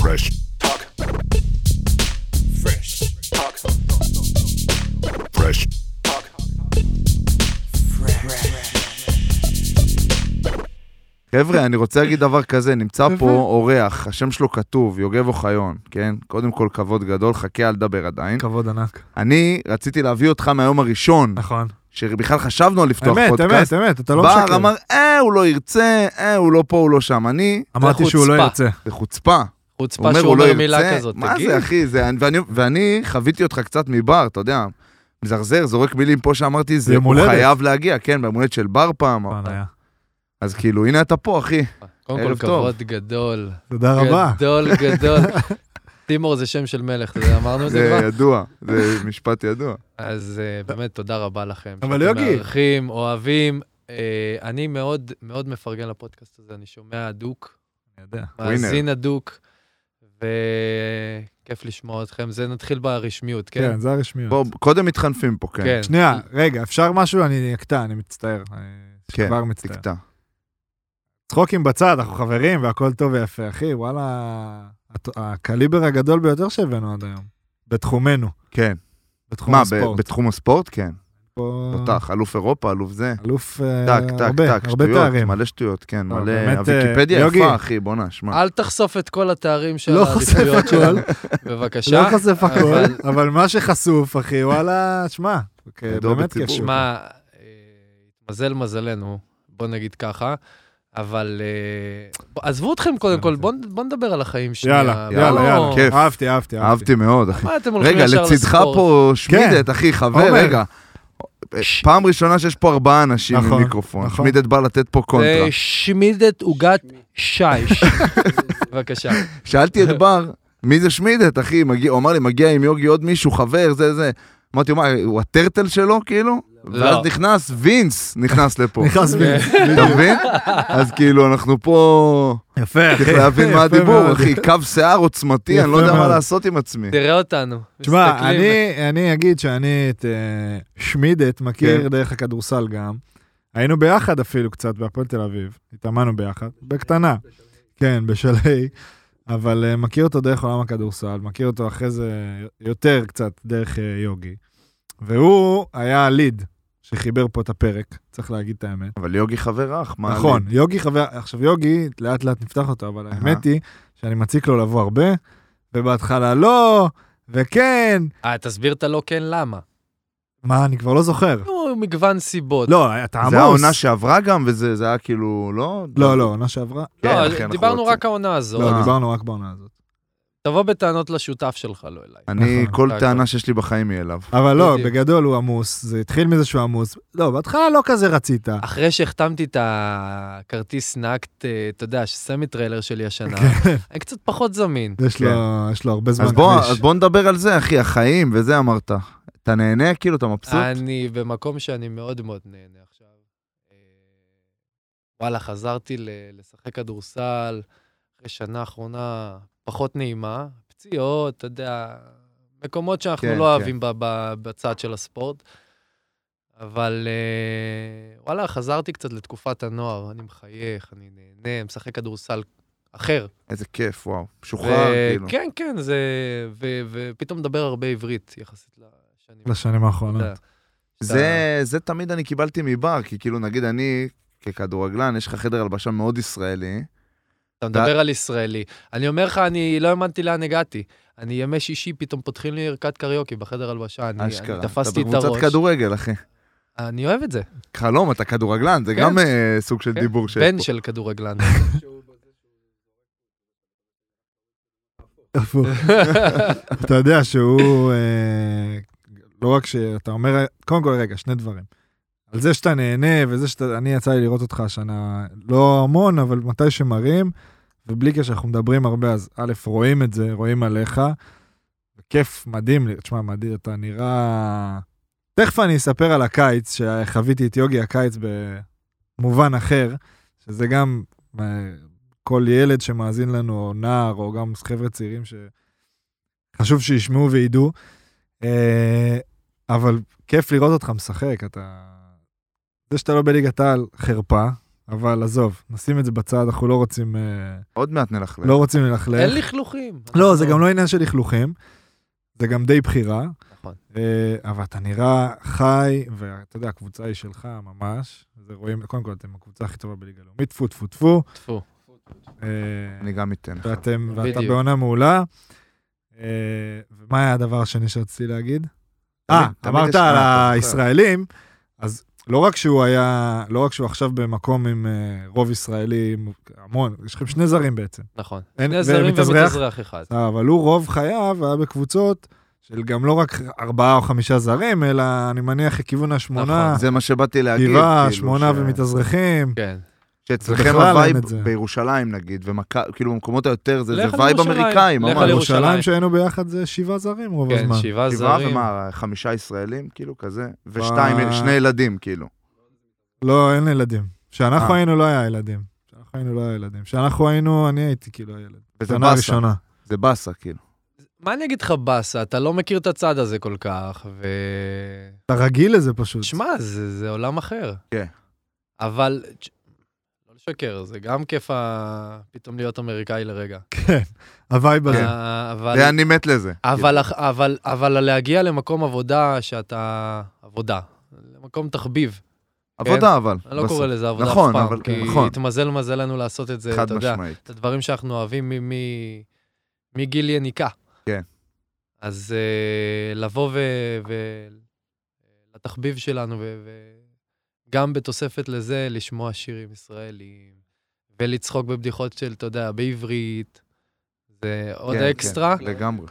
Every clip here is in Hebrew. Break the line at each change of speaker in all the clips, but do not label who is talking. Fresh talk. Fresh talk. Fresh talk.
חבר'ה, אני רוצה להגיד דבר כזה, נמצא פה אורח, השם שלו כתוב, יוגב אוחיון, כן? קודם כל, כבוד גדול, חכה, אל תדבר עדיין.
כבוד ענק.
אני רציתי להביא אותך מהיום הראשון,
נכון.
שבכלל חשבנו על לפתוח
אמת,
פודקאסט.
אמת, אמת, אתה לא
בר
משקר.
אמר, אה, הוא לא ירצה, אה, הוא לא פה, הוא לא שם. אני,
אמרתי שהוא לא
חוצפה.
ירצה.
זה חוצפה.
חוצפה שהוא
לא
אומר מילה כזאת,
לא מה
תגיד.
זה, אחי? זה, ואני, ואני חוויתי אותך קצת מבר, אתה יודע, מזרזר, זורק מילים פה שאמרתי, זה,
יום
הוא
הולדת.
חייב להגיע, כן, ביום הולדת של בר פעם.
פעם נכון, היה.
אז כאילו, הנה אתה פה, אחי.
קודם
ערב
כל,
טוב.
כבוד גדול.
תודה רבה.
גדול, גדול. טימור זה שם של מלך, אתה יודע, אמרנו את זה
זה
כבר.
ידוע, זה משפט ידוע.
אז אה, באמת, תודה רבה לכם.
אבל
שאתם
יוגי.
מארחים, אוהבים. אה, אני מאוד מאוד מפרגן לפודקאסט הזה, אני שומע הדוק,
אני יודע.
ווינר.
מאזין הדוק, וכיף לשמוע אתכם. זה נתחיל ברשמיות, כן?
כן, זה הרשמיות.
בואו, קודם מתחנפים פה, כן.
כן.
שנייה, רגע, אפשר משהו? אני אקטע, אני מצטער. אני
כן,
כבר מצטער.
תקטע.
צחוקים בצד, אנחנו חברים והכל טוב ויפה. אחי, וואלה, הת- הקליבר הגדול ביותר שהבאנו עד היום. בתחומנו.
כן.
בתחום
מה, ב-
הספורט.
בתחום הספורט? כן.
פה
אה.
תותח, אלוף אירופה, אלוף זה.
אלוף אה,
טק, טק,
הרבה,
טק,
הרבה
שטויות,
תארים.
מלא שטויות, כן,
לא,
מלא,
באמת,
הוויקיפדיה
אה, יוגי.
יפה, אחי, בואנה, שמע.
אל תחשוף את כל התארים של
לא חושף
העדיפויות שלנו,
הכל,
בבקשה.
לא חושף
אבל-
הכל, אבל מה שחשוף, אחי, וואלה, שמע, אוקיי,
ידוע
באמת
בציבור.
קשור.
שמע, אה, התמזל מזלנו, בוא נגיד ככה, אבל אה, בוא- עזבו אתכם קודם כל, בוא נ- בוא נדבר על החיים שנייה.
כן. יאללה,
בוא-
יאללה, כן. יאללה,
כיף.
אהבתי, אהבתי, אהבתי.
אהבתי מאוד, אחי.
מה אתם הולכים
רגע,
ישר לספורט? כן.
לצידך פה שמידת, אחי, חבר,
עומר.
רגע.
אה,
פעם ראשונה שיש פה ארבעה אנשים עם
נכון,
מיקרופון.
נכון.
שמידת בא לתת פה קונטרה.
זה שמידת עוגת שיש. בבקשה.
שאלתי את בר, מי זה שמידת, אחי? מגיע- הוא אמר לי, מגיע עם יוגי עוד מישהו, חבר, זה, זה. אמרתי, מה, הוא הטרטל שלו, כאילו?
לא.
ואז נכנס, וינס נכנס לפה.
כן.
נכנס בי.
אתה מבין? אז כאילו, אנחנו פה...
יפה,
צריך להבין מה
כן. יפה
הדיבור,
מאוד.
אחי, קו שיער עוצמתי, אני לא
יפה
יודע מה
מאוד.
לעשות עם עצמי.
תראה אותנו.
תשמע,
מסתכלים.
אני, אני אגיד שאני את אה, שמידת מכיר
כן.
דרך הכדורסל גם. היינו ביחד אפילו קצת בהפועל תל אביב, התאמנו ביחד, בקטנה. כן, בשלהי. אבל אה, מכיר אותו דרך עולם הכדורסל, מכיר אותו אחרי זה יותר קצת דרך אה, יוגי. והוא היה הליד שחיבר פה את הפרק, צריך להגיד את האמת.
אבל יוגי חבר אח, מה... לי?
נכון, יוגי חבר, עכשיו יוגי, לאט לאט נפתח אותו, אבל
אהה.
האמת היא שאני מציק לו לבוא הרבה, ובהתחלה לא, וכן,
אה, תסביר את הלא כן למה.
מה, אני כבר לא זוכר.
נו, מגוון סיבות.
לא, אתה עמוס.
זה העונה שעברה גם, וזה זה היה כאילו, לא?
לא, לא, העונה שעברה.
לא,
כן, אחי, אנחנו
דיברנו
רוצים.
רק העונה הזו.
לא,
אה.
דיברנו רק בעונה הזאת.
תבוא בטענות לשותף שלך, לא אליי.
אני,
נכון,
כל
הכל.
טענה שיש לי בחיים היא אליו.
אבל לא,
בדיוק.
בגדול הוא עמוס, זה התחיל מזה שהוא עמוס. לא, בהתחלה לא כזה רצית.
כן.
אחרי שהחתמתי את הכרטיס נקט, אה, אתה יודע, סמי טריילר שלי השנה,
כן.
אני קצת פחות זמין.
יש לו יש לו הרבה זמן
אז בוא, אז
כביש.
בוא נדבר על זה, אחי, החיים, וזה אמרת. אתה נהנה, כאילו, אתה מבסוט?
אני במקום שאני מאוד מאוד נהנה עכשיו. אה, וואלה, חזרתי ל- לשחק כדורסל אחרי שנה האחרונה פחות נעימה, פציעות, אתה יודע, מקומות שאנחנו
כן,
לא
כן.
אוהבים ב- ב- בצד של הספורט. אבל אה, וואלה, חזרתי קצת לתקופת הנוער, אני מחייך, אני נהנה, משחק כדורסל אחר.
איזה כיף, וואו. משוחרר, כאילו.
ו- כן, כן, זה... ו- ופתאום מדבר הרבה עברית יחסית לשנים.
לשנים האחרונות.
אתה-
נכון. זה, זה תמיד אני קיבלתי מבר, כי כאילו, נגיד אני, ככדורגלן, יש לך חדר הלבשה מאוד ישראלי.
אתה מדבר על ישראלי. אני אומר לך, אני לא האמנתי לאן הגעתי. אני ימי שישי, פתאום פותחים לי ערכת קריוקי בחדר הלבשה, אני,
אשכרה.
אני
אתה
תפסתי את
בקבוצת
הראש.
כדורגל, אחי.
אני אוהב את זה.
חלום, אתה כדורגלן, זה
כן.
גם אה, סוג של
כן.
דיבור שיש
בן
פה.
של כדורגלן.
כן.
הפוך. אתה יודע שהוא, אה, לא רק שאתה אומר, קודם כל רגע, שני דברים. על זה שאתה נהנה וזה שאתה, אני יצא לי לראות אותך השנה, לא המון, אבל מתי שמראים, ובלי קשר, אנחנו מדברים הרבה, אז א', רואים את זה, רואים עליך, כיף, מדהים, לי- תשמע, מדהים, אתה נראה... תכף אני אספר על הקיץ, שחוויתי את יוגי הקיץ במובן אחר, שזה גם אה, כל ילד שמאזין לנו, או נער, או גם חבר'ה צעירים שחשוב שישמעו וידעו. אה, אבל כיף לראות אותך משחק, אתה... זה שאתה לא בליגת העל, חרפה, אבל עזוב, נשים את זה בצד, אנחנו לא רוצים, אה,
עוד מעט נלכלך.
לא רוצים ללכלך.
אין לכלוכים.
לא, זה גם לא עניין של לכלוכים, זה גם די בחירה,
נכון.
אה, אבל אתה נראה חי, ואתה יודע, הקבוצה היא שלך ממש. זה רואים, קודם כל, אתם הקבוצה הכי טובה בליגה הלאומית, טפו טפו טפו.
טפו.
אה,
אני גם אתן לך.
ואתם, ואתה
בדיוק.
בעונה מעולה. אה, ומה היה הדבר השני שרציתי להגיד?
תמיד-
אה,
תמיד יש
אמרת
לך-
על
אתה זוכר.
הישראלים, אז לא רק שהוא היה, לא רק שהוא עכשיו במקום עם אה, רוב ישראלי, המון, יש לכם שני זרים בעצם.
נכון.
אין-
שני זרים
ומתאזרח?
ומתאזרח אחד.
אה, אבל הוא רוב חייו היה בקבוצות של גם לא רק ארבעה או חמישה זרים, אלא אני מניח לכיוון השמונה,
נכון,
זה מה שבאתי להגיד.
שבעה,
כאילו,
אה. שמונה
ש-
ומתאזרחים.
כן.
שאצלכם
בכלל אין
הווייב
את זה.
בירושלים נגיד, ומכ- כאילו במקומות היותר זה
לך
זה וייב
לירושלים,
אמריקאי,
לך
ממש.
לירושלים.
ירושלים שהיינו ביחד זה שבעה זרים רוב
כן,
הזמן.
שבעה
שבעה
זרים.
ומה, חמישה ישראלים, כאילו כזה, ושתיים, שני ילדים, כאילו.
לא, אין ילדים. כשאנחנו
אה.
היינו לא היה ילדים. כשאנחנו היינו לא היה ילדים. כשאנחנו היינו, אני הייתי כאילו הילד.
וזה
שנה
באסה,
ראשונה.
זה באסה, כאילו.
מה אני אגיד לך באסה? אתה לא מכיר את הצד הזה כל כך, ו...
אתה רגיל לזה פשוט.
שמע, זה, זה עולם אחר.
כן.
אבל, תש- לא לשקר, זה גם כיף ה... פתאום להיות אמריקאי לרגע.
כן, הווייב הזה.
אה, אבל...
זה, אני מת לזה.
אבל, אבל, אבל להגיע למקום עבודה שאתה... עבודה. למקום תחביב.
כאילו. עבודה, אבל.
אני לא
בסוף.
קורא לזה עבודה
נכון,
אף פעם,
אבל-
כי
נכון.
התמזל מזלנו לעשות את זה,
חד
אתה יודע,
משמעית.
את הדברים שאנחנו אוהבים מ- מ- מגיל יניקה.
כן.
אז אה, לבוא ו- ו- לתחביב שלנו, וגם בתוספת לזה, לשמוע שירים ישראלים, ולצחוק בבדיחות של, אתה יודע, בעברית, זה עוד
כן, כן,
אקסטרה,
לגמרי.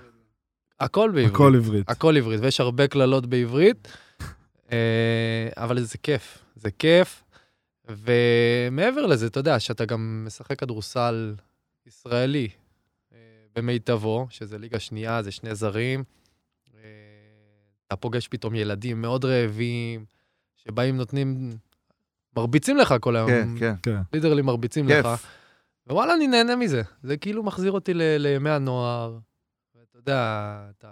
הכל בעברית.
הכל עברית.
הכל עברית, ויש הרבה קללות בעברית, אה, אבל זה כיף, זה כיף. ומעבר לזה, אתה יודע, שאתה גם משחק כדורסל ישראלי אה, במיטבו, שזה ליגה שנייה, זה שני זרים. אה, אתה פוגש פתאום ילדים מאוד רעבים, שבאים, נותנים, מרביצים לך כל היום.
כן, כן.
לידרלי מרביצים
כיף.
לך. ווואלה, אני נהנה מזה. זה כאילו מחזיר אותי ל- לימי הנוער. ואתה יודע, אתה...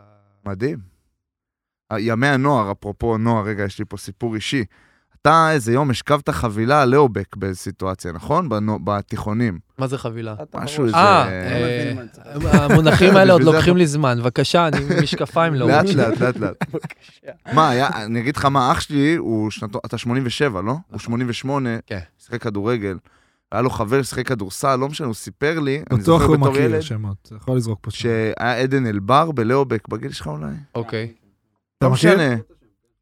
מדהים. ה- ימי הנוער, אפרופו נוער, רגע, יש לי פה סיפור אישי. אתה איזה יום השכבת חבילה על לאובק באיזו סיטואציה, נכון? בנו- בתיכונים.
מה זה חבילה?
משהו איזה...
אה,
אה,
אה,
לא מבין מה
המונחים האלה עוד
בשביל זה
לוקחים לי זמן. בבקשה, אני עם משקפיים לא...
לאט לאט לאט לאט.
בבקשה.
מה היה, אני אגיד לך מה, אח שלי הוא שנתו, אתה 87, לא? הוא 88,
נכון. כן.
שיחק כדורגל. היה לו חבר ששיחק כדורסל, לא משנה, הוא סיפר לי, אני
בטוח
זוכר
הוא
בתור
מכיר
ילד,
שמות, אתה יכול לזרוק פה שמות.
שהיה עדן אלבר בלאובק, בגיל שלך אולי?
אוקיי.
אתה
לא
מכיר?
משנה,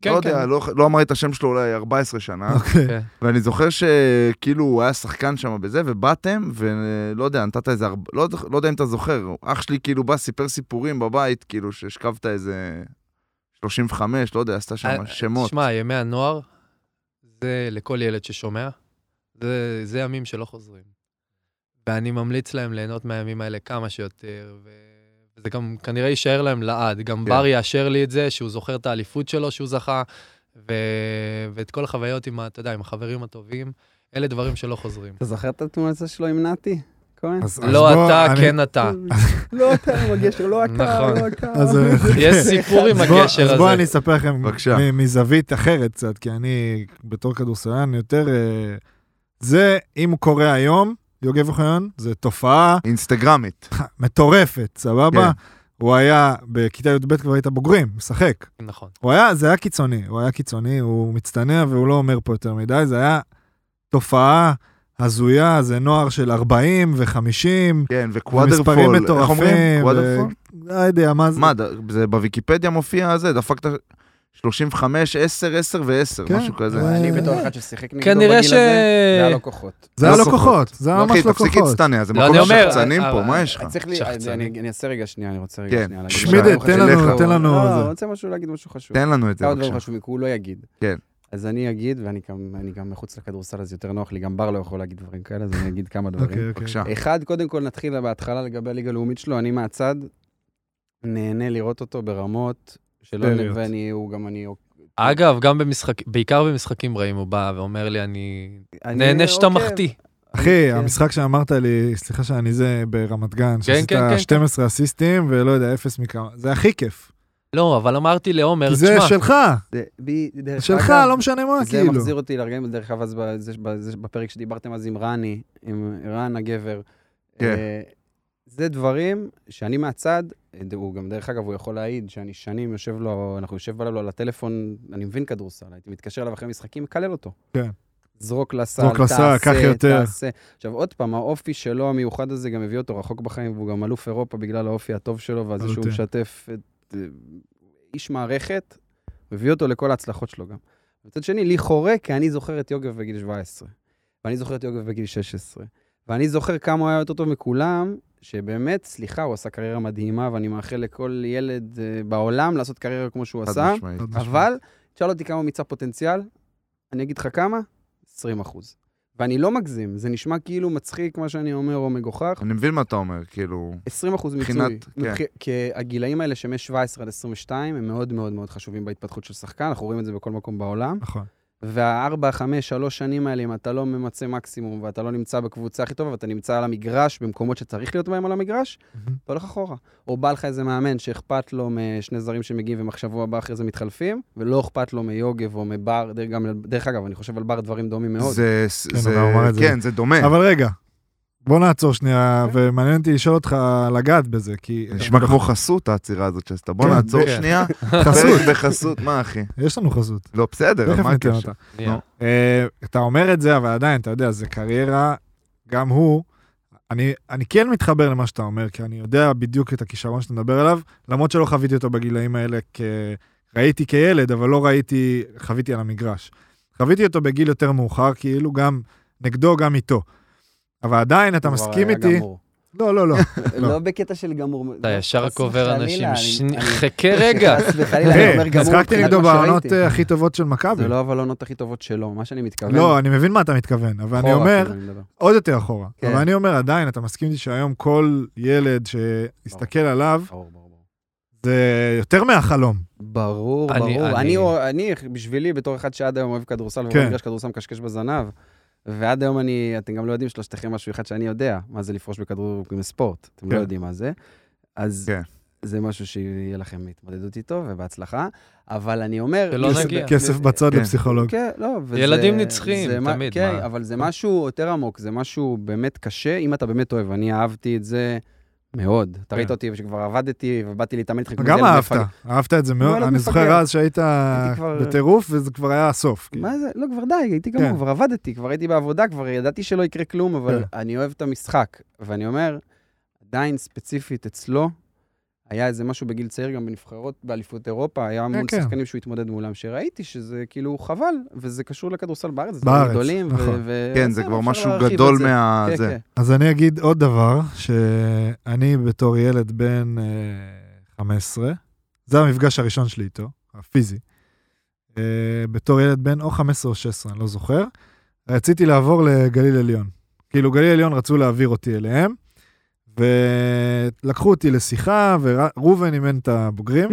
כן,
לא
כן.
יודע, לא- לא אמר את השם שלו אולי 14 שנה,
אוקיי.
כן.
ואני זוכר שכאילו הוא היה שחקן שם בזה, ובאתם, ולא יודע, נתת איזה, ארבע- לא זוכ- לא יודע אם אתה זוכר, אח שלי כאילו בא, סיפר סיפורים בבית, כאילו שהשכבת איזה 35, לא יודע, עשתה שם
אה,
שמות.
שמע, ימי הנוער, זה לכל ילד ששומע, זה, זה ימים שלא חוזרים. ואני ממליץ להם ליהנות מהימים האלה כמה שיותר, ו- וזה גם כנראה יישאר להם לעד. גם
כן.
בר יאשר לי את זה, שהוא זוכר את האליפות שלו שהוא זכה, ו- ואת כל החוויות עם, ה- אתה יודע, עם החברים הטובים. אלה דברים שלא חוזרים.
אתה זוכר את התמונה הזו שלו עם נתי? כהן?
אז- אז
לא
בוא,
אתה,
אני-
כן אתה.
לא אתה עם הגשר, לא אתה,
נכון.
לא אתה.
אז, אה,
יש סיפור עם
אז בוא-
הגשר הזה.
אז בואו אני אספר לכם
בבקשה.
מ- מזווית אחרת קצת, כי אני בתור כדורסלן יותר... אה, זה, אם הוא קורה היום, יוגב אוחיון, זה תופעה
אינסטגרמית.
מטורפת, סבבה?
כן.
הוא היה, בכיתה י"ב כבר היית בוגרים, משחק.
נכון.
הוא היה, זה היה קיצוני, הוא היה קיצוני, הוא מצטנע והוא לא אומר פה יותר מדי, זה היה תופעה הזויה, זה נוער של 40 ו-50,
כן,
מספרים
וקוואדרפול, איך אומרים?
מטורפים,
קוואדרפול?
לא יודע מה זה.
מה, ד- זה בוויקיפדיה מופיע זה, דפקת 35, 10, 10 ו-10,
כן.
משהו כזה.
אה,
אני בתור אחד ששיחק נגדו כאילו, בגיל
כנראה ש...
הזה, זה היה לו כוחות.
זה היה
לא
לו
כוחות.
כוחות, זה היה
אחי,
ממש לא
תפסיק
כוחות.
להצטנע, זה
לא, אני
מקום של
אומר,
שחצנים
אה,
פה,
אה,
מה יש לך?
צריך לי,
שחצני.
אני- אני אני אעשה רגע שנייה, אני רוצה רגע
כן.
שנייה. להגיד
שמידה,
משהו
תן
חשוב.
לנו-
תן לנו
לא,
זה.
אני רוצה משהו להגיד משהו חשוב.
תן לנו את זה,
כמה דברים
בבקשה.
חשובים, כי הוא לא יגיד.
כן.
אז אני אגיד, ואני גם, אני גם מחוץ לכדורסל, אז יותר נוח לי, גם בר לא יכול להגיד דברים כאלה, אז אני אגיד כמה דברים.
אוקיי, אוקיי.
בבקשה.
אה.
אחד, קודם כל נתחיל בהתחלה לגבי הליגה הלאומית שלו, אני מהצד נהנה לראות אותו ברמות שלא...
היסטריות.
ואני, הוא גם, אני...
אגב, גם במשחק, בעיקר במשחקים רעים, הוא בא ואומר לי, אני
אני אוקיי.
נהנה שאתה
עוקב.
מחטיא.
אחי,
כן.
המשחק שאמרת לי, סליחה שאני זה ברמת גן, שעשית
כן, כן, כן.
12 אסיסטים ולא יודע, אפס מכמה, זה הכי כיף.
לא, אבל אמרתי לעומר,
כי זה
תשמע,
שלך,
זה בי- דרך
שלך,
אה, אגב,
לא משנה מה,
זה
כאילו.
מחזיר אותי לרגעים, דרך אגב, אז בזה- בזה- בפרק שדיברתם אז עם רני, עם רן הגבר.
כן.
אה, זה דברים שאני מהצד, אה, הוא גם, דרך אגב, הוא יכול להעיד שאני שנים יושב לו, אנחנו יושב עליו לו על הטלפון, אני מבין כדורסל, הייתי מתקשר אליו אחרי משחקים, מקלל אותו.
כן.
זרוק לסל,
זרוק לסל,
תעשה,
קח יותר.
תעשה. עכשיו, עוד פעם, האופי שלו המיוחד הזה גם הביא אותו רחוק בחיים, והוא גם אלוף אירופה בגלל האופי הטוב שלו, ואז שהוא
לחלוטין.
משתף את... אה, איש מערכת, מביא אותו לכל ההצלחות שלו גם. מצד שני, לי חורה, כי אני זוכר את יוגב בגיל 17, ואני זוכר את יוגב בגיל 16, ואני זוכר כמה הוא היה יותר טוב מכולם, שבאמת, סליחה, הוא עשה קריירה מדהימה, ואני מאחל לכל ילד אה, בעולם לעשות קריירה כמו שהוא
חד
עשה,
משמעית.
חד משמעית.
אבל תשאל אותי כמה הוא מיצה פוטנציאל, אני אגיד לך כמה? 20 אחוז. ואני לא מגזים, זה נשמע כאילו מצחיק מה שאני אומר או מגוחך.
אני מבין מה אתה אומר, כאילו...
20 אחוז מיצוי.
מבחינת- כן.
מבח- כי הגילאים האלה שמ-17 עד 22 הם מאוד מאוד מאוד חשובים בהתפתחות של שחקן, אנחנו רואים את זה בכל מקום בעולם.
נכון.
והארבע, חמש, שלוש שנים האלה, אם אתה לא ממצה מקסימום ואתה לא נמצא בקבוצה הכי טובה ואתה נמצא על המגרש במקומות שצריך להיות בהם על המגרש,
מהמם.
אתה הולך אחורה. או בא לך איזה מאמן שאכפת לו משני זרים שמגיעים ומחשבו הבא אחרי זה מתחלפים, ולא אכפת לו מיוגב או מבר, דרך, גם, דרך אגב, אני חושב על בר דברים דומים מאוד.
זה...
כן,
זה-
אבל הוא אמר את זה.
כן, זה דומה.
אבל רגע, בוא נעצור שנייה, ומעניין אותי לשאול אותך לגעת בזה, כי...
זה נשמע כמו חסות העצירה הזאת שעשית. בוא
כן,
נעצור
כן.
שנייה.
חסות.
פרק בחסות, מה אחי?
יש לנו חסות.
לא, בסדר,
תכף
מה
ניתן
הקשר?
אותה.
שנייה.
נו.
אה, אתה אומר את זה, אבל עדיין, אתה יודע, זה קריירה, גם הוא. אני, אני כן מתחבר למה שאתה אומר, כי אני יודע בדיוק את הכישרון שאתה מדבר עליו, למרות שלא חוויתי אותו בגילאים האלה, כ... ראיתי כילד, אבל לא ראיתי, חוויתי על המגרש. חוויתי אותו בגיל יותר מאוחר, כאילו גם נגדו, גם איתו. אבל עדיין, אתה
הוא
מסכים
היה
איתי...
גמור.
לא, לא, לא.
לא בקטע של גמור.
אתה ישר
לא, חס
קובר
וחלילה,
אנשים,
אני-
שני-
אני-
חכה רגע.
חס וחלילה, אני אומר
אה,
גמור.
הזרקתי
מבחינת
נגדו
מה
בעונות
שראיתי.
אה, הכי טובות של מכבי.
זה לא הבלונות הכי טובות שלו, מה שאני מתכוון.
לא, אני מבין מה אתה מתכוון, אבל אני
אחורה,
אומר,
כאילו, אני מדבר.
עוד יותר אחורה.
כן.
אבל אני אומר, עדיין, אתה מסכים איתי שהיום כל ילד שיסתכל עליו,
ברור, ברור. ברור.
זה יותר מהחלום.
ברור,
אני-
ברור. אני,
אני-
אני, בשבילי, בתור אחד שעד היום אוהב כדורסל,
כן.
כן. ובמגרש כדורסל מקשקש בזנב, ועד היום אני, אתם גם לא יודעים שלושתכם משהו אחד שאני יודע, מה זה לפרוש בכדור עם ספורט, אתם
כן.
לא יודעים מה זה. אז
כן.
זה משהו שיהיה לכם התמודדות איתו, ובהצלחה. אבל אני אומר...
שלא
זה-
נגיע.
כסף בצד
כן.
לפסיכולוג.
לא כן, לא. וזה-
ילדים נצחיים,
זה מה-
תמיד,
כן,
מה?
אבל זה משהו יותר עמוק, זה משהו באמת קשה, אם אתה באמת אוהב. אני אהבתי את זה מאוד.
כן.
אתה ראית אותי כשכבר עבדתי, ובאתי להתאמן איתך. כמו
גם
ילד
אהבת,
מפגר.
אהבת את זה מאוד.
ילד
אני זוכר
מפגר.
אז שהיית
לא כבר-
בטירוף, וזה כבר היה הסוף.
כן.
כאילו.
מה זה? לא, כבר די, הייתי
כן.
גמור, כבר עבדתי, כבר הייתי בעבודה, כבר ידעתי שלא יקרה כלום, אבל
כן.
אני אוהב את המשחק. ואני אומר, עדיין ספציפית אצלו, היה איזה משהו בגיל צעיר, גם בנבחרות באליפות אירופה,
אה,
היה המון
כן.
שחקנים שהוא התמודד מולם, שראיתי שזה כאילו חבל, וזה קשור לכדורסל בארץ, זה
בארץ,
דברים גדולים. ו-
נכון.
ו-
כן,
אז
זה
כן,
כבר
אפשר
משהו
להרחיב את
גדול
זה.
מה...
כן,
זה.
כן.
אז אני אגיד עוד דבר, שאני בתור ילד בן אה, 15, זה המפגש הראשון שלי איתו, הפיזי. אה, בתור ילד בן או 15 או 16, אני לא זוכר, רציתי לעבור לגליל עליון. כאילו, גליל עליון רצו להעביר אותי אליהם, ולקחו אותי לשיחה, וראובן אימן את הבוגרים.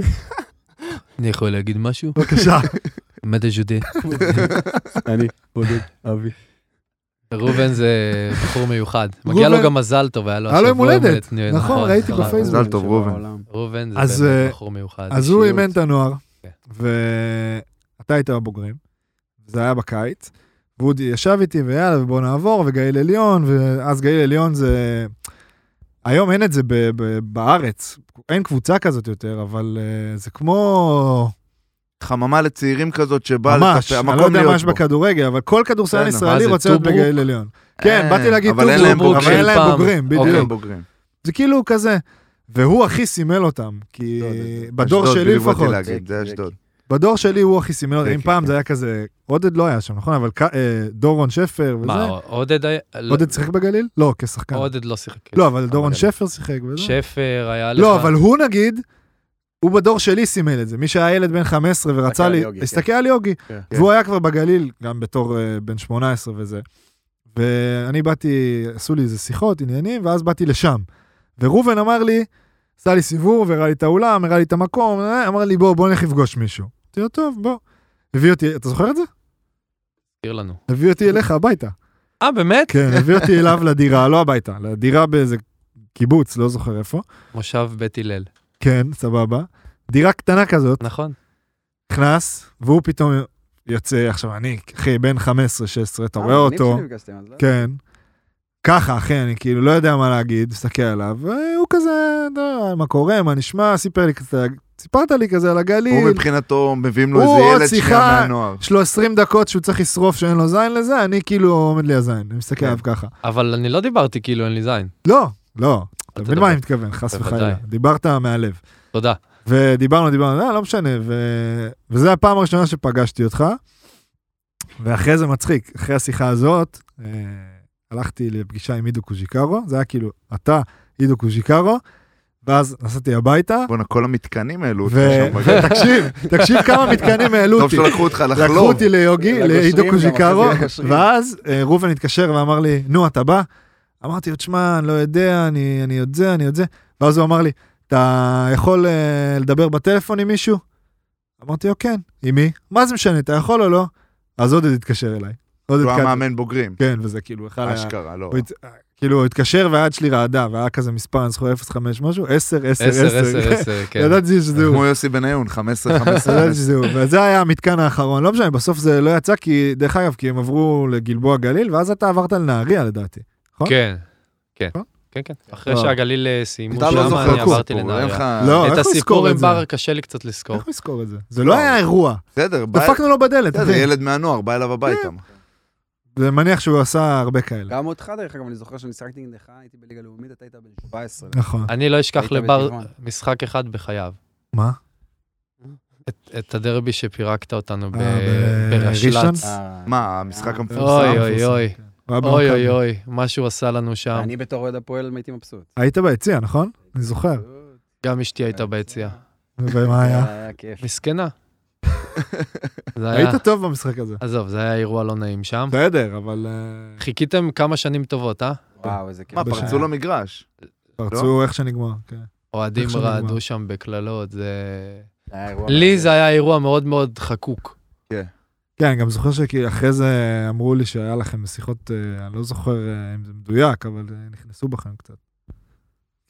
אני יכול להגיד משהו?
בבקשה.
מה אתה שותה?
אני, בודד, אבי.
ראובן זה בחור מיוחד. מגיע לו
ראובן-
גם מזל טוב, היה לו
היה לו
השבוע
יום הולדת.
באמת,
נכון, ראיתי
נכון.
בפייסבוק.
מזל טוב, ראובן.
ראובן זה
אז, אה,
באמת בחור מיוחד.
אז הוא
אישיות.
אימן את הנוער,
כן.
ואתה היית בבוגרים, זה היה בקיץ, והוא ישב איתי, ויאללה, ובוא נעבור, וגליל עליון, ואז גליל עליון זה... היום אין את זה ב- ב- בארץ, אין קבוצה כזאת יותר, אבל אה, זה כמו...
חממה לצעירים כזאת שבאה
ממש,
לטפל-
אני
המקום
לא יודע מה
להיות
יש
בו.
בכדורגל, אבל כל כדורסל
בסדר,
ישראלי
מה זה,
רוצה להיות
טוברוק?
בגליל עליון. כן, באתי להגיד
אה, אבל אין להם
טוברוק, אבל
בוגרים
אין להם
פעם.
בוגרים,
אוקיי.
בדיוק.
אין בוגרים.
זה כאילו כזה. והוא הכי סימל אותם, כי
לא יודע,
בדור
אשדוד,
שלי
בדיוק באתי
לפחות.
להגיד, זה אשדוד.
אה,
בדור שלי הוא הכי סימל אותי,
כן,
אם
כן,
פעם
כן.
זה היה כזה, עודד לא היה שם, נכון? אבל ק- אה, דורון שפר וזה,
מה, עודד היה... לא,
עודד שיחק בגליל? לא, כשחקן.
עודד לא שיחק.
לא, אבל דורון
אבל-
שפר שיחק וזה.
שפר היה לך...
לא, אבל הוא נגיד, הוא בדור שלי סימל את זה, מי שהיה ילד בן 15 ורצה
הסתכל
לי,
על יוגי,
הסתכל על יוגי,
כן.
והוא היה כבר בגליל, גם בתור אה, בן 18 וזה. ואני באתי, עשו לי איזה שיחות, עניינים, ואז באתי לשם. וראובן אמר לי, עשה לי סיבוב, הראה לי את האולם, הראה לי את המקום, אה, אמר לי, בוא, בוא נלך לפגוש מישהו. אמרתי לו, טוב, בוא. הביא אותי, אתה זוכר את זה?
תזכיר לנו.
הביא אותי אליך הביתה.
אה, באמת?
כן, הביא אותי אליו לדירה, לא הביתה, לדירה באיזה קיבוץ, לא זוכר איפה.
מושב בית הלל.
כן, סבבה. דירה קטנה כזאת,
נכון.
נכנס, והוא פתאום יוצא, עכשיו אני, אחי, בן 15-16, אתה רואה
אה, מגניב
אותו,
שנפגשתם, אז לא-
כן. ככה, אחי, אני כאילו לא יודע מה להגיד, מסתכל עליו, והוא כזה, אתה יודע, מה קורה, מה נשמע, סיפר לי קצת, סיפרת לי כזה על
הוא
הגליל,
מבחינתו, מביאים לו
הוא
איזה
עוד
ילד שנייה
שיחה.
מהנוער.
יש לו 20 דקות שהוא צריך לשרוף שאין לו זין לזה, אני כאילו עומד לי הזין, אני מסתכל עליו ככה.
אבל אני לא דיברתי כאילו אין לי זין.
לא, לא, אתה
אל
מבין
תדבר.
מה אני מתכוון, חס
בוודאי.
וחלילה, דיברת מהלב.
תודה.
ודיברנו, דיברנו, לא, לא משנה, ו... וזו הפעם הראשונה שפגשתי אותך, ואחרי זה מצחיק, אחרי השיחה הזאת, אה, הלכתי לפגישה עם אידו קוז'יקרו, זה היה כאילו, אתה, אידו קוז'יקרו, ואז נסעתי הביתה,
בואנה, כל המתקנים העלו אותך
ו-
שם בגלל.
ותקשיב, תקשיב כמה מתקנים העלו
טוב
אותי.
שלקחו אותך
לקחו
לחלום.
אותי ליוגי,
לגושרים
לעידו
גם,
קוז'יקרו,
אחרי זה לגושרים.
ואז אה, ראובן התקשר ואמר לי, נו, אתה בא? אמרתי לו, תשמע, אני לא יודע, אני אני עוד זה, אני עוד זה. ואז הוא אמר לי, אתה יכול אה, לדבר בטלפון עם מישהו? אמרתי לו, כן. עם מי? מה זה משנה, אתה יכול או לא? אז עודד התקשר אליי. עודד
הוא היה
כץ.
מאמן בוגרים.
כן, וזה כאילו, אחד היה...
אשכרה, לא.
הוא הת- כאילו, הוא התקשר והיד שלי רעדה, והיה כזה מספר, אני זוכר 05 משהו, 10, 10,
10,
10.
10, 10, כן.
ידעתי שזה הוא.
כמו יוסי בניון, 15, 15.
אתה יודע שזהו, וזה היה המתקן האחרון, לא משנה, בסוף זה לא יצא, כי, דרך אגב, כי הם עברו לגלבוע גליל, ואז אתה עברת לנהריה לדעתי. נכון?
כן. כן.
נכון?
כן, כן. אחרי
לא.
שהגליל אה, סיימו
אתה לא
שם,
זוכר
אני
את
עברתי
הסיפור, אין לך...
לנהריה.
לא, איך
את
הוא יזכור
הסיפור
את
עם
זה?
בר קשה לי קצת לזכור.
איך הוא יזכור את זה? זה לא היה אירוע,
בסדר, בא-
דפקנו לו בדלת,
בסדר,
אחי.
ילד מהנוער, בא אליו הביתה.
כן. זה מניח שהוא עשה הרבה כאלה.
גם אותך, דרך אגב, אני זוכר שאני שיחקתי נגדך, הייתי בליגה לאומית, אתה היית בן 17.
נכון.
אני לא אשכח
היית
לבר
בטבעון.
משחק אחד בחייו.
מה?
את- את הדרבי שפירקת אותנו ב-
אה, ב- ראשון?
ברשל"צ.
אה,
מה, המשחק
אה,
המפורסם?
אוי אוי
מפורסם,
אוי.
כן. הוא היה
אוי
במכבי.
אוי אוי, מה שהוא עשה לנו שם.
אני בתור אוהד הפועל הייתי מבסוט.
היית ביציע, נכון? אני זוכר.
גם אשתי הייתה ביציאה.
ומה היה?
היה כיף.
מסכנה. זה היה...
היית טוב במשחק הזה.
עזוב, זה היה אירוע לא נעים שם.
בסדר, אבל אה,
חיכיתם כמה שנים טובות, אה?
וואו, איזה כיף.
מה,
בשעה.
פרצו למגרש.
לא.
פרצו איך שנגמר. כן.
אוהדים
איך שזה נגמר.
רעדו שם בקללות, זה...
זה היה אירוע
לי
מרגש.
זה היה אירוע מאוד מאוד חקוק.
כן, אני גם זוכר שכאילו אחרי זה אמרו לי שהיה לכם שיחות, אה, אני לא זוכר אה, אם זה מדויק, אבל אה, נכנסו בכם קצת.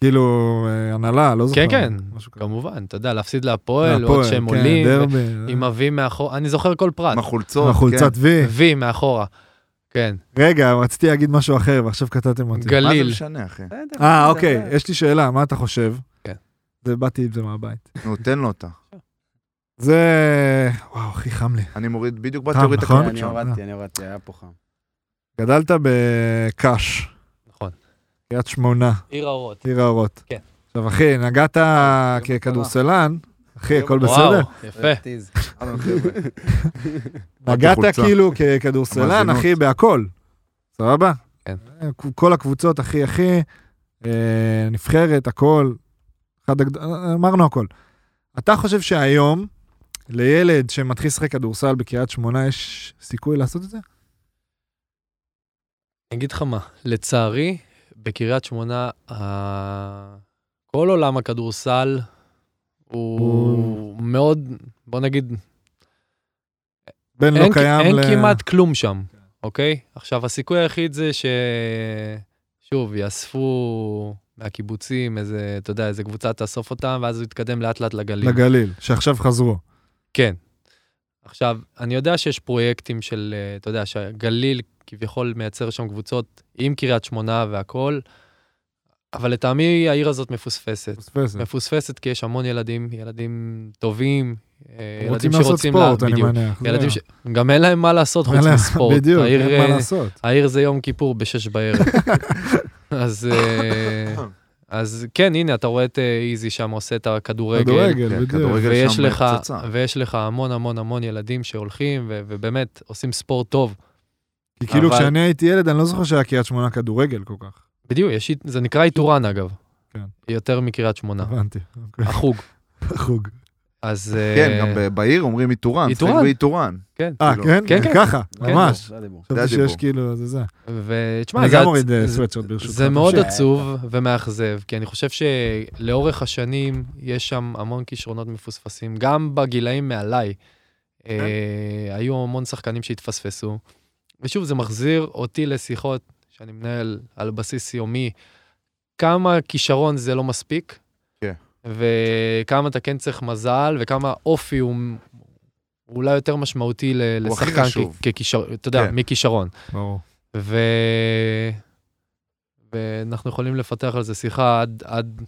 כאילו, אה, הנהלה, לא זוכר.
כן, כן, לא,
משהו כזה.
כמובן, אתה יודע, להפסיד להפועל,
להפועל,
עוד שהם
כן,
עולים,
דרבי,
עם ה-V מאחורה, אני זוכר כל פרט,
עם החולצות,
עם החולצת
כן.
וי.
V מאחורה, כן,
רגע, רציתי להגיד משהו אחר, ועכשיו קטעתם אותי.
כן. מה זה
גליל.
משנה, אחי?
בסדר,
אה,
בסדר.
אוקיי, יש לי שאלה, מה אתה חושב?
כן.
זה, באתי עם זה מהבית.
נו, תן לו אותה.
זה... וואו, הכי חם לי.
אני מוריד, בדיוק באתי
חם,
להוריד את
נכון?
הכמות
אני
שם.
הורדתי, אני הורדתי, היה פה חם.
גדלת בקאש,
נכון.
קריית שמונה,
עיר האורות.
עיר האורות.
כן.
עכשיו, אחי, נגעת
קרה.
ככדורסלן, אחי, הכל בסדר?
וואו, יפה.
רפטיז.
אהלן, חבר'ה.
נגעת
החולצה.
כאילו ככדורסלן,
המאזינות.
אחי, בהכל. סבבה? אה,
כן.
כל הקבוצות, אחי, אחי, אה, נבחרת, הכל. אחד הגד... אה, אמרנו הכל. אתה חושב שהיום, לילד שמתחיל לשחק כדורסל בקריית שמונה, יש סיכוי לעשות את זה?
אני אגיד לך מה, לצערי, בקריית שמונה, ה- כל עולם הכדורסל הוא מאוד, בוא נגיד,
בין לא
אין,
קיים
אין
ל...
כמעט כלום שם, אוקיי? עכשיו, הסיכוי היחיד זה ש... שוב, יאספו מהקיבוצים איזה, אתה יודע, איזה קבוצה תאסוף אותם, ואז הוא יתקדם לאט לאט לגליל.
לגליל, שעכשיו חזרו.
כן. עכשיו, אני יודע שיש פרויקטים של, אה, אתה יודע, שהגליל כביכול מייצר שם קבוצות עם קריית שמונה והכול, אבל לטעמי העיר הזאת מפוספסת.
פספסת.
מפוספסת כי יש המון ילדים, ילדים טובים, אה,
רוצים
ילדים
לעשות
שרוצים... לה-
ספורט, אני
בדיוק.
מניח. זה-
ילדים ש... גם אין להם מה לעשות
אין
חוץ
להם-
מספורט.
בדיוק,
העיר,
אין מה
אה,
לעשות.
העיר זה יום כיפור בשש בערב. אז, אה, אז כן, הנה, אתה רואה את אה, איזי שם עושה את הכדורגל.
כדורגל,
כן,
בדיוק.
כדורגל. רגל
ויש
שם
לך,
בפצצה.
ויש לך המון המון המון ילדים שהולכים ו- ובאמת עושים ספורט טוב.
כי כאילו
אבל-
כשאני הייתי ילד, אני לא זוכר שהיה קריית שמונה כדורגל כל כך.
בדיוק, יש, אית- זה נקרא איתורן אגב.
כן.
יותר מקריית שמונה.
הבנתי. אוקיי.
החוג. אה.
חוג.
אז...
כן,
אה,
גם ב- בעיר אומרים איתורן, שחק
איתורן.
באיתורן.
כן.
אה,
כאילו.
כן?
כן,
זה
כן.
ככה,
לא
ממש.
דיבור, לא דיבור.
זה
חשבתי
הדיבור.
שיש כאילו, זה זה.
ותשמע,
אני
זה,
גם
הצ-
מוריד אה,
זה,
סוואטשרט ברשותך.
זה מאוד
תמשיך.
עצוב ומאכזב, כי אני חושב שלאורך השנים יש שם המון כישרונות מפוספסים, גם בגילאים מעליי.
כן.
אה, היו המון שחקנים שהתפספסו. ושוב, זה מחזיר אותי לשיחות שאני מנהל על בסיס יומי, כמה כישרון זה לא מספיק.
כן.
וכמה אתה כן צריך מזל, וכמה אופי הוא הוא אולי יותר משמעותי ל-
הוא הכי
לשחקן
חשוב.
כ- ככישרון, אתה יודע,
כן.
מכישרון.
ברור.
ו... ואנחנו יכולים לפתח על זה שיחה עד, עד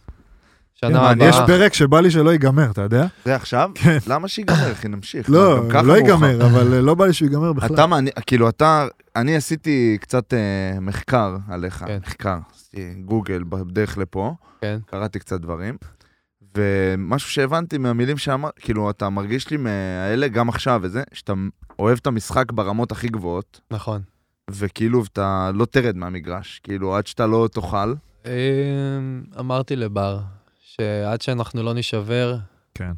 שנה
כן,
הבאה.
יש פרק שבא לי שלא ייגמר, אתה יודע?
זה עכשיו?
כן.
למה שיגמר, אחי? נמשיך.
לא,
אה, גם ככה
לא
מאוחר.
ייגמר, אבל אה, לא בא לי שהוא ייגמר בכלל.
אתה, מעני- כאילו, אתה, אני עשיתי קצת אה, מחקר עליך,
כן.
מחקר, עשיתי גוגל בדרך לפה,
כן.
קראתי קצת דברים, ומשהו שהבנתי מהמילים שאמרת, כאילו, אתה מרגיש לי מהאלה גם עכשיו וזה, שאתה אוהב את המשחק ברמות הכי גבוהות,
נכון.
וכאילו, אתה לא תרד מהמגרש, כאילו, עד שאתה לא תאכל,
אמ, אמרתי לבר, שעד שאנחנו לא נישבר,
כן.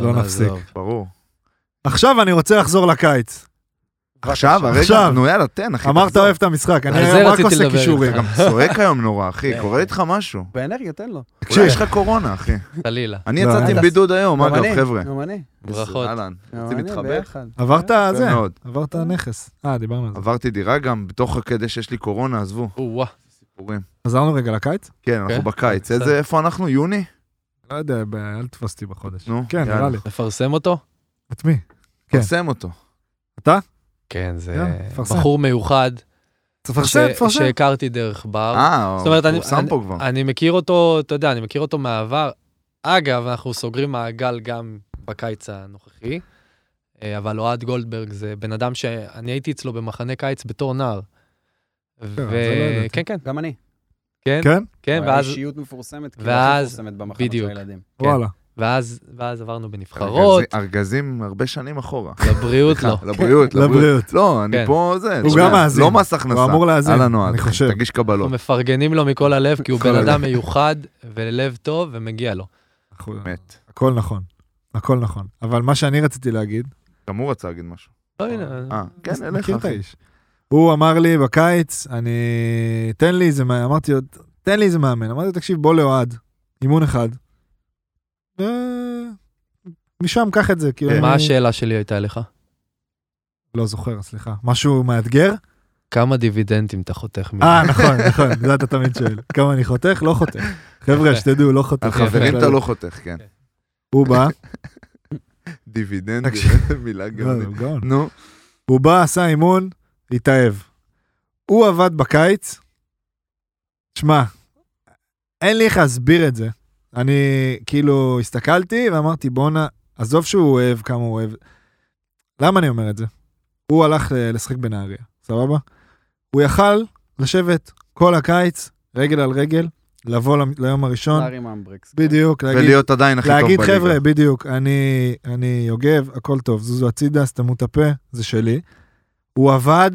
לא נפסיק.
נעזוב.
ברור.
עכשיו אני רוצה לחזור לקיץ.
כן,
עכשיו, הרגע,
עכשיו.
נו יאללה, תן, אחי.
אמרת
תחזור.
אוהב את המשחק, אני
על זה
רק
רציתי
עושה
לדבר
קישורים.
איתך.
גם צועק היום נורא, אחי,
כן.
קורה איתך משהו.
באנרגיה, תן לו.
אולי
תקשיב,
יש לך קורונה, אחי.
חלילה.
אני
לא,
יצאתי
אל
עם בידוד היום,
גם
אגב,
אני,
חבר'ה.
גם אני.
ברכות.
אהלן,
גם
רוצים
אני,
להתחבר?
ביחד.
עברת זה,
יפה כן, מאוד.
עברת נכס. אה, דיברנו על זה.
עברתי דירה גם, בתוך כדי שיש לי קורונה, עזבו,
או-אה.
סיפורים.
חזרנו רגע לקיץ?
כן, אנחנו
כן?
בקיץ.
בסדר.
איזה, איפה אנחנו? יוני?
לא יודע, ב- אל תתפוס אותי בחודש.
נו,
כן,
יאללה.
נראה לי.
נפרסם אותו?
את מי? כן.
פרסם אותו.
כן, זה
יאללה, תפרסם.
בחור מיוחד,
תפרסם,
ש-
תפרסם.
שהכרתי דרך בר.
אה,
זאת אומרת, אני-
הוא פורסם
אני-
פה כבר.
אני מכיר אותו, אתה יודע, אני מכיר אותו מהעבר. אגב, אנחנו סוגרים מעגל גם בקיץ הנוכחי, אה, אבל אוהד גולדברג זה בן אדם שאני הייתי אצלו במחנה קיץ בתור נער.
לא ידעתי.
ו- כן, כן,
גם אני.
כן,
כן?
כן,
הוא היה
ואז,
אישיות מפורסמת, כאילו הכי
ואז-
מפורסמת במחנות של
בדיוק.
הילדים.
כן.
וואלה.
ואז, ואז עברנו בנבחרות,
ארגזים- ארגזים הרבה שנים אחורה.
לבריאות לא.
סליחה, לבריאות, לבריאות.
לבריאות.
לא, אני
כן.
פה זה.
הוא
שנייה,
גם מאזין.
לא מס הכנסה.
הוא אמור להאזין,
אהלן אוהד,
אני חושב.
תגיש קבלות.
אנחנו מפרגנים לו מכל הלב, כי הוא
מכל
בן
לא. הלב.
אדם מיוחד ולב טוב ומגיע לו.
אנחנו-
באמת.
הכל נכון. הכל נכון. אבל מה שאני רציתי להגיד,
גם הוא רצה להגיד משהו.
לא, הנה,
אה, כן,
אז
אליך,
מכיר את
אחי.
האיש. הוא אמר לי בקיץ, אני... תן לי איזה מאמן, אמרתי לו, תן לי איזה מאמן. אמרתי לו, תקשיב, בוא לאוהד, אימון אחד. ו... משם קח את זה,
כן.
כאילו,
מה
אני
השאלה שלי הייתה לך?
לא זוכר, סליחה. משהו מאתגר?
כמה דיבידנדים אתה חותך מזה?
אה, נכון, נכון, זה אתה תמיד שואל. כמה אני חותך? לא חותך. חבר'ה, שתדעו, לא חותך.
על חברים אתה לא חותך, כן.
הוא בא,
דיבידנד,
תקשיב.
מילה גאונית.
לא, גאון.
נו,
הוא בא, עשה אימון, התאהב. הוא עבד בקיץ, שמע, אין לי איך להסביר את זה. אני כאילו הסתכלתי ואמרתי, בואנה, עזוב שהוא אוהב כמה הוא אוהב. למה אני אומר את זה? הוא הלך אה, לשחק בנהריה, סבבה? הוא יכל לשבת כל הקיץ, רגל על רגל, לבוא למ- ליום הראשון,
לארי מאמבריקס.
נכון. בדיוק, להגיד,
ולהיות עדיין הכי טוב בליגה.
להגיד חבר'ה, בדיוק, אני, אני יוגב, הכל טוב, זוזו הצידה, סתמו את הפה, זה שלי. הוא עבד,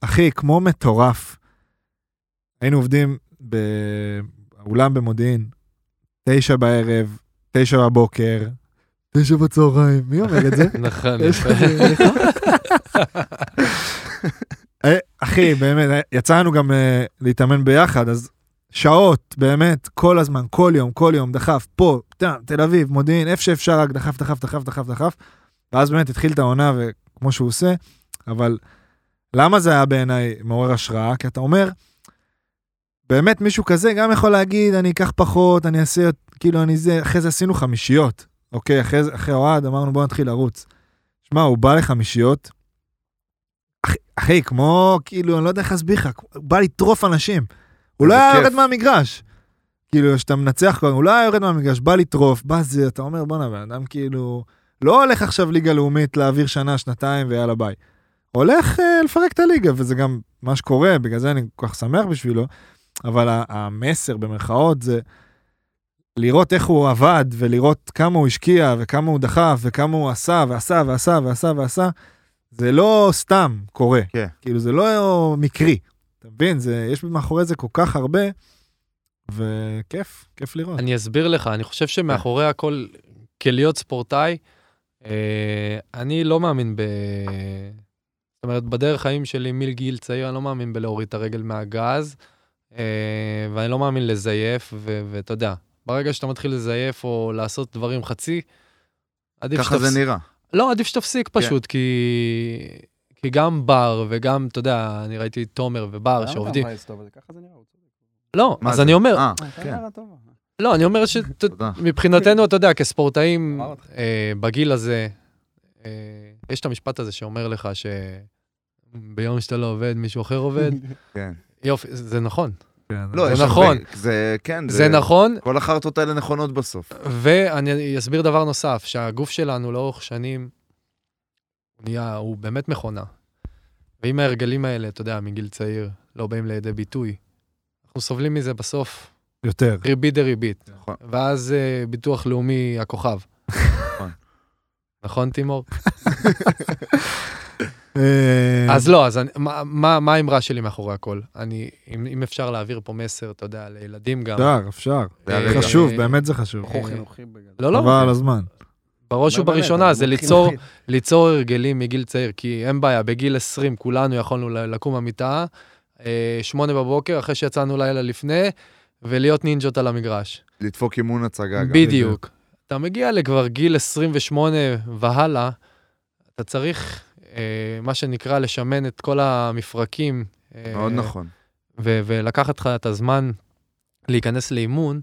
אחי, כמו מטורף. היינו עובדים באולם במודיעין, תשע בערב, תשע בבוקר, תשע בצהריים, מי אומר את זה?
נכון,
יש לך
יפה.
זה? אה, אחי, באמת, אה, יצא לנו גם אה, להתאמן ביחד, אז שעות, באמת, כל הזמן, כל יום, כל יום, דחף, פה, ת- תל אביב, מודיעין, איפה שאפשר, רק דחף, דחף, דחף, דחף, דחף, ואז באמת התחיל את העונה, וכמו שהוא עושה, אבל למה זה היה בעיניי מעורר השראה? כי אתה אומר, באמת מישהו כזה גם יכול להגיד, אני אקח פחות, אני אעשה, כאילו, אני זה, אחרי זה עשינו חמישיות, אוקיי, אחרי, זה- אחרי אוהד אמרנו, בוא נתחיל לרוץ. שמע, הוא בא לחמישיות, אחי- אחי, כמו, כאילו, אני לא יודע איך להסביר לך, כמו- הוא בא לטרוף אנשים. הוא לא
איזה
היה
כיף.
יורד מהמגרש. כאילו, כשאתה מנצח כבר, הוא לא היה יורד מהמגרש, בא לטרוף, בא זה, אתה אומר, בואנה, בן אדם כאילו, לא הולך עכשיו ליגה לאומית להעביר שנה, שנתיים ויאללה ביי. הולך אה, לפרק את הליגה, וזה גם מה שקורה, בגלל זה אני כל כך שמח בשבילו, אבל ה- המסר במרכאות זה לראות איך הוא עבד, ולראות כמה הוא השקיע, וכמה הוא דחף, וכמה הוא עשה, ועשה, ועשה, ועשה, ועשה, זה לא סתם קורה.
כן.
כאילו, זה לא מקרי. אתה מבין? זה, יש מאחורי זה כל כך הרבה, וכיף, כיף לראות.
אני אסביר לך, אני חושב שמאחורי הכל, כלהיות ספורטאי, אה, אני לא מאמין ב... זאת אומרת, בדרך חיים שלי מגיל צעיר, אני לא מאמין בלהוריד את הרגל מהגז, אה, ואני לא מאמין לזייף, ו- ואתה יודע, ברגע שאתה מתחיל לזייף או לעשות דברים חצי, עדיף
ככה
שתפס-
זה נראה. כן.
לא, עדיף שתפסיק פשוט, כי... כי גם בר וגם, אתה יודע, אני ראיתי את תומר ובר שעובדים.
למה אתה מבאס אותו? אבל ככה זה נראה. הוא צודק.
לא,
מה
אז
זה?
אני אומר,
אה,
אתה
כן.
הערה טובה.
לא, אני אומר שת-
תודה.
מבחינתנו, אתה יודע, כספורטאים
אמרתי.
אה, בגיל הזה, אה, יש את המשפט הזה שאומר לך שביום שאתה לא עובד, מישהו אחר עובד.
כן.
יופי, זה נכון.
כן,
לא,
זה
יש הרבה-
נכון.
זה, כן,
זה נכון,
כל החרטות האלה נכונות בסוף.
ואני אסביר דבר נוסף, שהגוף שלנו לאורך שנים, הוא נהיה, הוא באמת מכונה. ואם ההרגלים האלה, אתה יודע, מגיל צעיר, לא באים לידי ביטוי, אנחנו סובלים מזה בסוף,
יותר.
ריבית דריבית.
נכון.
ואז אה, ביטוח לאומי הכוכב. נכון, תימור?
אה,
אז לא, אז אני, מה- מה מה האמרה שלי מאחורי הכל? אני, אם אם אפשר להעביר פה מסר, אתה יודע, לילדים גם.
אפשר, אפשר.
אה,
חשוב,
אה,
באמת זה חשוב.
בחור חינוכי בגדול.
לא, לא,
חבל על הזמן.
בראש
אה, לא,
ובראשונה
באמת,
זה
אבל
ליצור,
חינוכי.
ליצור הרגלים מגיל צעיר, כי אין בעיה, בגיל 20 כולנו יכולנו ל- לקום מהמיטה, אה, שמונה בבוקר, אחרי שיצאנו לילה לפני, ולהיות נינג'ות על המגרש.
לדפוק אימון הצגה כן, גם.
בדיוק. אתה מגיע לכבר גיל 28 והלאה, אתה צריך, אה, מה שנקרא, לשמן את כל המפרקים. אה,
מאוד נכון.
ו- ולקחת לך את הזמן להיכנס לאימון,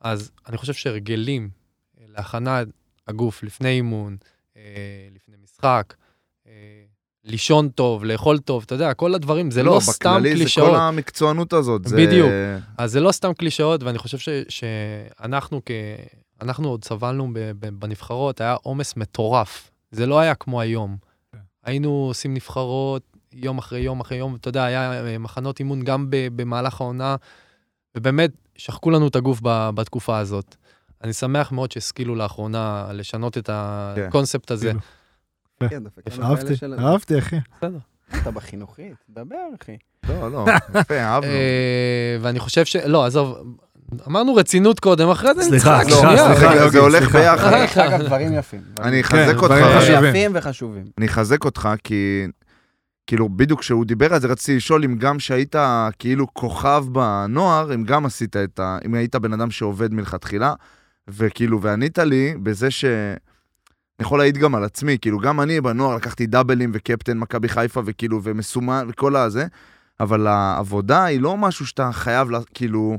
אז אני חושב שהרגלים אה, להכנת הגוף לפני אימון, אה, לפני משחק, אה, לישון טוב, לאכול טוב, אתה יודע, כל הדברים, זה לא, סתם
בכללי זה
קלישאות.
כל המקצוענות הזאת. זה-
בדיוק. אז זה לא סתם קלישאות, ואני חושב ש- שאנחנו כ... אנחנו עוד סבלנו ב- ב- בנבחרות, היה עומס מטורף. זה לא היה כמו היום. היינו עושים נבחרות יום אחרי יום אחרי יום, אתה יודע, היה אה, מחנות אימון גם ב- במהלך העונה, ובאמת, שחקו לנו את הגוף ב- בתקופה הזאת. אני שמח מאוד שהשכילו לאחרונה לשנות את הקונספט הזה.
כאילו.
כן, דופק. לנו
אהבתי,
כאלה של-
אהבתי, אחי.
בסדר.
אתה בחינוכית, דבר, אחי.
לא, לא, יפה, אהבנו.
אה, ואני חושב ש... לא, עזוב, אמרנו רצינות קודם, אחרי זה
סליחה,
נצחק.
סליחה,
שנייה.
סליחה.
זה- זה הולך
סליחה.
ביחד.
יש לך גם דברים יפים.
כן,
אני אחזק אותך,
דברים
אבל-
חשובים.
יפים וחשובים.
אני אחזק אותך, כי כאילו, בדיוק כשהוא דיבר על זה, רציתי לשאול אם גם שהיית כאילו כוכב בנוער, אם גם עשית את ה... אם היית בן אדם שעובד מלכתחילה, וכאילו, וענית לי בזה ש... אני יכול להעיד גם על עצמי, כאילו, גם אני בנוער לקחתי דאבלים וקפטן מכבי חיפה, וכאילו, ומסומן, וכל הזה, אבל העבודה היא לא משהו שאתה חייב, לה- כאילו...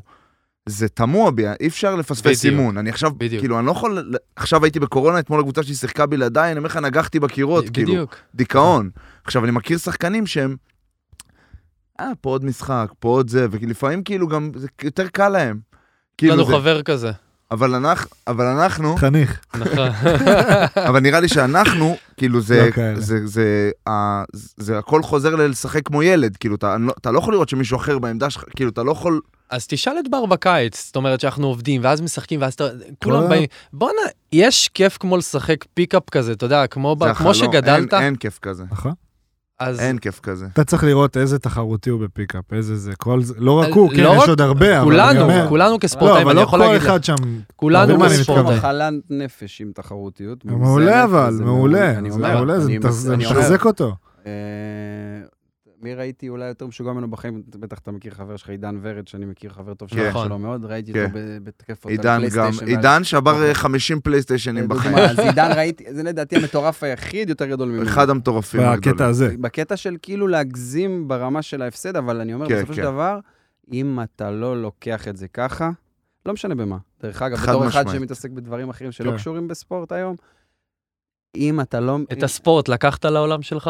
זה תמוה בי, אי אפשר לפספס
בדיוק.
אימון. אני עכשיו,
בדיוק.
כאילו, אני לא יכול... ל- עכשיו הייתי בקורונה, אתמול הקבוצה שלי שיחקה בלעדיי, אני אומר לך, נגחתי בקירות, כאילו.
בדיוק.
דיכאון. עכשיו, אני מכיר שחקנים שהם... אה, פה עוד משחק, פה עוד זה, ולפעמים כאילו גם זה יותר קל להם.
יש לנו
כאילו זה,
חבר כזה.
אבל אנחנו, אבל אנחנו,
חניך.
נכון.
אבל נראה לי שאנחנו, כאילו זה,
לא כאלה.
זה, זה, ה- זה הכל חוזר ללשחק כמו ילד, כאילו אתה אני לא- אתה לא יכול לראות שמישהו אחר בעמדה שלך, כאילו אתה לא יכול,
אז תשאל את בר בקיץ, זאת אומרת שאנחנו עובדים, ואז משחקים, ואז אתה...
כל ה-
כולם באים. בואנה, יש כיף כמו לשחק פיקאפ כזה, אתה יודע, כמו לא, ב-
זה
כמו
החלום,
שגדלת,
אין, אין כיף כזה,
נכון.
אז...
אין כיף כזה.
אתה צריך לראות איזה תחרותי הוא בפיקאפ, איזה זה, כל זה, לא רק
לא
הוא, כן,
רק-
יש עוד הרבה, אבל אני
כולנו,
אומר-
כולנו
לא,
כספורטאים,
אבל
אני
לא
יכול
כל
להגיד לך,
אחד שם, אתה
כולנו
מבין מה אני
יש פה
מתכוון?
כספורטאים.
מחלת נפש עם תחרותיות.
מעולה
מאוזנת,
אבל,
וזה
מעולה,
אני
זה
אומר,
מעולה, זה
אני-
מתחז- זה
אני אומר,
מתחזק אותו.
אה, מי ראיתי אולי יותר משוגע ממנו בחיים, בטח אתה מכיר חבר שלך, עידן ורד, שאני מכיר חבר טוב שלך
נכון.
שלו מאוד, ראיתי
כן.
אותו ב- בתקף אותה
עידן גם,
לפלייסטיישן, ואז-
עידן שבר
אוקיי.
אה, 50 פלייסטיישנים
לדוגמה,
בחיים,
אז עידן ראיתי, זה לדעתי המטורף היחיד יותר גדול ממנו.
אחד המטורפים
בקטע הזה.
בקטע של כאילו להגזים ברמה של ההפסד, אבל אני אומר,
כן,
בסופו של
כן.
דבר, אם אתה לא לוקח את זה ככה, לא משנה במה. דרך אגב,
חד
בתור אחד
משמעית.
שמתעסק בדברים אחרים שלא
כן.
קשורים בספורט היום, אם אתה לא...
את הספורט לקחת לעולם שלך?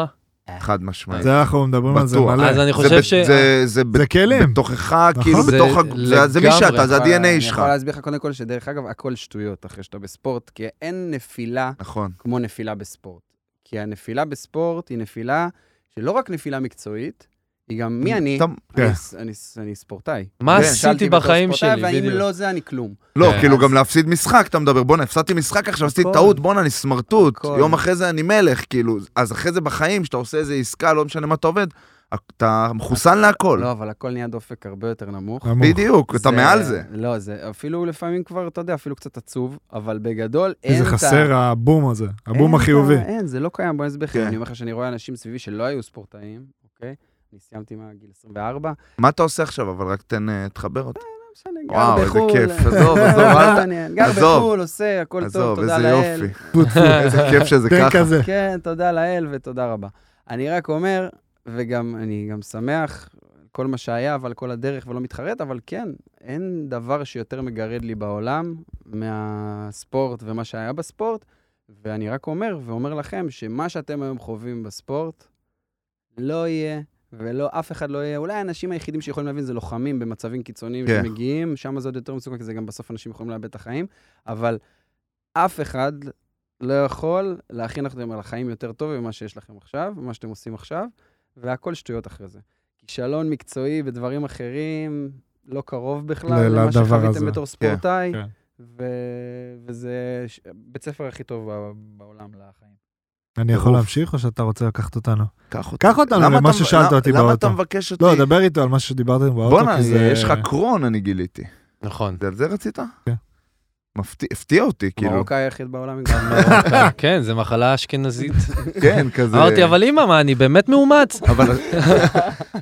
חד משמעית.
זה אנחנו מדברים על זה
בטוח.
מלא.
אז אני
זה
חושב
ב-
ש...
זה- זה ב-
זה כלים.
בתוכך,
נכון.
כאילו,
זה
בתוך... ה- זה- זה מי
לגמרי.
שאתה, זה
אבל
ה-DNA
אני
שלך.
יכול להסביר לך קודם כל שדרך אגב, הכל שטויות אחרי שאתה בספורט, כי אין נפילה
נכון.
כמו נפילה בספורט. כי הנפילה בספורט היא נפילה שלא רק נפילה מקצועית, היא גם מי אני,
אתה- אה,
אני-
כן.
אני- אני ספורטאי.
מה
כן.
נכשלתי
עשיתי
בתור
בחיים
ספורטאי,
שלי,
ואם
בדיוק.
לא זה, אני כלום.
לא,
כן.
כאילו,
אז-
גם להפסיד משחק, אתה מדבר, בואנה, הפסדתי משחק עכשיו, עשיתי
הכל.
טעות, בואנה, אני סמרטוט.
הכל.
יום אחרי זה אני מלך, כאילו. אז אחרי זה בחיים, כשאתה עושה איזה עסקה, לא משנה מה אתה עובד, אתה מחוסן להכל.
לא, אבל הכל נהיה דופק הרבה יותר נמוך.
נמוך.
בדיוק, אה, אתה מעל זה.
לא, זה אפילו לפעמים כבר, אתה יודע, אפילו קצת עצוב, אבל בגדול
כי
אין
זה
את ה-
חסר הבום הזה,
אין
הבום
את ה-
החיובי.
אין, זה לא קיים, בוא אני אסביר לך.
כן.
אני אומר לך שאני רואה אנשים סביבי שלא היו ספורטאים, אוקיי? אני סיימתי מהגיל 24. לא
מה אתה עושה עכשיו, אבל רק תן, אה, תחבר אותי.
משנה,
וואו,
גר
איזה
בחו"ל.
כיף. עזוב, עזוב,
לא
אל ת-
מעניין. גר
עזוב.
בחו"ל, עושה, הכל טוב,
עזוב,
תודה
איזה
לאל.
יופי. איזה כיף שזה
תן
ככה.
כזה.
כן, תודה לאל ותודה רבה. אני רק אומר, וגם, אני גם שמח, כל מה שהיה ועל כל הדרך ולא מתחרט, אבל כן, אין דבר שיותר מגרד לי בעולם מהספורט ומה שהיה בספורט, ואני רק אומר ואומר לכם שמה שאתם היום חווים בספורט לא יהיה. ולא, אף אחד לא יהיה, אולי האנשים היחידים שיכולים להבין זה לוחמים במצבים קיצוניים
כן.
שמגיעים, שם זה עוד יותר מסוכן, כי זה גם בסוף אנשים יכולים לאבד את החיים, אבל אף אחד לא יכול להכין אתכם על החיים יותר טוב ממה שיש לכם עכשיו, ממה שאתם עושים עכשיו, והכל שטויות אחרי זה. כישלון מקצועי בדברים אחרים, לא קרוב
ל-
בכלל למה
לדבר
שחוויתם
הזה.
בתור ספורטאי,
כן.
ו- וזה ש- בית ספר הכי טוב ב- בעולם לחיים.
אני יכול להמשיך או שאתה רוצה לקחת אותנו?
קח אותי.
קח אותנו
למה
למה
אתה-
ששאלת
למה-
אותי
למה
באוטו.
אתה מבקש אותי?
לא, דבר איתו על מה שדיברתם באוטו,
בואנה,
כי זה...
יש לך קרון, אני גיליתי.
נכון.
זה על זה רצית?
כן.
מפתיע- הפתיע אותי, כאילו.
אוקיי.
מרוקאי היחיד בעולם עם גם
כן, זה מחלה אשכנזית.
כן, כזה.
אמרתי, אבל אמא, מה, אני באמת מאומץ?
אבל...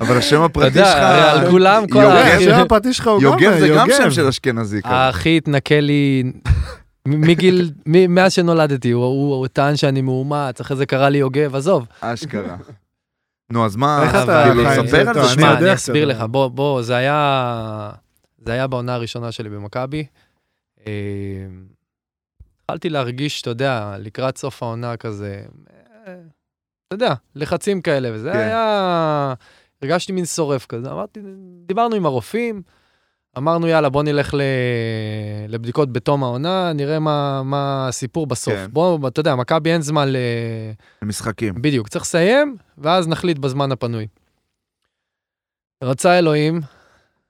אבל השם
אתה
הפרטי
יודע,
שלך...
הרי על כולם, אה, כל
יוגב,
האחים-
השם הפרטי שלך הוא גם
יוגב זה גם שם של אשכנזי. כזה.
האחי התנכל לי מ- מגיל, מ- מאז שנולדתי, הוא- הוא הוא טען שאני מאומץ, אחרי זה קרא לי יוגב, עזוב.
אשכרה. נו, אז מה,
אה, איך אתה
כאילו,
חי עם
ספר
זה?
על
טוב,
זה,
אני
שמע,
תשמע,
יודע
אני
קצת,
אסביר
אבל-
לך, בוא, בוא, זה היה, זה היה בעונה הראשונה שלי במכבי. אה, התחלתי להרגיש, אתה יודע, לקראת סוף העונה כזה, אה, אתה יודע, לחצים כאלה, וזה
כן.
היה, הרגשתי מין שורף כזה, אמרתי, דיברנו עם הרופאים, אמרנו, יאללה, בוא נלך ל... לבדיקות בתום העונה, נראה מה, מה הסיפור בסוף.
כן.
בוא, אתה יודע, מכבי אין זמן ל...
משחקים.
בדיוק, צריך לסיים, ואז נחליט בזמן הפנוי. רצה אלוהים,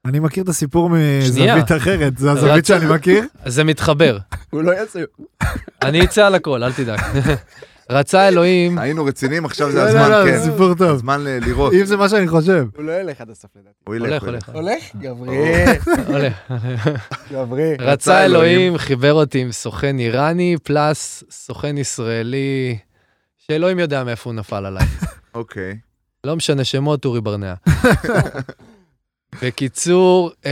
אני מכיר את הסיפור
שנייה.
מזווית אחרת, זה הזווית
רצה-
שאני מכיר.
אז זה מתחבר.
הוא לא יעשה...
אני אצא על הכל, אל תדאג. רצה אלוהים,
היינו רציניים, עכשיו זה
לא, לא,
הזמן,
לא, זה
כן.
סיפור טוב.
הזמן ל- לראות.
אם זה מה שאני חושב.
הוא לא ילך עד הסוף לדעתי.
הוא
הולך,
ילך, הוא
הולך,
ילך.
הולך? גברי,
הולך.
גברי.
רצה אלוהים, חיבר אותי עם סוכן איראני, פלאס סוכן ישראלי, שאלוהים יודע מאיפה הוא נפל עליי.
אוקיי.
לא משנה שמות, אורי ברנע. בקיצור, אה,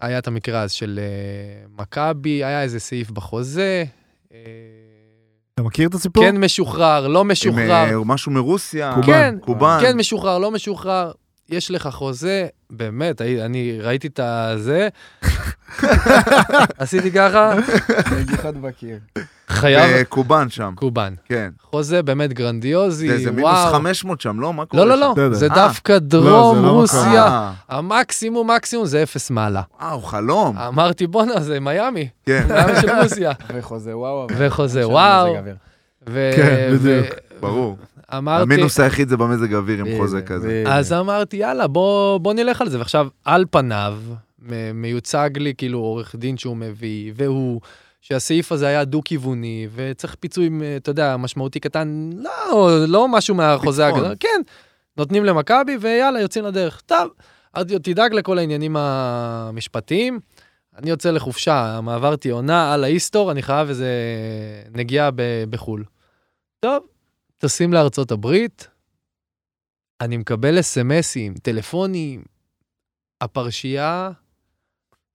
היה את המקרה אז של אה, מכבי, היה איזה סעיף בחוזה, אה,
אתה מכיר את הסיפור?
כן משוחרר, לא
עם אה,
משוחרר,
משהו מרוסיה,
קובאן.
כן,
קובאן.
כן משוחרר, לא משוחרר, יש לך חוזה, באמת, הי- אני ראיתי את הזה, עשיתי ככה,
נגיחת בקיר.
חייב,
קובאן אה, שם,
קובן.
כן.
חוזה באמת גרנדיוזי,
זה זה מינוס
וואו.
500 שם, לא? מה קורה?
לא, לא,
שם?
לא,
בסדר.
זה
אה.
דווקא
לא
דרום
מקום.
רוסיה.
אה,
המקסימום מקסימום זה אפס מעלה.
וואו, חלום.
אמרתי, בואנה, זה מיאמי,
כן,
מיאמי של רוסיה.
וחוזה וואו. אבל-
וחוזה,
שם
וואו.
מזג אוויר.
ו-
כן,
ו-
בדיוק.
ברור.
אמרתי,
המינוס היחיד זה במזג אוויר עם חוזה
בדיוק,
כזה.
אה, בדיוק.
אז אמרתי, יאללה, בוא בוא נלך על זה. ועכשיו, על פניו, מ- מיוצג לי כאילו עורך דין שהוא מביא, והוא, שהסעיף הזה היה דו-כיווני, וצריך פיצוי, אה, אתה יודע, משמעותי קטן, לא, לא משהו מהחוזה
ביטחון.
הגדול. כן, נותנים למכבי, ויאללה, יוצאים לדרך. טוב, אמרתי לו, תדאג לכל העניינים המשפטיים. אני יוצא לחופשה, מעברתי עונה על האיסטור, אני חייב איזה נגיעה ב- בחו"ל. טוב, טסים לארצות הברית, אני מקבל אס.אם.אסים, טלפונים, הפרשייה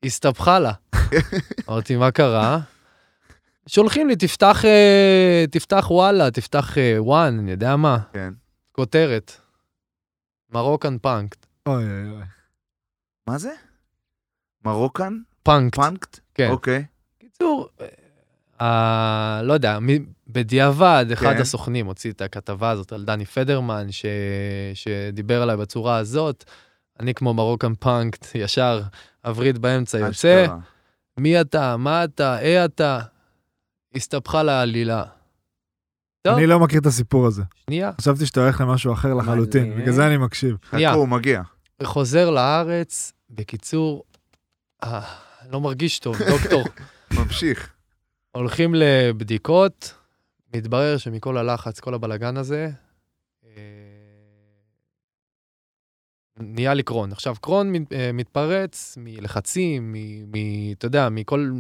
הסתבכה לה. אמרתי, מה קרה? שולחים לי, תפתח, אה, תפתח וואלה, תפתח אה, וואן, אני יודע מה,
כן.
כותרת. מרוקן פאנקט.
אוי, אוי, אוי.
מה זה? מרוקן?
פאנקט,
פאנקט?
כן.
אוקיי.
קיצור, אה, לא יודע, מי- בדיעבד, אחד
כן.
הסוכנים הוציא את הכתבה הזאת על דני פדרמן, ש... שדיבר עליי בצורה הזאת. אני כמו מרוקן פאנקט, ישר הווריד באמצע יוצא.
אשכרה.
מי אתה, מה אתה, אה אתה. הסתבכה לה העלילה. טוב,
אני לא מכיר את הסיפור הזה.
שנייה.
חשבתי שאתה הולך למשהו אחר לחלוטין,
מעניין.
בגלל זה אני מקשיב.
שנייה.
חכו, הוא מגיע.
חוזר לארץ, בקיצור, אה, לא מרגיש טוב, דוקטור.
ממשיך.
הולכים לבדיקות, מתברר שמכל הלחץ, כל הבלגן הזה, אה, נהיה לי קרון. עכשיו, קרון מת- אה, מתפרץ מלחצים, מ- מ- אתה יודע, מכל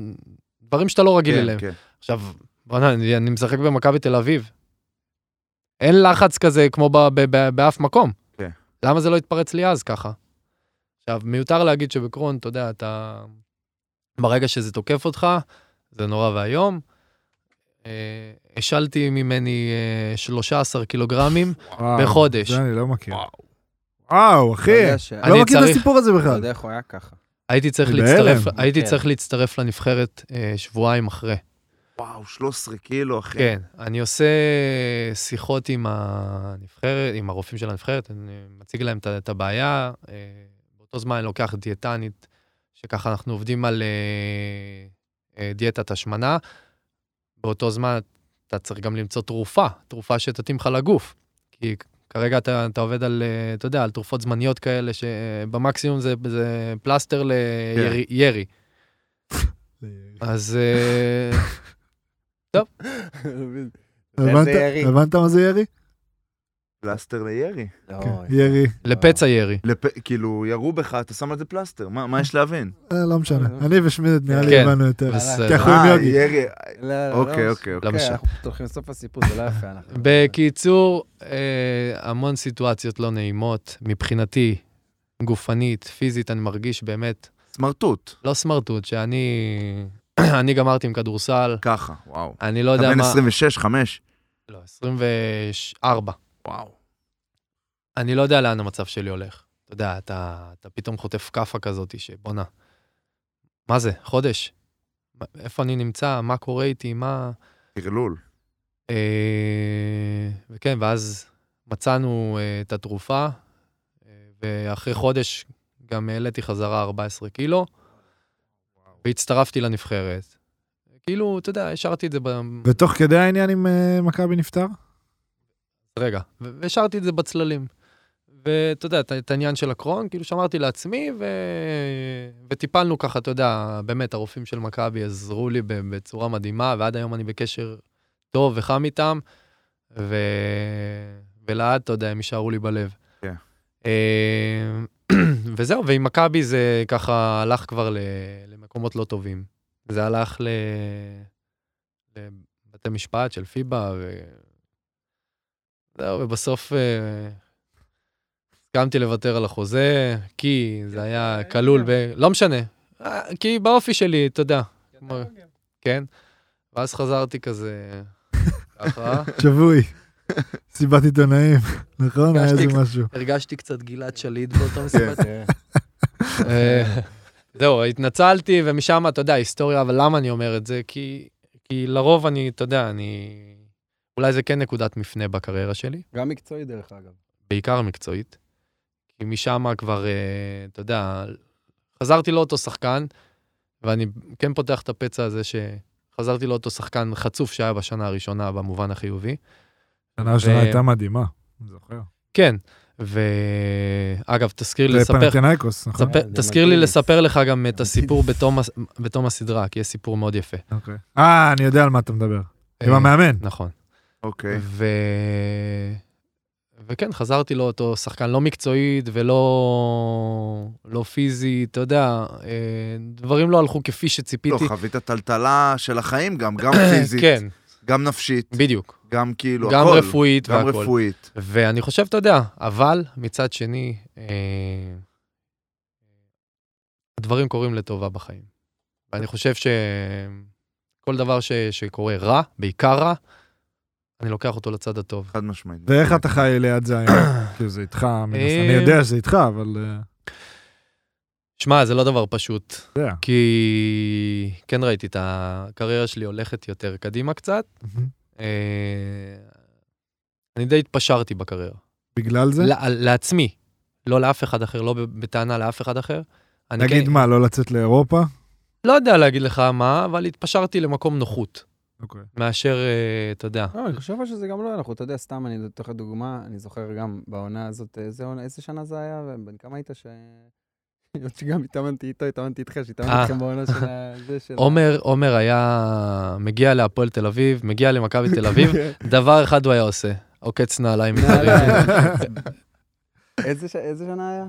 דברים שאתה לא רגיל
כן,
אליהם.
כן.
עכשיו, בוא'נה, אני אני משחק במכבי תל אביב. אין לחץ כזה כמו ב- ב- ב- באף מקום.
כן.
למה זה לא התפרץ לי אז ככה? עכשיו, מיותר להגיד שבקרון, אתה יודע, אתה... ברגע שזה תוקף אותך, זה נורא ואיום. אה, השלתי ממני אה, 13 קילוגרמים בחודש.
זה אני לא מכיר. וואו, אחי,
אתה יודע ש-
אני לא
אני
מכיר את
צריך-
הסיפור הזה
אתה
בכלל.
יודע איך הוא היה ככה.
הייתי צריך
אני
להצטרף,
בהלם.
הייתי
כן.
צריך להצטרף לנבחרת אה, שבועיים אחרי.
וואו, 13 קילו, אחי.
כן, אני עושה שיחות עם הנבחרת, עם הרופאים של הנבחרת, אני מציג להם את- את הבעיה. אה, באותו זמן אני לוקח דיאטנית, שככה אנחנו עובדים על אה, אה, דיאטת השמנה. באותו זמן אתה צריך גם למצוא תרופה, תרופה שתתאים לך לגוף. כי כרגע אתה, אתה עובד על, אה, אתה יודע, על תרופות זמניות כאלה, שבמקסימום זה, זה פלסטר לירי. ירי. אז... אה,
הבנת-
זה ירי.
הבנת מה זה ירי?
פלסטר לירי.
לא,
כן, ירי.
לפצע ירי.
לפ... כאילו, ירו בך, אתה שם על זה פלסטר, מה, מה יש להבין?
אה, לא משנה. אני ושמידת נראה לי
כן.
הבנו יותר.
בסדר.
כי אנחנו עם
אה,
יוגי.
ירי.
לא, לא, לא,
אוקיי,
לא,
אוקיי,
לא
אוקיי.
כן,
משנה.
אנחנו הולכים לסוף הסיפור, זה לא יפה. אנחנו-
בקיצור, אה, המון סיטואציות לא נעימות. מבחינתי, גופנית, פיזית, אני מרגיש באמת
סמרטוט,
לא סמרטוט, שאני אני גמרתי עם כדורסל,
ככה, וואו.
אני לא
אתה
יודע
בן
מה...
26, 5?
לא, 24.
וואו.
אני לא יודע לאן המצב שלי הולך. אתה יודע, אתה, אתה פתאום חוטף כאפה כזאת שבואנה, מה זה, חודש? מה- איפה אני נמצא? מה קורה איתי? מה...
טרלול.
אה, וכן, ואז מצאנו אה, את התרופה, אה, ואחרי חודש גם העליתי חזרה 14 קילו, והצטרפתי לנבחרת. כאילו, אתה יודע, השארתי את זה ב...
ותוך כדי העניין עם אה, מכבי נפטר?
רגע, ו- והשארתי את זה בצללים. ואתה יודע, את- את העניין של הקרון, כאילו שמרתי לעצמי, ו... וטיפלנו ככה, אתה יודע, באמת, הרופאים של מכבי עזרו לי ב- בצורה מדהימה, ועד היום אני בקשר טוב וחם איתם, ו... ולעד, אתה יודע, הם יישארו לי בלב.
כן.
אה, וזהו, ועם מכבי זה ככה הלך כבר ל... למקומות לא טובים. זה הלך ל... לבתי משפט של פיבה, ו... זהו, ובסוף אה, הסכמתי לוותר על החוזה, כי זה היה כלול ב... לא משנה. אה, כי באופי שלי, אתה יודע. כמו- כן. ואז חזרתי כזה, ככה.
שבוי. סיבת עיתונאים, נכון? היה
הרגשתי
איזה
קצת-
משהו.
הרגשתי קצת גלעד שליט באותו
כן,
מסיבת.
זה-
אה, זהו, התנצלתי, ומשם, אתה יודע, היסטוריה, אבל למה אני אומר את זה? כי, כי לרוב אני, אתה יודע, אני... אולי זה כן נקודת מפנה בקריירה שלי.
גם מקצועי דרך אגב.
בעיקר מקצועית. כי משם כבר, אה, אתה יודע, חזרתי לאותו שחקן, ואני כן פותח את הפצע הזה שחזרתי לאותו שחקן חצוף שהיה בשנה הראשונה במובן החיובי.
השנה הראשונה
ו-
הייתה מדהימה. אני זוכר.
כן, ואגב, תזכיר לי
זה
לספר,
פנתנאיקוס, נכון?
ספר,
זה
תזכיר לי
מדהים.
לספר לך גם את
מדהים.
הסיפור בתום, הס- בתום הסדרה, כי יש סיפור מאוד יפה.
אוקיי. אה, אני יודע על מה אתה מדבר. עם
אה,
המאמן.
נכון.
אוקיי.
ו... וכן, חזרתי לאותו שחקן לא מקצועית ולא לא פיזי, אתה יודע, אה, דברים לא הלכו כפי
לא,
שציפיתי.
חווית טלטלה של החיים גם, גם פיזית,
כן,
גם נפשית,
בדיוק.
גם כאילו
גם
הכל.
רפואית
גם
והכל.
רפואית.
ואני חושב, אתה יודע, אבל מצד שני, אה, הדברים קורים לטובה בחיים. ואני חושב שכל דבר ש... שקורה רע, בעיקר רע, אני לוקח אותו לצד הטוב.
חד משמעית.
ואיך אתה חי ליד זה היום? כאילו זה איתך, מן הסתם.
אה.
אני יודע שזה איתך, אבל... אה,
שמע, זה לא דבר פשוט.
אתה יודע.
כי כן ראיתי את הקריירה שלי הולכת יותר קדימה קצת. אה, אני די התפשרתי בקריירה.
בגלל זה?
לה- לעצמי, לא לאף אחד אחר, לא ב- בטענה לאף אחד אחר. אני
נגיד
כן-
מה, לא לצאת לאירופה?
לא יודע להגיד לך מה, אבל התפשרתי למקום נוחות,
אוקיי.
מאשר, אה, אתה יודע.
לא, אני חושב אבל שזה גם לא אנחנו, אתה יודע, סתם, אני אתן לך דוגמה, אני זוכר גם בעונה הזאת, איזה עונה- איזה שנה זה היה, ובן כמה היית ש... היות שגם התאמנתי איתו, התאמנתי איתך, שהתאמנתי
אה.
איתכם בעונה של ה... זה של... ה-
עומר, עומר היה מגיע להפועל תל אביב, מגיע למכבי תל אביב, דבר אחד הוא היה עושה, עוקץ נעליים אה, מתארים.
נעליים. לא, איזה ש- איזה שנה היה?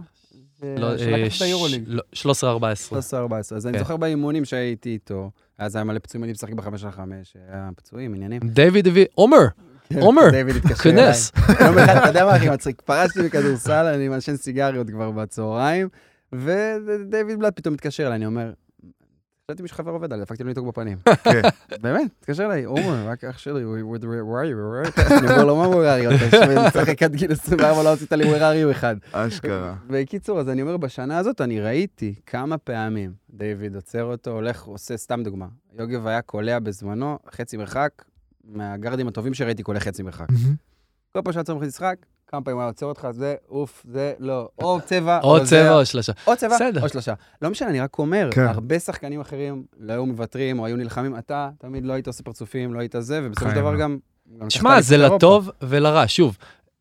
זה-
לא, אה,
שלקחת את היורוליג.
13-14.
13-14. אז אני
כן.
זוכר באימונים שהייתי איתו, אז היה מלא פצועים, אני משחק בחמש על חמש, היה פצועים, עניינים.
דיוויד הביא, עומר, עומר,
דיוויד התקשר אליי.
כנס.
יום אחד, אתה יודע מה הכי מצחיק? פרשתי בכדורסל, אני מעשן סיגריות כבר בצהריים, ודייוויד בלאט פתאום מתקשר אליי, אני אומר, חשבתי שחבר עובד עליי, דפקתי לו ניתוק בפנים.
כן.
באמת, התקשר אליי, עומר, רק אח שלי, הוא would where are you, where are you? אני אומר לו, מה where are you? אתה שומע, משחק עד גיל 24, לא עשית לי where are you אחד.
אשכרה.
בקיצור, אז אני אומר, בשנה הזאת אני ראיתי כמה פעמים דיוויד עוצר אותו, הולך, עושה, סתם דוגמה, יוגב היה קולע בזמנו חצי מרחק, מהגרדים הטובים שראיתי קולע חצי מרחק. כל פעם שהיה צריך לשחק, כמה פעמים היה עוצר אותך, זה, אוף, זה, לא, או צבע,
או
זה,
צבע או שלושה.
או צבע,
בסדר.
או שלושה. לא משנה, אני רק אומר,
כן.
הרבה שחקנים אחרים לא היו מוותרים או היו נלחמים, אתה תמיד לא היית עושה פרצופים, לא היית זה, ובסופו של
חיים
דבר
לא.
גם... גם
כן. שמע,
לקחת
זה
לאליפות אירופה.
לטוב ולרע. שוב,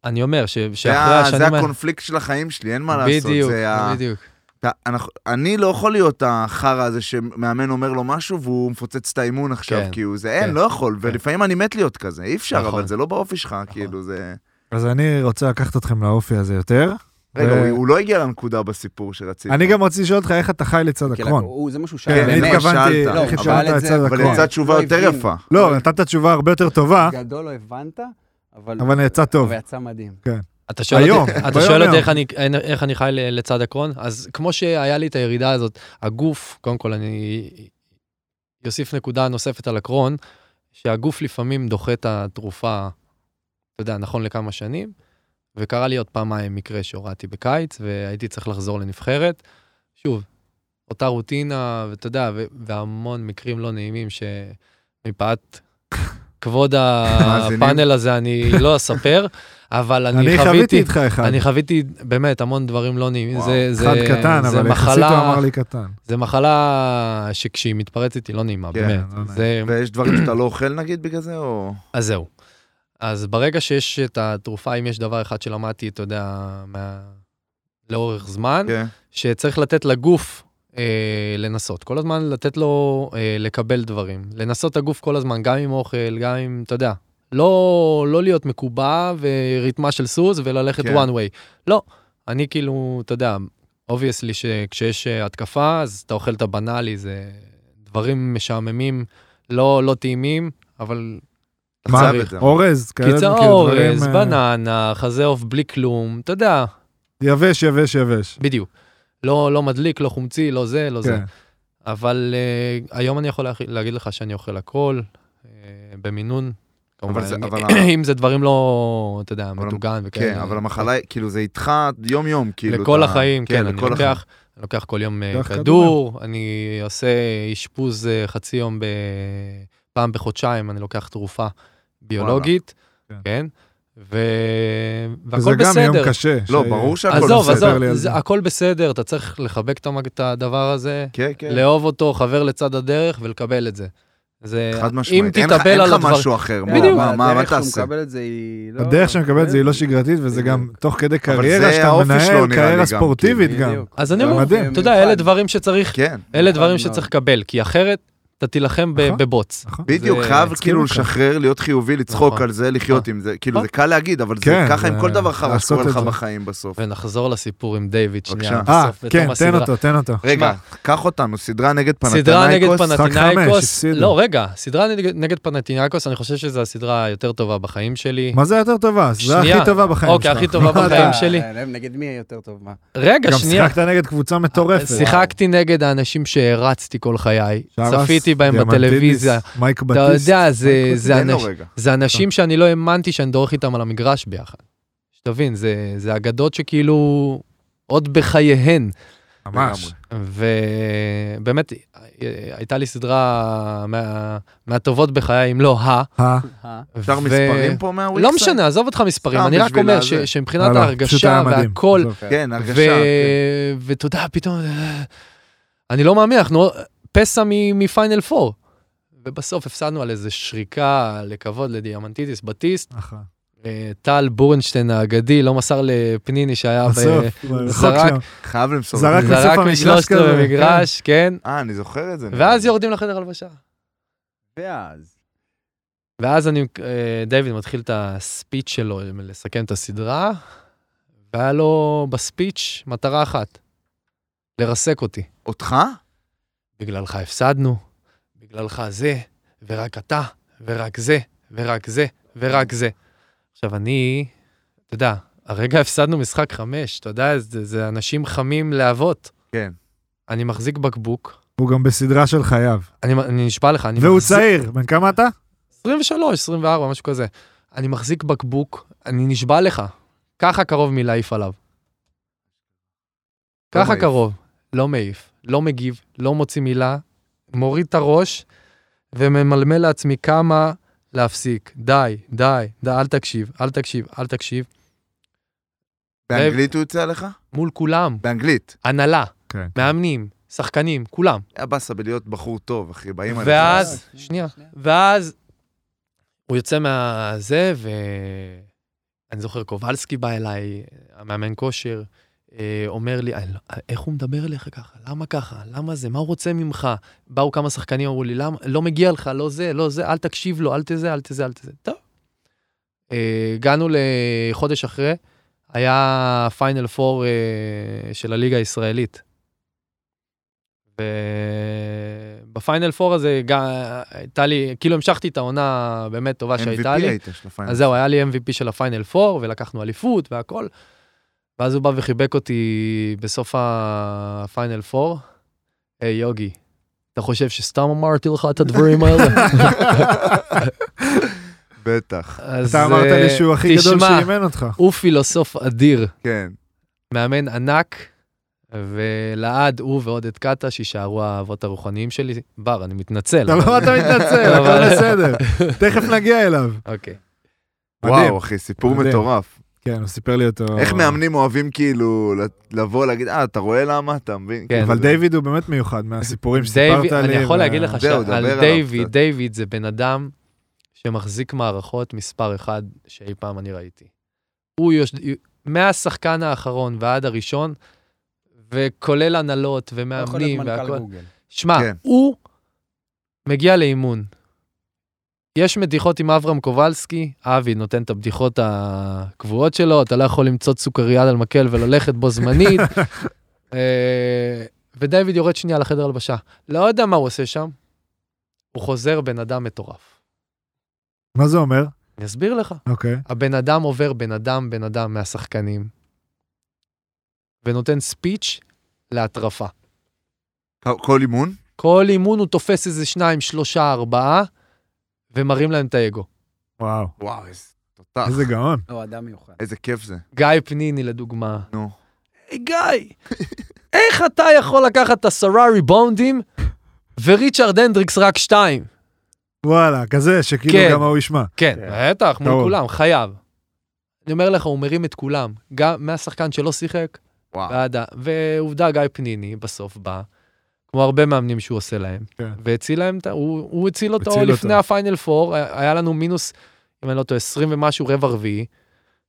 אני אומר ש- שאחרי
זה ה-
השנים...
זה
האלה-
הקונפליקט של החיים שלי, אין מה לעשות.
בדיוק,
זה ה-
בדיוק.
אתה- אנחנו- אני לא יכול להיות החרא הזה שמאמן אומר לו משהו והוא מפוצץ את האימון עכשיו,
כן,
כי הוא זה, אין,
כן.
לא יכול, ולפעמים אני מת להיות כזה, אי אפשר,
נכון.
אבל זה לא באופי שלך, כאילו, זה...
אז אני רוצה לקחת אתכם לאופי הזה יותר.
רגע,
ו-
הוא- הוא לא הגיע לנקודה בסיפור שרציתי.
אני גם רציתי לשאול אותך איך אתה חי לצד
כן,
הקרון.
הוא- זה מה שהוא שאל.
כן, אני
באמת.
התכוונתי,
שאלת.
איך
לא,
אפשרת
אבל את
לצד
זה-
אבל
נכון.
הקרון.
יצא תשובה
לא
יותר
הבין.
יפה.
לא, נתת תשובה הרבה יותר טובה,
כן.
גדול לא הבנת, אבל...
אבל יצא טוב.
ויצא מדהים.
אתה שואל
היום,
אותי, אתה
ביום
שואל
יום.
אותי איך אני, איך אני חי ל- לצד הקרון? אז כמו שהיה לי את הירידה הזאת, הגוף, קודם כל אני אוסיף נקודה נוספת על הקרון, שהגוף לפעמים דוחה את התרופה, אתה יודע, נכון לכמה שנים, וקרה לי עוד פעמיים מקרה שהורדתי בקיץ, והייתי צריך לחזור לנבחרת. שוב, אותה רוטינה, ואתה יודע, ו- והמון מקרים לא נעימים שמפאת... כבוד
מאזינים.
הפאנל הזה אני לא אספר, אבל
אני חוויתי איתך אחד.
אני חוויתי באמת המון דברים לא נעימים.
וואו,
זה, זה,
אחד קטן,
זה
אבל יחסית הוא
מחלה,
אמר לי קטן.
זה מחלה שכשהיא מתפרצת היא לא נעימה,
כן,
באמת.
לא נעים.
זה,
ויש דברים שאתה לא אוכל נגיד בגלל זה, או...
אז זהו. אז ברגע שיש את התרופה, אם יש דבר אחד שלמדתי, אתה יודע, מה... לאורך זמן,
כן.
שצריך לתת לגוף אה, לנסות. כל הזמן לתת לו אה, לקבל דברים. לנסות את הגוף כל הזמן, גם עם אוכל, גם עם, אתה יודע, לא, לא להיות מקובע ורתמה של סוס וללכת
כן.
כן. one way. לא, אני כאילו, אתה יודע, אובייסלי שכשיש אה, התקפה, אז אתה אוכל את הבנאלי, זה דברים משעממים, לא, לא טעימים, אבל... אתה
מה?
צריך.
אורז, כאלה,
קיצה
כאילו, דברים,
אורז,
אה,
בננה, חזה עוף בלי כלום, אתה יודע,
יבש, יבש, יבש.
בדיוק. לא, לא מדליק, לא חומצי, לא זה, לא זה.
כן.
אבל uh, היום אני יכול להכ- להגיד לך שאני אוכל הכל, uh, במינון. כמובן,
זה-
אם-
אבל
אם זה דברים לא, אתה יודע,
אבל-
מטוגן וכאלה.
אוקיי.
כן, אבל המחלה, כאילו, זה איתך יום-יום, כאילו.
לכל
אתה-
החיים, כן, אני
לכל החיים.
לוקח, אני לוקח כל יום אה,
לוקח
כדור, אני עושה אשפוז אה, חצי יום, ב... פעם בחודשיים אני לוקח תרופה ביולוגית,
כן.
כן, ו...
וזה
והכל
גם יום
בסדר.
קשה.
לא,
ש-
ברור שהכל בסדר.
עזוב,
תספר לי
עזוב,
על
זה-
זה.
הכל בסדר, אתה צריך לחבק את המג- את הדבר הזה,
כן, כן.
לאהוב אותו, חבר לצד הדרך ולקבל את זה. זה,
חד משמעית.
אה, אם
אין לך-
תתאבל על
אין לך
הדבר,
משהו אחר, מה-
בדיוק.
מה- מה- מה
הדרך שהוא
תעשה?
מקבל את זה היא... לא-
הדרך שאני מקבל את זה היא לא שגרתית, וזה גם תוך כדי קריירה
זה
שאתה
האופי שלו, נראה
מנהל,
לי
קריירה
גם, כאילו.
ספורטיבית
בדיוק.
גם.
אז אני
זה
אומר,
מדהים.
אתה יודע, אלה
מיוחד.
דברים שצריך,
כן.
אלה
מיוחד
דברים
מאוד.
שצריך לקבל, כי אחרת אתה תילחם ב-
נכון.
בבוץ.
נכון.
בדיוק,
זה-
חייב
מסכים
כאילו
איתך.
לשחרר, להיות חיובי, לצחוק
נכון.
על זה, לחיות
נכון.
עם זה. כאילו, זה
נכון.
קל להגיד, אבל זה
כן,
ככה עם
זה-
כל דבר חרא
לעשות
שקורה
את
לך
זה. כן.
בחיים בסוף.
ונחזור לסיפור עם דיוויד שנייה.
בבקשה.
אה,
בסוף, בתום
כן, תן
הסדרה.
אותו, תן אותו.
רגע, קח אותנו, סדרה נגד
סדרה נגד
פנתנאיקוס.
פנ- חמש,
פנתינאיקוס,
הפסידו.
לא רגע, סדרה נגד- נגד פנתינאיקוס, אני חושב שזו הסדרה היותר טובה בחיים שלי.
מה זה יותר טובה? זה הכי
שנייה.
טובה בחיים שלך.
אוקיי, הכי
מה
טובה
אתה-
בחיים שלי.
אה, נגד מי יותר טוב? מה?
רגע,
גם
שנייה, אה,
שיחקת נגד קבוצה מטורפת.
שיחקתי נגד האנשים שהרצתי כל חיי,
שרס,
צפיתי בהם
דיאמנטידיס,
בטלוויזיה.
מייק
אתה
בטיסט.
יודע, זה- זה
תן לו
אנשים-
רגע.
זה אנשים שאני לא האמנתי שאני דורך איתם על המגרש ביחד. שתבין, זה, זה אגדות שכאילו עוד בחייהן.
ממש.
לגמרי.
ובאמת, הייתה לי סדרה מה, מהטובות בחיי, אם לא ה.
אה,
אה,
אפשר
ו-
מספרים פה מהוויקסייד?
לא משנה, עזוב אותך מספרים,
סתם
אני רק
בשביל
אומר
הזה.
ש, שמבחינת
לא, לא, פשוט היה
ההרגשה
מדהים.
והכל,
עזוב.
כן, הרגשה.
ו... ואתה יודע, פתאום, אה, אני לא מאמין, אנחנו פסע מ- מפיינל 4. ובסוף הפסדנו על איזה שריקה, לכבוד לדיאמנטיטיס, בטיסט.
אחלה.
אה, טל בורנשטיין האגדי לא מסר לפניני שהיה ב...
בסוף, רחוק
אה, זרק-
שם.
חייב למסור.
זרק
את זה.
בסוף
זרק
המגרש
משלושתו
כזה,
במגרש, כן,
אה, אני זוכר את זה.
ואז יורדים לחדר הלבשה.
ואז.
ואז אני, אה, דיוויד מתחיל את הספיץ' שלו, אה, לסכם את הסדרה, והיה לו בספיץ' מטרה אחת, לרסק אותי.
אותך?
בגללך הפסדנו, בגללך זה, ורק אתה, ורק זה, ורק זה, ורק זה. עכשיו, אני, אתה יודע, הרגע הפסדנו משחק חמש, אתה יודע, זה, זה אנשים חמים להבות.
כן.
אני מחזיק בקבוק,
הוא גם בסדרה של חייו.
אני, אני נשבע לך, אני
והוא צעיר, בן כמה אתה?
23, 24, משהו כזה. אני מחזיק בקבוק, אני נשבע לך, ככה קרוב מלהעיף עליו.
לא
ככה
מעיף.
קרוב. לא מעיף, לא מגיב, לא מוציא מילה, מוריד את הראש וממלמל לעצמי כמה להפסיק. די, די, די, אל תקשיב, אל תקשיב, אל תקשיב.
באנגלית הוא יוצא עליך?
מול כולם,
באנגלית.
הנהלה,
כן.
מאמנים, שחקנים, כולם.
היה באסה בלהיות בחור טוב, אחי, באים עליך.
ואז,
אה,
שנייה, ואז הוא יוצא מהזה, ואני זוכר, קובלסקי בא אליי, המאמן כושר, אה, אומר לי, "אני לא- איך הוא מדבר אליך ככה? למה ככה? למה זה? מה הוא רוצה ממך? באו כמה שחקנים, אמרו לי, למה? לא מגיע לך, לא זה, לא זה, אל תקשיב לו, אל תזה, אל תזה, אל תזה. טוב. אה, הגענו לחודש אחרי, היה פיינל פור אה, של הליגה הישראלית. ובפיינל פור הזה גם הייתה לי, כאילו המשכתי את העונה באמת טובה שהייתה
MVP
לי.
היית של הפיינל.
אז זהו, היה לי MVP של הפיינל 4, ולקחנו אליפות והכל. ואז הוא בא וחיבק אותי בסוף הפיינל 4. היי, יוגי, אתה חושב שסתם אמרתי לך את הדברים האלה?
בטח,
אז,
אתה אמרת לי
אה,
שהוא הכי גדול
תשמע,
שאימן אותך.
הוא פילוסוף אדיר,
כן.
מאמן ענק, ולעד הוא ועודד קאטה, שיישארו האבות הרוחניים שלי. בר, אני מתנצל.
אתה לא, אתה מתנצל,
אבל-
הכל בסדר. תכף נגיע אליו.
אוקיי.
מדהים.
וואו, אחי, סיפור
מדהים.
מטורף.
אה.
כן, הוא סיפר לי אותו.
איך מאמנים אוהבים כאילו ל- לבוא, להגיד, אה, אתה רואה למה? אתה מבין?
כן.
אבל דיוויד הוא באמת מיוחד מהסיפורים שסיפרת
דיוויד,
לי.
אני יכול
אה,
להגיד לך
זהו, דבר
שעל
עליו
דיוויד,
קצת.
דיוויד זה בן אדם שמחזיק מערכות מספר אחד שאי פעם אני ראיתי. הוא יוש... מהשחקן האחרון ועד הראשון, וכולל הנהלות
לא יכול להיות
ומאמנים
מנכ"ל
והכל.
גוגל.
שמע,
כן.
הוא מגיע לאימון. יש מתיחות עם אברהם קובלסקי, אבי נותן את הבדיחות הקבועות שלו, אתה לא יכול למצוא סוכריה על מקל וללכת בו זמנית. אה, ודייוויד יורד שנייה לחדר הלבשה. לא יודע מה הוא עושה שם, הוא חוזר בן אדם מטורף.
מה זה אומר?
אני אסביר לך.
אוקיי.
הבן אדם עובר בן אדם בן אדם מהשחקנים, ונותן ספיץ' להטרפה.
כל- כל אימון?
כל אימון הוא תופס איזה שניים, שלושה, ארבעה, ומרים להם את האגו.
וואו.
וואו, איזה תותח.
איזה גאון.
לא, אדם מיוחד.
איזה כיף זה.
גיא פניני לדוגמה.
נו.
"היי, גיא, איך אתה יכול לקחת את הסרארי בונדים וריצ'רד הנדריקס רק שתיים?
וואלה, כזה שכאילו
כן.
גם ההוא ישמע.
כן, בטח, מול
טוב.
כולם, חייב. אני אומר לך, הוא מרים את כולם, גם מהשחקן שלא שיחק,
וואו.
ועד ה... אה. ועובדה, גיא פניני בסוף בא, כמו הרבה מאמנים שהוא עושה להם,
כן.
והציל להם, את ה- הוא, הוא הציל אותו
הציל
לפני
אותו.
הפיינל 4, היה לנו מינוס, אם אני לא טועה, 20 ומשהו רבע רביעי,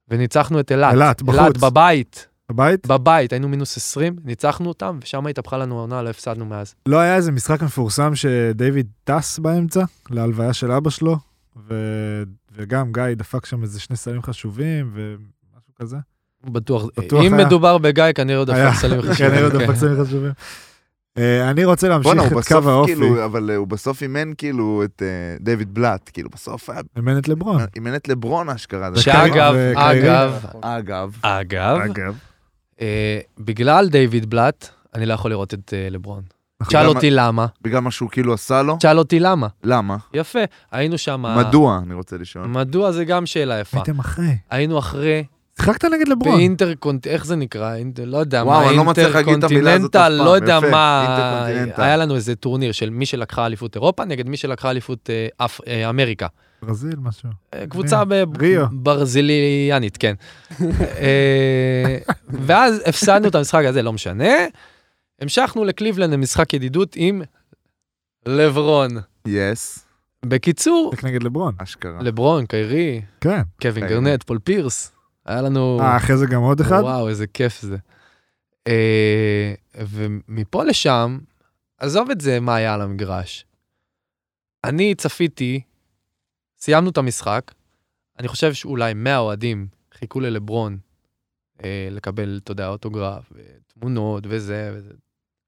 וניצחנו את אילת.
אילת, בחוץ.
בבית,
בבית?
בבית, היינו מינוס 20, ניצחנו אותם, ושם התהפכה לנו העונה, לא הפסדנו מאז.
לא היה איזה משחק מפורסם שדייוויד טס באמצע להלוויה של אבא שלו, ו- וגם גיא דפק שם איזה שני סלים חשובים ומשהו כזה.
בטוח,
בטוח
אם
היה.
מדובר בגיא, כנראה עוד
היה.
דפק סלים חשובים.
כנראה הוא
כן.
דפק סלים חשובים. אה, אני רוצה להמשיך
בואנה, הוא
את קו
בסוף
האופי.
כאילו, אבל אה, הוא בסוף אימן כאילו את אה, דיוויד בלאט, כאילו בסוף היה,
אמן את לברון.
אימן את לברון אשכרה. זה כאילו-
שאגב,
וקיירי-
אגב,
אגב,
אגב,
אגב.
אה, בגלל דיוויד בלאט, אני לא יכול לראות את אה, לברון.
בגלל
שאל
מה-
אותי למה,
בגלל מה שהוא כאילו עשה לו,
שאל אותי למה.
למה?
יפה, היינו שם...
מדוע, אני רוצה לשאול.
מדוע זה גם שאלה יפה.
הייתם אחרי.
היינו אחרי,
שיחקת נגד לברון.
באינטרקונט... איך זה נקרא? אינט- לא יודע מה,
וואו, אני לא מצליח להגיד את המילה הזאת אף
אינטרקונטיננטל,
פעם,
לא יודע
יפה,
מה...
אינטרקונטיננטל.
היה לנו איזה טורניר של מי שלקחה אליפות אירופה נגד מי שלקחה אליפות אה, אפ- אה, אמריקה.
ברזיל, משהו.
אה, קבוצה בב-
ריו.
ברזיליאנית, כן. אה, ואז הפסדנו את המשחק הזה, לא משנה. המשכנו לקליבלנד למשחק ידידות עם לברון.
יס,
בקיצור,
שיחק נגד לברון.
אשכרה.
לברון, קיירי,
כן.
קווין
קיירי.
גרנט, פול פירס, היה לנו...
אה, אחרי זה גם עוד אחד?
וואו, איזה כיף זה. אה, ומפה לשם, עזוב את זה, מה היה על המגרש. אני צפיתי, סיימנו את המשחק, אני חושב שאולי 100 אוהדים חיכו ללברון אה, לקבל, אתה יודע, אוטוגרף, ותמונות וזה, וזה.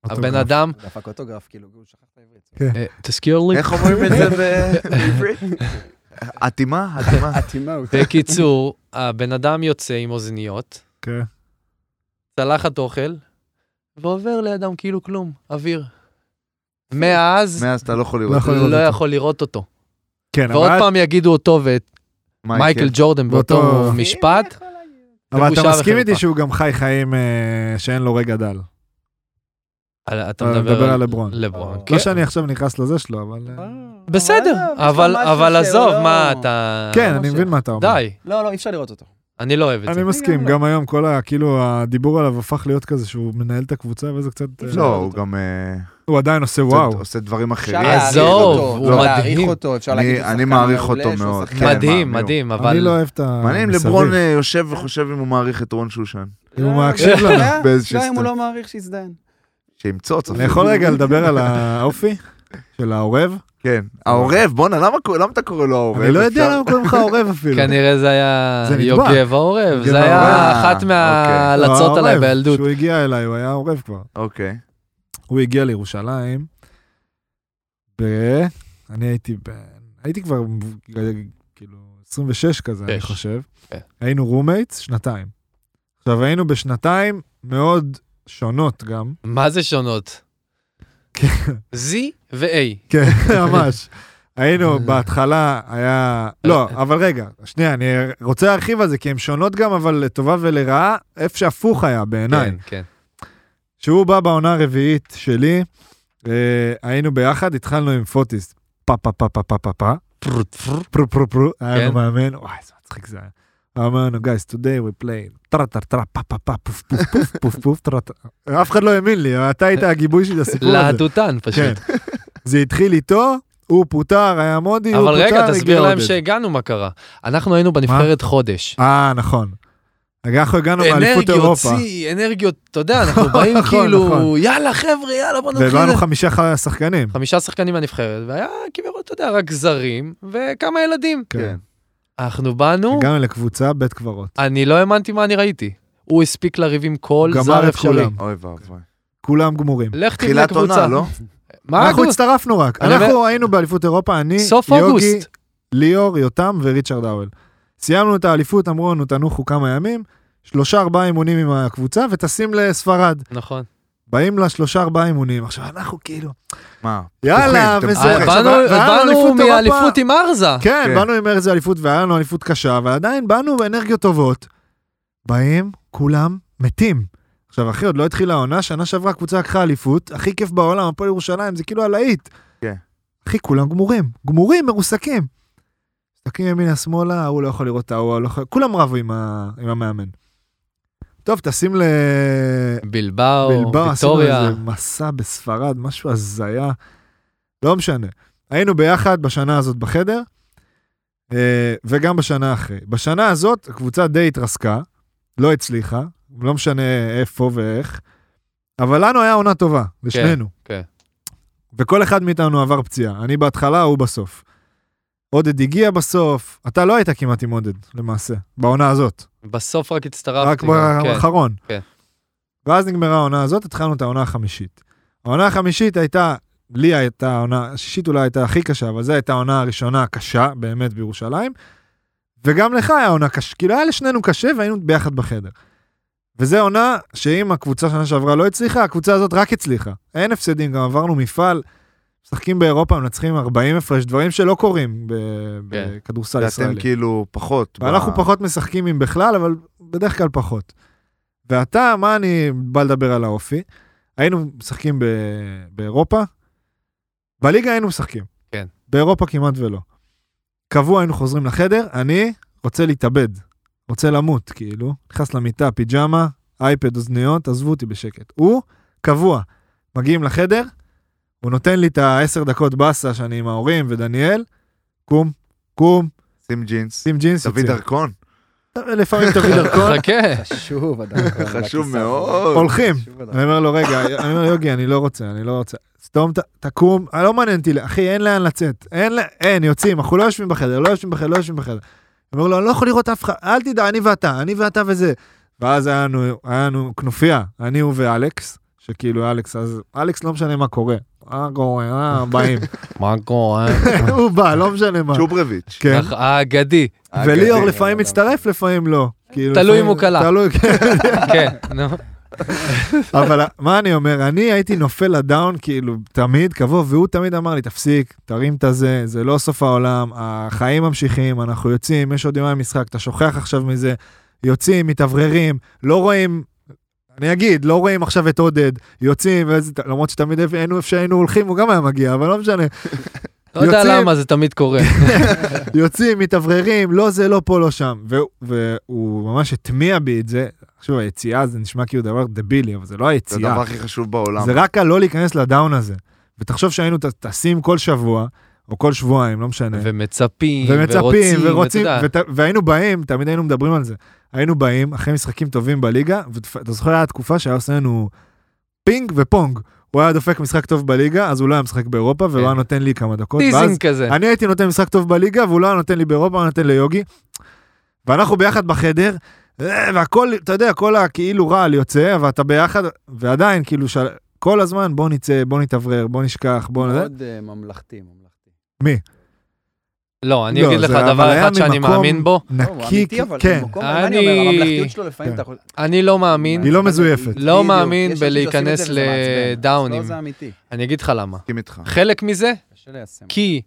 הבן
אוטוגרף.
אדם,
הוא דפק אוטוגרף, כאילו, הוא שכח את העברית.
כן.
אה, תזכיר לי.
איך אומרים את זה ב- בעברית? אטימה? אטימה.
אטימה
אה,
הוא...
בקיצור, הבן אדם יוצא עם אוזניות,
כן.
צלחת אוכל, ועובר לידם כאילו כלום, אוויר. מאז
מאז אתה לא יכול
לא
לראות.
יכול לראות
לא
אותו.
יכול לראות אותו.
כן,
ועוד
אבל-
פעם יגידו אותו ואת מייקל ג'ורדן באותו
באותו-
אה,
משפט.
אבל אתה
בושה
מסכים איתי
וחרפה.
שהוא גם חי חיים אה, שאין לו רגע דל.
על- אתה
אתה
מדבר על
אה, לברון.
לברון,
לא
כן.
שאני עכשיו נכנס לזה שלו, אבל... אה,
בסדר, אבל- אבל עזוב, מה אתה...
כן, אני מבין מה אתה אומר.
די,
לא, לא, אי אפשר לראות אותו.
אני לא אוהב את זה.
אני מסכים, גם היום כל ה... כאילו, הדיבור עליו הפך להיות כזה שהוא מנהל את הקבוצה וזה קצת... אה,
לא, הוא גם אה,
הוא עדיין עושה
קצת
וואו.
עושה דברים אחרים.
אפשר להעריך
עזוב,
אותו,
לא,
הוא
אפשר
מדהים.
להעריך אותו, אפשר
אני-
להגיד שהוא
אני
שחקן
מעריך
מעולה,
אותו
שהוא
מאוד.
שחקן-
כן,
מדהים,
מה,
מדהים,
אני
אבל
לא אוהב את ה...
מעניין,
מסביב.
לברון אה, יושב וחושב אם הוא מעריך את רון שושן.
אם הוא
לא,
מקשיב
אתה יודע?
באיזשהו
גם אם הוא
סטנד.
לא מעריך, שיזדיין.
שימצוא אותו.
אני יכול רגע לדבר על האופי של העורב?
כן. העורב, בואנה, למה קור- למה אתה קורא לו העורב?
אני לא יודע
אפשר-
למה קוראים לך העורב אפילו.
כנראה זה היה
זה נדבק.
יוגב העורב,
יוגב
זה היה
העורב.
אחת
אה,
מההלצות
אוקיי. לא,
עליי
העורב,
בילדות.
כשהוא הגיע אליי, הוא היה עורב כבר.
אוקיי.
הוא הגיע לירושלים, ב... אני הייתי ב... הייתי כבר כאילו 26 כזה, אני
שש.
חושב.
כן.
היינו רומייטס שנתיים. עכשיו, היינו בשנתיים מאוד שונות גם.
מה זה שונות?
כן.
Z ו-A.
כן, ממש. היינו, בהתחלה היה... לא, אבל רגע, שנייה, אני רוצה להרחיב על זה, כי הן שונות גם, אבל לטובה ולרעה, איפה שהפוך היה בעיניי.
כן, כן.
שהוא בא בעונה הרביעית שלי, אה, היינו ביחד, התחלנו עם פוטיס. פה פה פה פה פה פה פה. פרו פרו פרו פרו פרו. היה לנו
כן.
מאמן, וואי, איזה מצחיק זה היה. הוא אמר לנו, guys, today we play, טרה טרה טרה, פה פה פה, פוף פוף פוף פוף פוף, טרה טרה. אף אחד לא האמין לי, אתה היית הגיבוי שלי לסיפור הזה. כן.
להטוטן פשוט.
זה התחיל איתו, הוא פוטר, היה מודי, הוא
אבל
פוטר,
רגע,
הגיע
תסביר להם
עודד.
שהגענו מה קרה. אנחנו היינו בנבחרת חודש.
אה, נכון. אנחנו הגענו מאליפות
אנרגיות,
אירופה,
שיא, אנרגיות, אתה יודע, אנחנו באים
נכון,
כאילו,
נכון.
יאללה חבר'ה, יאללה בוא נתחיל.
והבאנו חמישה ח- שחקנים.
לא חמישה שחקנים מהנבחרת, והיה כביכול, אתה יודע, רק זרים וכמה ילדים.
כן.
אנחנו באנו,
הגענו לקבוצה, בית קברות.
אני לא האמנתי מה אני ראיתי. הוא הספיק לריב עם כל
הוא גמר
זר
את
אפשרי.
כולם.
אוי ואבוי.
כולם גמורים.
לך תבנה
תחילת
קבוצה.
עונה, לא?
מה
אנחנו
הגו-
הצטרפנו רק.
אני
אנחנו היינו באליפות אירופה, אני,
סוף
נכון, יוגי,
אוגוסט.
ליאור, יותם וריצ'רד האוול. סיימנו את האליפות, אמרו לנו, תנוחו כמה ימים, שלושה ארבעה אימונים עם הקבוצה וטסים לספרד.
נכון.
באים לשלושה ארבעה אימונים, עכשיו אנחנו כאילו,
מה?
יאללה,
אתם
וזה...
פתוחים.
עכשיו,
אה, באנו-
היה לנו
באנו
אליפות אירופה.
מאליפות עם ארזה.
כן,
כן.
באנו עם ארז אליפות והיה לנו אליפות קשה, אבל עדיין באנו באנרגיות טובות. באים, כולם מתים. עכשיו, אחי, עוד לא התחילה העונה, שנה שעברה הקבוצה לקחה אליפות, הכי כיף בעולם, הפועל ירושלים, זה כאילו הלהיט.
כן.
אחי, כולם גמורים, גמורים, מרוסקים. מסתכלים ימינה שמאלה, ההוא לא יכול לראות את ההוא, לא יכול... כולם רבו עם, ה... עם המאמן. טוב, טסים ל...
בלבאו,
כן. בלבאו, עשינו
ויטוריה.
איזה מסע בספרד, משהו הזיה. לא משנה. היינו ביחד בשנה הזאת בחדר, אה, וגם בשנה אחרי. בשנה הזאת הקבוצה די התרסקה, לא הצליחה, לא משנה איפה ואיך, אבל לנו היה עונה טובה, לשנינו.
כן.
וכל אחד מאיתנו עבר פציעה, אני בהתחלה, הוא בסוף. עודד הגיע בסוף, אתה לא היית כמעט עם עודד, למעשה, בעונה הזאת.
בסוף רק הצטרפתי.
רק
גם, כן.
באחרון.
כן.
ואז נגמרה העונה הזאת, התחלנו את העונה החמישית. העונה החמישית הייתה, לי הייתה העונה, השישית אולי הייתה הכי קשה, אבל זו הייתה העונה הראשונה הקשה, באמת, בירושלים. וגם לך היה עונה קשה, כאילו היה לשנינו קשה והיינו ביחד בחדר. וזו עונה שאם הקבוצה שנה שעברה לא הצליחה, הקבוצה הזאת רק הצליחה. אין הפסדים, גם עברנו מפעל, משחקים באירופה, מנצחים 40 הפרש, דברים שלא קורים ב-
כן.
בכדורסל ישראלי.
ואתם כאילו פחות. ב-
אנחנו פחות משחקים אם בכלל, אבל בדרך כלל פחות. ואתה, מה אני בא לדבר על האופי? היינו משחקים ב... באירופה, בליגה היינו משחקים.
כן.
באירופה כמעט ולא. קבוע היינו חוזרים לחדר, אני רוצה להתאבד, רוצה למות, כאילו. נכנס למיטה, פיג'מה, אייפד, אוזניות, עזבו אותי בשקט. הוא, קבוע. מגיעים לחדר, הוא נותן לי את העשר דקות באסה שאני עם ההורים ודניאל, קום, קום,
שים ג'ינס.
שים ג'ינס.
תביא
יוצא.
דרכון.
לפעמים תביא דרכון,
אה, חכה.
חשוב, אדם.
חשוב מאוד.
הולכים.
חשוב, אדם.
אני אומר לו, רגע, אני אומר, יוגי, אני לא רוצה, אני לא רוצה. סתום, ת- תקום, אה, לא מעניין אותי, אחי, אין לאן לצאת. אין, ל- אין, יוצאים, אנחנו לא יושבים בחדר, לא יושבים בחדר, לא יושבים בחדר. אני אומר לו, אני לא יכול לראות אף אחד, אל תדע, אני ואתה, אני ואתה וזה. ואז היה לנו, היה לנו כנופיה, אני הוא ואלכס, שכאילו אלכס, אז אלכס לא משנה מה קורה. אה, קורה, אה, באים.
מה קורה?
הוא בא, לא משנה מה.
צ'וברביץ'.
כן.
האגדי.
האגדי.
וליאור לפעמים מצטרף, לפעמים לא. כאילו,
תלוי
לפעמים-
אם הוא קלע.
תלוי, כן.
כן, נו.
אבל מה אני אומר, אני הייתי נופל לדאון כאילו תמיד קבוע, והוא תמיד אמר לי, תפסיק, תרים את הזה, זה לא סוף העולם, החיים ממשיכים, אנחנו יוצאים, יש עוד יומיים משחק, אתה שוכח עכשיו מזה, יוצאים, מתאווררים, לא רואים, אני אגיד, לא רואים עכשיו את עודד, יוצאים, ואז- למרות שתמיד איפה- היינו איפה שהיינו הולכים, הוא גם היה מגיע, אבל לא משנה,
לא יודע
יוצאים.
למה, זה תמיד קורה.
יוצאים, מתאווררים, לא זה, לא פה, לא שם. והוא- והוא ממש הטמיע בי את זה. עכשיו, היציאה זה נשמע כאילו דבר דבילי, אבל זה לא
זה הדבר
היציאה.
הכי חשוב בעולם.
זה רק הלא להיכנס לדאון הזה. ותחשוב שהיינו ט- טסים כל שבוע, או כל שבועיים, לא משנה.
ומצפים,
ומצפים, ורוצים,
ורוצים, ואתה יודע.
ות- והיינו באים, תמיד היינו מדברים על זה. היינו באים אחרי משחקים טובים בליגה, ואתה זוכר, הייתה תקופה שהיה עושה לנו פינג ופונג. הוא היה דופק משחק טוב בליגה, אז הוא לא היה משחק באירופה, והוא
כן.
היה נותן לי כמה דקות. ואז
טיזינג כזה.
אני הייתי נותן משחק טוב בליגה, והוא לא היה נותן לי באירופה, הוא היה נותן ליוגי. ואנחנו ביחד בחדר, אה, והכל, אתה יודע, כל הכאילו רעל יוצא, ואתה ביחד, ועדיין, כאילו, של... כל הזמן, בוא נצא, בוא נתאוורר, בוא נשכח, בוא... נ-
מאוד אה, ממלכתי, ממלכתי.
לא, אני
לא,
אגיד לך
זה- אבל
דבר
היה
אחד שאני
ממקום-
מאמין בו,
לא, הוא
נקי,
אמיתי, אבל
כן.
במקום,
אני-
אני אומר, הממלכתיות שלו לפעמים
כן.
אתה... חושב-
אני לא מאמין,
היא לא מזויפת.
לא
בדיוק.
מאמין
יש אנשים שעושים
בלהיכנס
את זה וזה מעצבן.
לדאונים.
לא, זה אמיתי.
אני אגיד לך למה.
מסכים איתך.
חלק מזה,
קשה ליישם.
כי,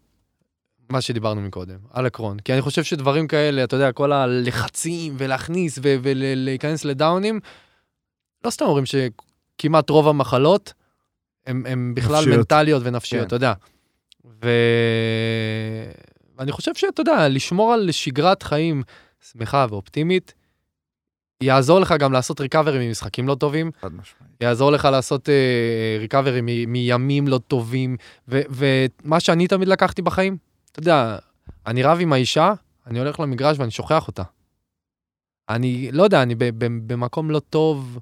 מה שדיברנו מקודם, על הקרון, כי אני חושב שדברים כאלה, אתה יודע, כל הלחצים ולהכניס ו- ולהיכנס לדאונים, לא סתם אומרים שכמעט רוב המחלות הן- הן בכלל
נפשיות.
נפשיות. מנטליות ונפשיות,
כן.
אתה יודע. ו... ואני חושב שאתה יודע, לשמור על שגרת חיים שמחה ואופטימית, יעזור לך גם לעשות ריקאברי ממשחקים לא טובים,
חד משמעית.
יעזור לך לעשות אה, ריקאברי מ- מימים לא טובים, ו- ומה שאני תמיד לקחתי בחיים, אתה יודע, אני רב עם האישה, אני הולך למגרש ואני שוכח אותה. אני לא יודע, אני ב- ב- במקום לא טוב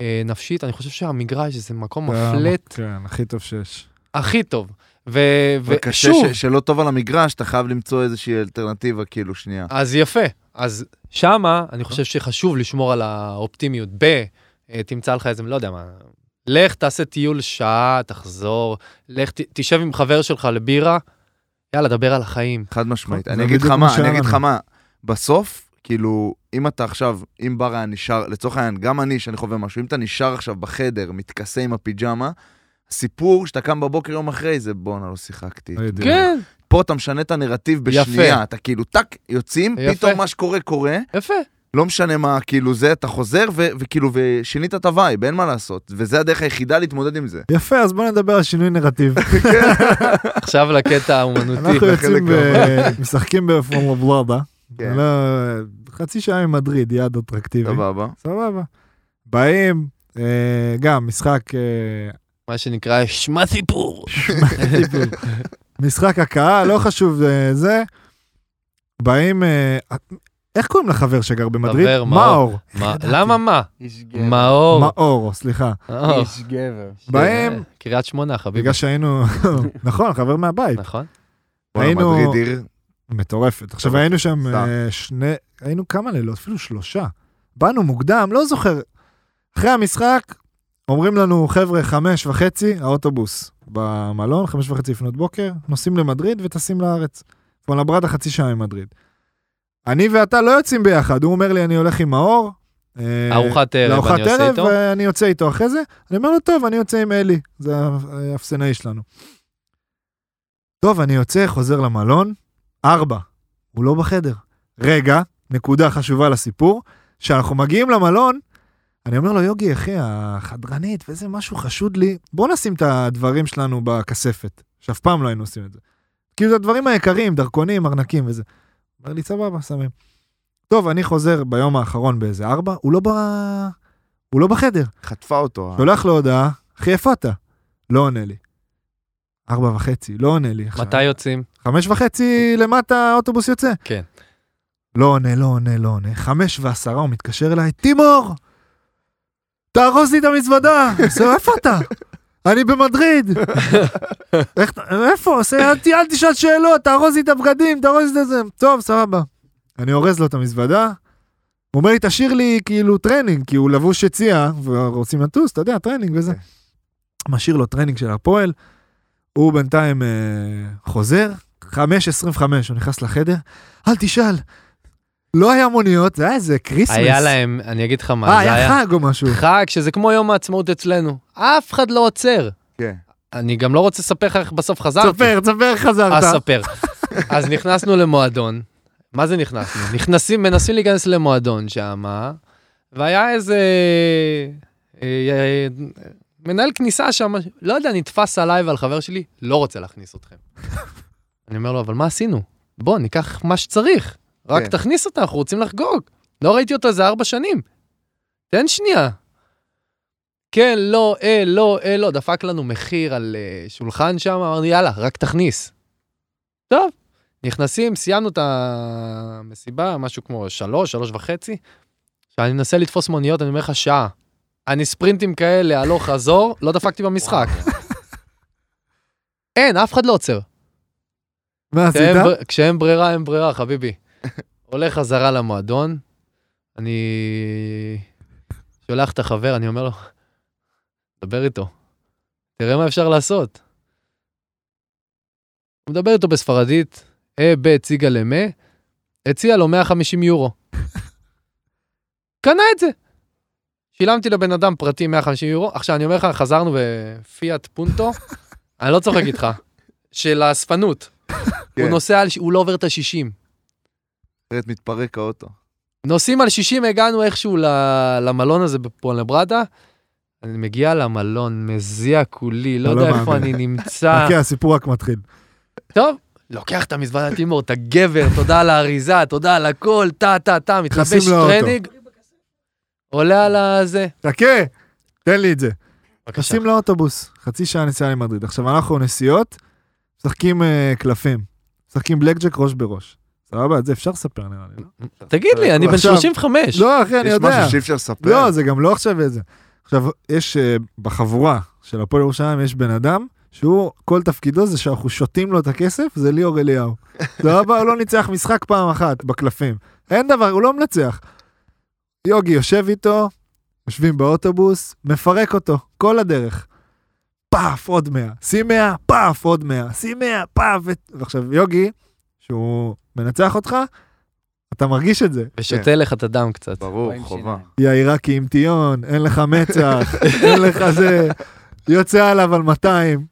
אה, נפשית, אני חושב שהמגרש זה מקום מפלט
כן, הכי טוב שיש.
הכי טוב. ו-
אבל קשה
ושוב,
ש- שלא טוב על המגרש, אתה חייב למצוא איזושהי אלטרנטיבה, כאילו, שנייה.
אז יפה. אז שמה,
אוקיי.
אני חושב שחשוב לשמור על האופטימיות. ב... אה, תמצא לך איזה, לא יודע מה. לך תעשה טיול שעה, תחזור, לך ת, תשב עם חבר שלך לבירה, יאללה, דבר על החיים.
חד משמעית.
זה
אני אגיד לך
בדיוק מה
מה, אני
שהיה
אגיד לך
לנו.
מה, בסוף, כאילו, אם אתה עכשיו, אם בר היה נשאר, לצורך העניין, גם אני, שאני חווה משהו, אם אתה נשאר עכשיו בחדר, מתכסה עם הפיג'מה, סיפור שאתה קם בבוקר יום אחרי, זה בואנה, לא שיחקתי.
בדיוק.
כן,
פה אתה משנה את הנרטיב
יפה.
בשנייה, אתה כאילו, טאק, יוצאים,
יפה.
פתאום מה שקורה, קורה.
יפה.
לא משנה מה, כאילו זה, אתה חוזר ו- וכאילו, ושינית את הווייב, אין מה לעשות. וזה הדרך היחידה להתמודד עם זה.
יפה, אז בוא נדבר על שינוי נרטיב.
עכשיו לקטע האומנותי.
אנחנו יוצאים,
לחלק
ב- משחקים בפורמה בלאדה.
כן.
לא- חצי שעה ממדריד, יעד אטרקטיבי.
סבבה.
סבבה. באים, אה, גם משחק אה,
מה שנקרא, שמע סיפור.
טיפול. משחק הקהל, לא חשוב אה, זה. באים, אה, איך קוראים לחבר שגר במדריד?
חבר, מאור.
מאור.
מה- למה מה?
איש
כן.
גבר.
מאור.
מאור, סליחה.
מאור.
איש גבר.
בהם,
קריית שמונה, חביבי.
בגלל שהיינו, נכון, חבר מהבית,
נכון?
בואנה,
היינו-
מדריד עיר,
מטורפת. עכשיו היינו שם
סתם.
אה, שני, היינו כמה לילות, אפילו שלושה. באנו מוקדם, לא זוכר. אחרי המשחק, אומרים לנו, חבר'ה, חמש וחצי, האוטובוס במלון, חמש וחצי לפנות בוקר, נוסעים למדריד וטסים לארץ. פונברדה חצי שעה ממדריד. אני ואתה לא יוצאים ביחד, הוא אומר לי, אני הולך עם מאור. אה,
ארוחת ערב, אני
לארוחת
עושה
ערב,
איתו.
לא ואני יוצא איתו אחרי זה. אני אומר לו, טוב, אני יוצא עם אלי, זה האפסנאי שלנו. טוב, אני יוצא, חוזר למלון, ארבע, הוא לא בחדר. רגע, נקודה חשובה לסיפור, כשאנחנו מגיעים למלון, אני אומר לו, יוגי, אחי, החדרנית, וזה משהו חשוד לי, בוא נשים את הדברים שלנו בכספת, שאף פעם לא היינו עושים את זה. כאילו, זה הדברים היקרים, דרכונים, ארנקים וזה. אומר לי, סבבה, שמים. טוב, אני חוזר ביום האחרון באיזה ארבע, הוא לא ב... הוא לא בחדר.
אה.
חטפה אותו. אה.
שולח לו הודעה, אחי, איפה אתה? לא עונה לי. ארבע וחצי, לא עונה לי עכשיו.
מתי יוצאים?
חמש וחצי למטה האוטובוס יוצא.
כן.
לא עונה, לא עונה, לא עונה. חמש ועשרה הוא מתקשר אליי, טימור! תארוז לי את המזוודה! עושה, איפה אתה? אני במדריד! איך, אתה- איפה? עושה, "אל ת- אל תשאל שאלות, תארוז לי את הבגדים, תארוז לי את זה. טוב, סבבה. אני אורז לו את המזוודה, הוא אומר לי, תשאיר לי כאילו טרנינג, כי הוא לבוש יציאה, ורוצים לטוס, אתה יודע, טרנינג
כן.
וזה. משאיר לו טרנינג של הפועל, הוא בינתיים אה, חוזר, 5.25, הוא נכנס לחדר, אל תשאל. לא היה מוניות, זה היה איזה כריסמס.
היה להם, אני אגיד לך מה,
אה,
זה
היה חג או משהו.
חג, שזה כמו יום העצמאות אצלנו. אף אחד לא עוצר.
כן.
אני גם לא רוצה לספר לך איך בסוף חזרתי.
תספר, תספר,
אה,
אז
חזרת.
ספר. אז נכנסנו למועדון. מה זה נכנסנו? נכנסים, מנסים להיכנס למועדון שם, והיה איזה... אה, אה, מנהל כניסה שם, לא יודע, נתפס עליי ועל חבר שלי, לא רוצה להכניס אתכם. אני אומר לו, אבל מה עשינו? בוא, ניקח מה שצריך. רק
כן.
תכניס אותה, אנחנו רוצים לחגוג. לא ראיתי אותו איזה ארבע שנים. תן שנייה. כן, לא, אה, לא, אה, לא. דפק לנו מחיר על אה, שולחן שם, אמרנו, יאללה, רק תכניס. טוב, נכנסים, סיימנו את המסיבה, משהו כמו שלוש, שלוש וחצי. כשאני מנסה לתפוס מוניות, אני אומר לך, שעה. אני ספרינטים כאלה, הלוך חזור, לא דפקתי במשחק. אין, אף אחד לא עוצר.
מה
כן,
עשית?
כשאין בר- כשאין ברירה, אין ברירה, חביבי. הולך חזרה למועדון, אני שולח את החבר, אני אומר לו, דבר איתו, תראה מה אפשר לעשות. הוא מדבר איתו בספרדית, אה, ב, הציגה למה, הציע לו 150 יורו. קנה את זה. שילמתי לבן אדם פרטי 150 יורו. עכשיו, אני אומר לך, חזרנו בפיאט פונטו, אני לא צוחק איתך, של האספנות. הוא
כן.
נוסע, על, הוא לא עובר את ה-60.
אחרת מתפרק האוטו.
כן,
נוסעים על 60, הגענו איכשהו ל- למלון הזה בפואנברדה. אני מגיע למלון, מזיע כולי, לא
אתה לא
יודע איפה
מאמין.
אני
אה.
נמצא.
חכה, אה. אוקיי, הסיפור רק מתחיל.
טוב, לוקח את המזוודה לימור, אתה גבר, תודה על האריזה, תודה על הכל, טה, טה, טה,
נכנסים
מתלבש
לאוטו.
טרנינג, עולה על הזה.
חכה, תן לי את זה.
בבקשה.
נכנסים לאוטובוס, חצי שעה נסיעה למדריד. עכשיו אנחנו נסיעות, משחקים אה, קלפים, משחקים בלק ג'ק ראש בראש. סבבה, את זה אפשר לספר נראה לי. לא?
תגיד לי, אני בן
עכשיו-
35.
לא, אחי, אני
יש
יודע.
משהו שאי אפשר לספר?
לא, זה גם לא עכשיו את זה. עכשיו, יש אה, בחבורה של הפועל ירושלים, יש בן אדם שהוא, כל תפקידו זה שאנחנו שותים לו את הכסף, זה ליאור אליהו. סבבה, הוא לא ניצח משחק פעם אחת בקלפים. אין דבר, הוא לא מנצח. יוגי יושב איתו, יושבים באוטובוס, מפרק אותו כל הדרך. פאף, עוד 100, שים 100, פאף, עוד 100, שים 100, פאף. ו- ועכשיו, יוגי, שהוא מנצח אותך, אתה מרגיש את זה.
ושותה לך את הדם קצת.
לא.
ברור,
רואים
חובה.
שיניים.
יא עיראקי עם טיון, אין לך מצח, אין לך זה, יוצא עליו על 200,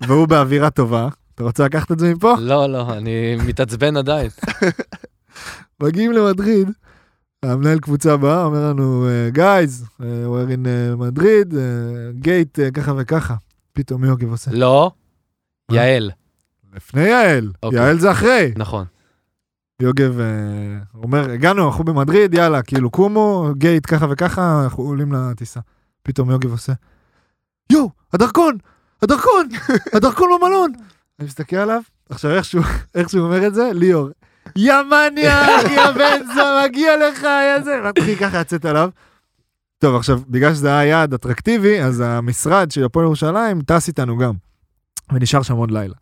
והוא באווירה טובה. אתה רוצה לקחת את זה מפה?
לא, לא, אני מתעצבן עדיין.
מגיעים למדריד, המנהל קבוצה בא, אומר לנו, גייז, we're in אה, מדריד, גייט ככה וככה. פתאום יוגב עושה.
לא, יעל,
לפני יעל,
אוקיי.
יעל זה אחרי.
נכון.
יוגב אה, אומר, הגענו, אנחנו במדריד, יאללה, כאילו, קומו, גייט, ככה וככה, אנחנו עולים לטיסה. פתאום יוגב עושה, יואו, הדרכון, הדרכון, הדרכון במלון. אני מסתכל עליו, עכשיו איך שהוא, איך שהוא אומר את זה, ליאור, יא מניאק, יא בן זו, מגיע לך, יא זה, מתחיל ככה לצאת עליו. טוב, עכשיו, בגלל שזה היה יעד אטרקטיבי, אז המשרד של הפועל ירושלים טס איתנו גם, ונשאר שם עוד לילה.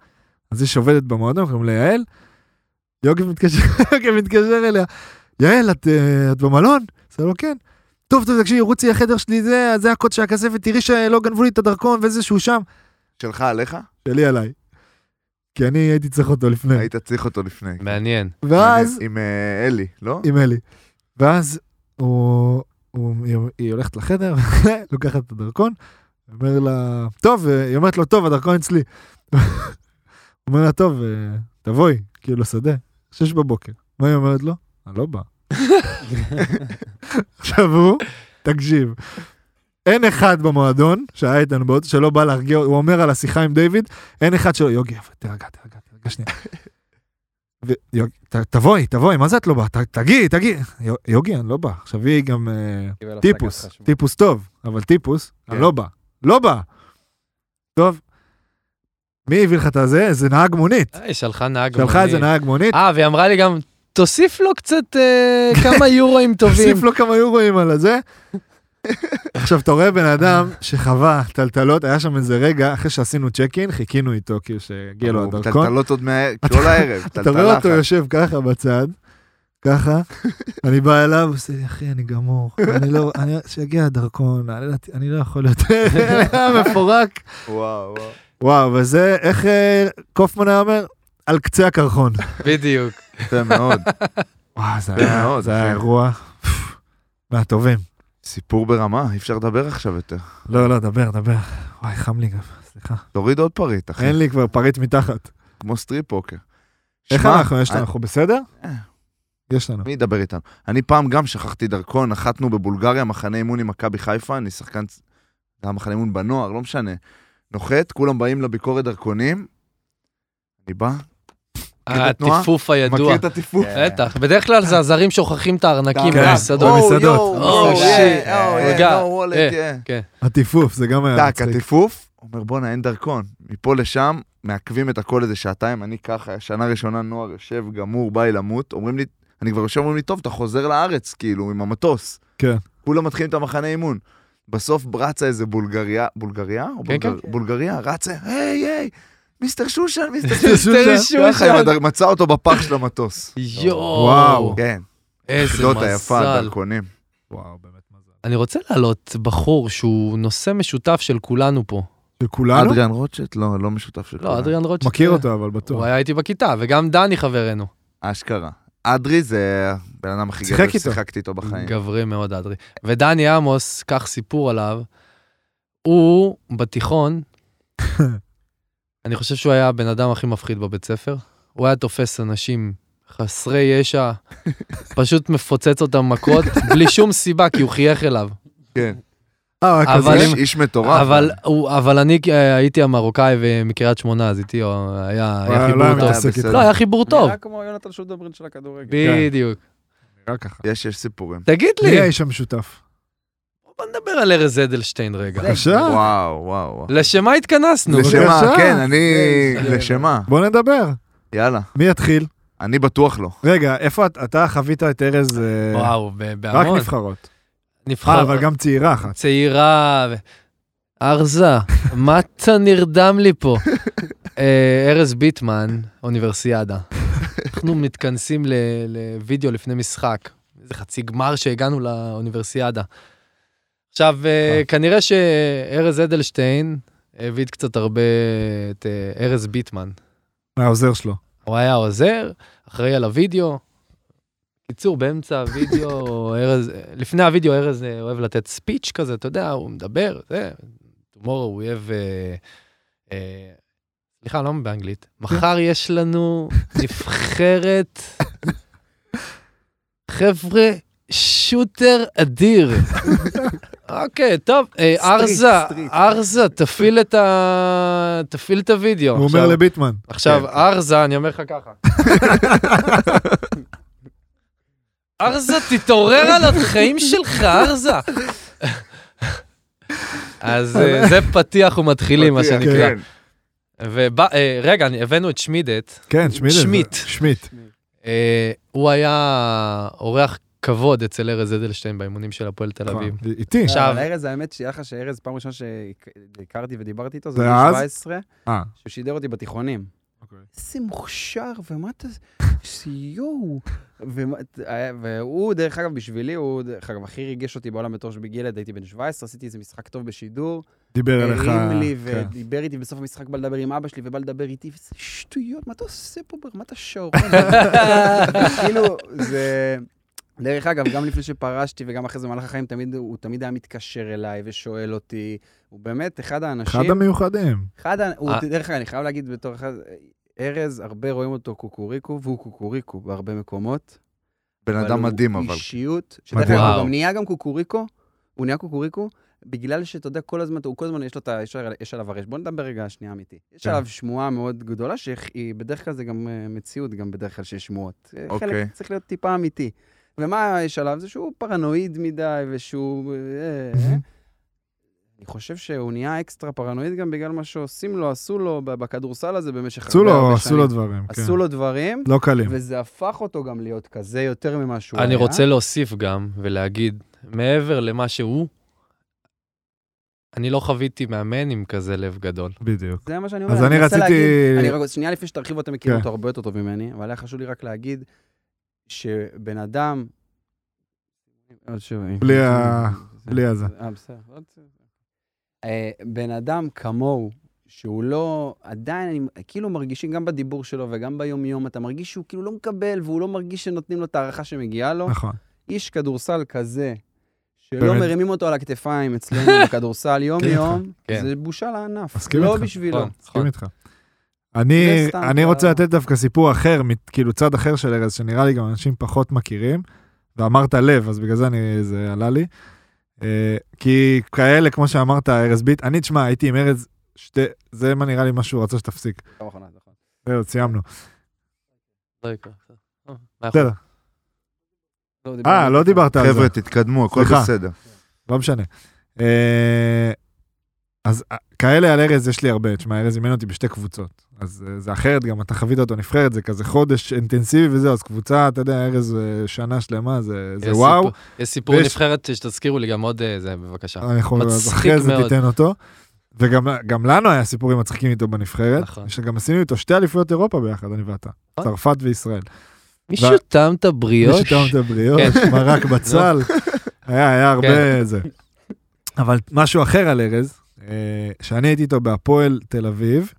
אז יש עובדת במועדון, קוראים לה יעל, יוגב מתקשר, יוגב אוקיי, מתקשר אליה, יעל, את, אה, את במלון? אז לו, כן. טוב, טוב, תקשיבי, רוצי לחדר שלי, זה, זה הקוד של הכספת, תראי שלא גנבו לי את הדרכון וזה שהוא שם.
שלך עליך?
שלי עליי. כי אני הייתי צריך אותו לפני.
היית צריך אותו לפני.
מעניין.
ואז,
עם אה, אלי, לא?
עם אלי. ואז הוא, הוא, היא- היא הולכת לחדר, לוקחת את הדרכון, אומר לה, טוב, אה, היא אומרת לו, טוב, הדרכון אצלי. אומר לה, טוב, אה, תבואי, כאילו לשדה, שש בבוקר. מה היא אומרת לו? אני לא בא. עכשיו הוא, תקשיב, אין אחד במועדון שהיה איתנו באוטו שלא בא להרגיע, הוא אומר על השיחה עם דיוויד, אין אחד שלא, יוגי, אבל תירגע, תירגע, תירגע שנייה. ויוגי, ת- תבואי, תבואי, מה זה את לא באה? ת- תגיעי, תגיעי. "יו- יוגי, אני לא בא. עכשיו היא גם אה,
לא
קיבל הפסקת
טיפוס,
חשמל.
טיפוס טוב, אבל טיפוס, אני
כן.
לא בא. לא בא. טוב. מי הביא לך את הזה? זה נהג מונית.
אה, היא שלחה נהג
שלחה איזה
מונית.
נהג מונית,
אה, והיא אמרה לי גם, תוסיף לו קצת אה, כמה יורואים טובים.
תוסיף לו כמה יורואים על הזה. עכשיו, אתה רואה בן אדם שחווה טלטלות, היה שם איזה רגע, אחרי שעשינו צ'ק אין, חיכינו איתו, כאילו שהגיע לו
הוא
הדרכון.
טלטלות עוד מה... כל הערב,
נכון? אתה רואה אותו
טלטלה אחת.
יושב ככה בצד, ככה, אני בא אליו, הוא עושה לי, אחי, אני גמור, אני לא, אני- שיגיע הדרכון, אני לא- אני לא יכול יותר, היה מפורק.
וואו, וואו.
וואו, וזה, איך אה, קופמן היה אומר? על קצה הקרחון.
בדיוק.
יפה מאוד.
וואו, זה
יפה
היה-
מאוד,
זה היה
אחי.
אירוע מהטובים.
סיפור ברמה, אי אפשר לדבר עכשיו יותר.
לא, לא, דבר, דבר. וואי, חם לי גם, סליחה.
תוריד עוד פריט, אחי.
אין לי כבר פריט מתחת.
כמו סטריפ פוקר.
איך
שמע,
אנחנו? יש לנו,
אני-
אנחנו בסדר?
אה.
יש לנו.
מי ידבר איתנו? אני פעם גם שכחתי דרכון, נחתנו בבולגריה, מחנה אימון עם מכבי חיפה, אני שחקן... צ- זה היה מחנה אימון בנוער, לא משנה. נוחת, כולם באים לביקורת דרכונים, אני בא, מכיר את כאילו, התנועה?
אה, הטיפוף הידוע.
מכיר את הטיפוף.
בטח, בדרך כלל זה הזרים שוכחים את הארנקים
כן.
במסעדות.
או, במסעדות.
Oh, shit. רגע, אה,
שיט.
הטיפוף, זה גם היה
טאק,
אה, מצחיק.
הטיפוף, אומר בואנה, אין דרכון. מפה לשם, מעכבים את הכל איזה שעתיים, אני ככה, שנה ראשונה נוער יושב, גמור, בא לי למות, אומרים לי, אני כבר יושב, אומרים לי, טוב, אתה חוזר לארץ, כאילו, עם המטוס.
כן.
כולם מתחילים את המחנה אימון. בסוף רצה איזה בולגריה, בולגריה? או
כן,
בולגר-
כן.
רצה, רצה, היי, היי, מיסטר שושן, מיסטר שושן.
מיסטר
ככה, עם
שושן.
הדר- מצא אותו בפח של המטוס.
יואו.
וואו.
כן,
איזה
זאת היפה,
מזל.
דרכונים.
וואו, באמת מזל.
אני רוצה להעלות בחור שהוא נושא משותף של כולנו פה.
של כולנו?
אדריאן רוטשט? לא, לא משותף של
לא, אדריאן רוטשטיין.
מכיר אותו, אבל
הוא
בטוח.
היה איתי בכיתה, וגם דני חברנו.
אשכרה. אדרי זה הבן אדם הכי
שיחק
גדול
איתו.
ששיחקתי איתו בחיים.
גברי מאוד, אדרי. ודני עמוס, קח סיפור עליו, הוא בתיכון, אני חושב שהוא היה הבן אדם הכי מפחיד בבית ספר. הוא היה תופס אנשים חסרי ישע, פשוט מפוצץ אותם מכות, בלי שום סיבה, כי הוא חייך אליו.
כן.
אה,
אבל
איש-
אם-
איש מטורף.
אבל, הוא, אבל אני אה, הייתי המרוקאי ומקריית שמונה, אז איתי הוא היה, היה
וואי, לא
חיבור
היה
היה
טוב.
מתעסק
בסדר.
איתו.
לא, היה חיבור טוב,
נראה כמו יונתן שולדברין של הכדורגל.
בדיוק.
נראה ככה.
לא, יש, יש סיפורים.
תגיד
מי
לי,
האיש המשותף?
בוא נדבר על ארז אדלשטיין רגע.
בבקשה.
וואו, וואו. וואו.
לשם מה התכנסנו?
לשמה,
אה. בבקשה.
כן, אני...
זה-
לשמה.
בוא נדבר.
יאללה.
מי יתחיל?
אני בטוח לא.
רגע, איפה את- אתה חווית את ארז? אה,
וואו, ב-
רק
בהמון.
נבחרות. אה,
נבחר,
אבל גם צעירה אחת.
צעירה, ו- ארזה, מה אתה נרדם לי פה? אה, ארז ביטמן, אוניברסיאדה. אנחנו מתכנסים ל- לוידאו לפני משחק. איזה חצי גמר שהגענו לאוניברסיאדה. עכשיו, אה, כנראה שארז אדלשטיין העביד קצת הרבה את אה, ארז ביטמן.
העוזר שלו.
הוא היה עוזר, אחראי על הוידאו. קיצור, באמצע הוידאו, ארז, לפני הוידאו ארז אה, אוהב לתת ספיץ' כזה, אתה יודע, הוא מדבר, זה, טומורו הוא אוהב... אה, אה, סליחה, לא באנגלית. מחר יש לנו נבחרת... חבר'ה, שוטר אדיר. אוקיי, טוב, אה,
סטריט,
ארזה,
סטריט.
ארזה, תפעיל את ה... תפעיל את הוידאו.
הוא
עכשיו.
אומר לביטמן.
עכשיו,
כן, כן.
ארזה, אני אומר לך ככה. ארזה, תתעורר על החיים שלך, ארזה. אז אה, זה פתיח ומתחילים, מה
פתיח,
שנקרא.
כן.
ובא, אה, רגע, אני- הבאנו את שמידט.
כן, שמיט.
שמיט.
שמיט.
אה, הוא היה אורח כבוד אצל ארז אדלשטיין באימונים של הפועל תל אביב.
נכון, איתי.
עכשיו-
אבל ארז, האמת שיהיה לך שארז, פעם ראשונה שהכרתי ודיברתי איתו, זה
זה
בגיל
אז?
17,
אה,
שהוא שידר אותי בתיכונים.
אוקיי.
איזה מוכשר, ומה אתה... יואו. ומה- היה- והוא, דרך אגב, בשבילי, הוא, דרך אגב, הכי ריגש אותי בעולם בתור שבילד, הייתי בן 17, עשיתי איזה משחק טוב בשידור,
דיבר אליך.
הרים אה, לי
כן.
ודיבר איתי, בסוף המשחק בא לדבר עם אבא שלי ובא לדבר איתי, וזה שטויות, מה אתה עושה פה, מה אתה שרון? כאילו, זה... דרך אגב, גם לפני שפרשתי וגם אחרי זה במהלך החיים, תמיד, הוא תמיד היה מתקשר אליי ושואל אותי. הוא באמת אחד האנשים...
אחד המיוחדים.
אחד, ה- הוא,
אה.
דרך אגב, אני חייב להגיד בתור אחד, ארז, הרבה רואים אותו קוקוריקו, והוא קוקוריקו בהרבה מקומות.
בן אדם מדהים,
הוא
אבל.
אישיות, שדרך
מדהים.
אגב, הוא
וואו.
גם נהיה גם קוקוריקו, הוא נהיה קוקוריקו, בגלל שאתה יודע, כל הזמן, הוא כל הזמן, יש לו את ה... יש עליו- יש עליו הרש. בוא נדבר רגע שנייה אמיתי. יש
כן.
עליו שמועה מאוד גדולה, שהיא בדרך כלל זה גם אה, מציאות, גם בדרך כלל שיש שמועות. אה,
אוקיי.
חלק צריך להיות טיפה אמיתי. ומה יש עליו? זה שהוא פרנואיד מדי, ושהוא... אה, אה, אני חושב שהוא נהיה אקסטרה פרנואיד גם בגלל מה שעושים לו, עשו לו ב- בכדורסל הזה במשך
עשו
הרבה
לו,
הרבה
עשו
שנים.
לו דברים. כן.
עשו לו דברים,
לא קלים.
וזה הפך אותו גם להיות כזה יותר ממה שהוא היה.
אני רוצה להוסיף גם ולהגיד, מעבר למה שהוא, אני לא חוויתי מאמן עם כזה לב גדול.
בדיוק.
זה מה שאני אומר.
אז אני
מנסה
רציתי...
להגיד- אני רק, שנייה לפני שתרחיב אותם, מכירים
כן.
אותו הרבה יותר טוב ממני, אבל היה חשוב לי רק להגיד שבן אדם...
בלי ה- בלי הזה.
אה, בסדר. לא צריך. אה, בן אה, אדם כמוהו, שהוא לא, עדיין, אני, כאילו מרגישים גם בדיבור שלו וגם ביומיום, אתה מרגיש שהוא כאילו לא מקבל, והוא לא מרגיש שנותנים לו את ההערכה שמגיעה לו.
נכון.
איש כדורסל כזה, שלא
באמת?
מרימים אותו על הכתפיים אצלנו בכדורסל יום-יום,
כן.
זה בושה לענף.
מסכים
לא
איתך.
בשבילו.
נכון,
מסכים
נכון.
איתך. אני,
זה סתם
אני
כבר-
רוצה לתת דווקא סיפור אחר, מת- כאילו צד אחר של ארז, שנראה לי גם אנשים פחות מכירים, ואמרת לב, אז בגלל זה אני, זה עלה לי. אה, כי כאלה, כמו שאמרת, ארז ביט, אני, תשמע, הייתי עם ארז, שתי, זה מה נראה לי מה שהוא רצה שתפסיק.
פעם אחרונה, נכון.
זהו, סיימנו.
לא יקרה. אה, מאה אחוז.
בסדר.
דיברנו.
אה, לא דיברת על זה.
חבר'ה, תתקדמו, הכל
סליחה.
בסדר.
לא משנה. אה, אז אה, כאלה על ארז יש לי הרבה, תשמע, ארז אימן אותי בשתי קבוצות. אז אה, זה אחרת גם, אתה חווית אותו נבחרת, זה כזה חודש אינטנסיבי וזהו, אז קבוצה, אתה יודע, ארז אה, שנה שלמה, זה,
יש
זה וואו.
סיפור- נכון. יש סיפור
אה, ויש-
נבחרת שתזכירו לי גם עוד אה, זה, בבקשה.
אנחנו אז
מצחיק
אחרי זה
מאוד.
תיתן אותו. וגם גם לנו היה סיפורים מצחיקים איתו בנבחרת,
נכון.
שגם עשינו איתו שתי אליפויות אירופה ביחד, אני ואתה,
נכון.
צרפת וישראל.
מישהו טעם את הבריאות?
מי שטעם את הבריאות,
כן.
מרק בצל, היה, היה הרבה
כן.
זה. אבל משהו אחר על ארז, אה, שאני הייתי איתו בהפועל תל אביב,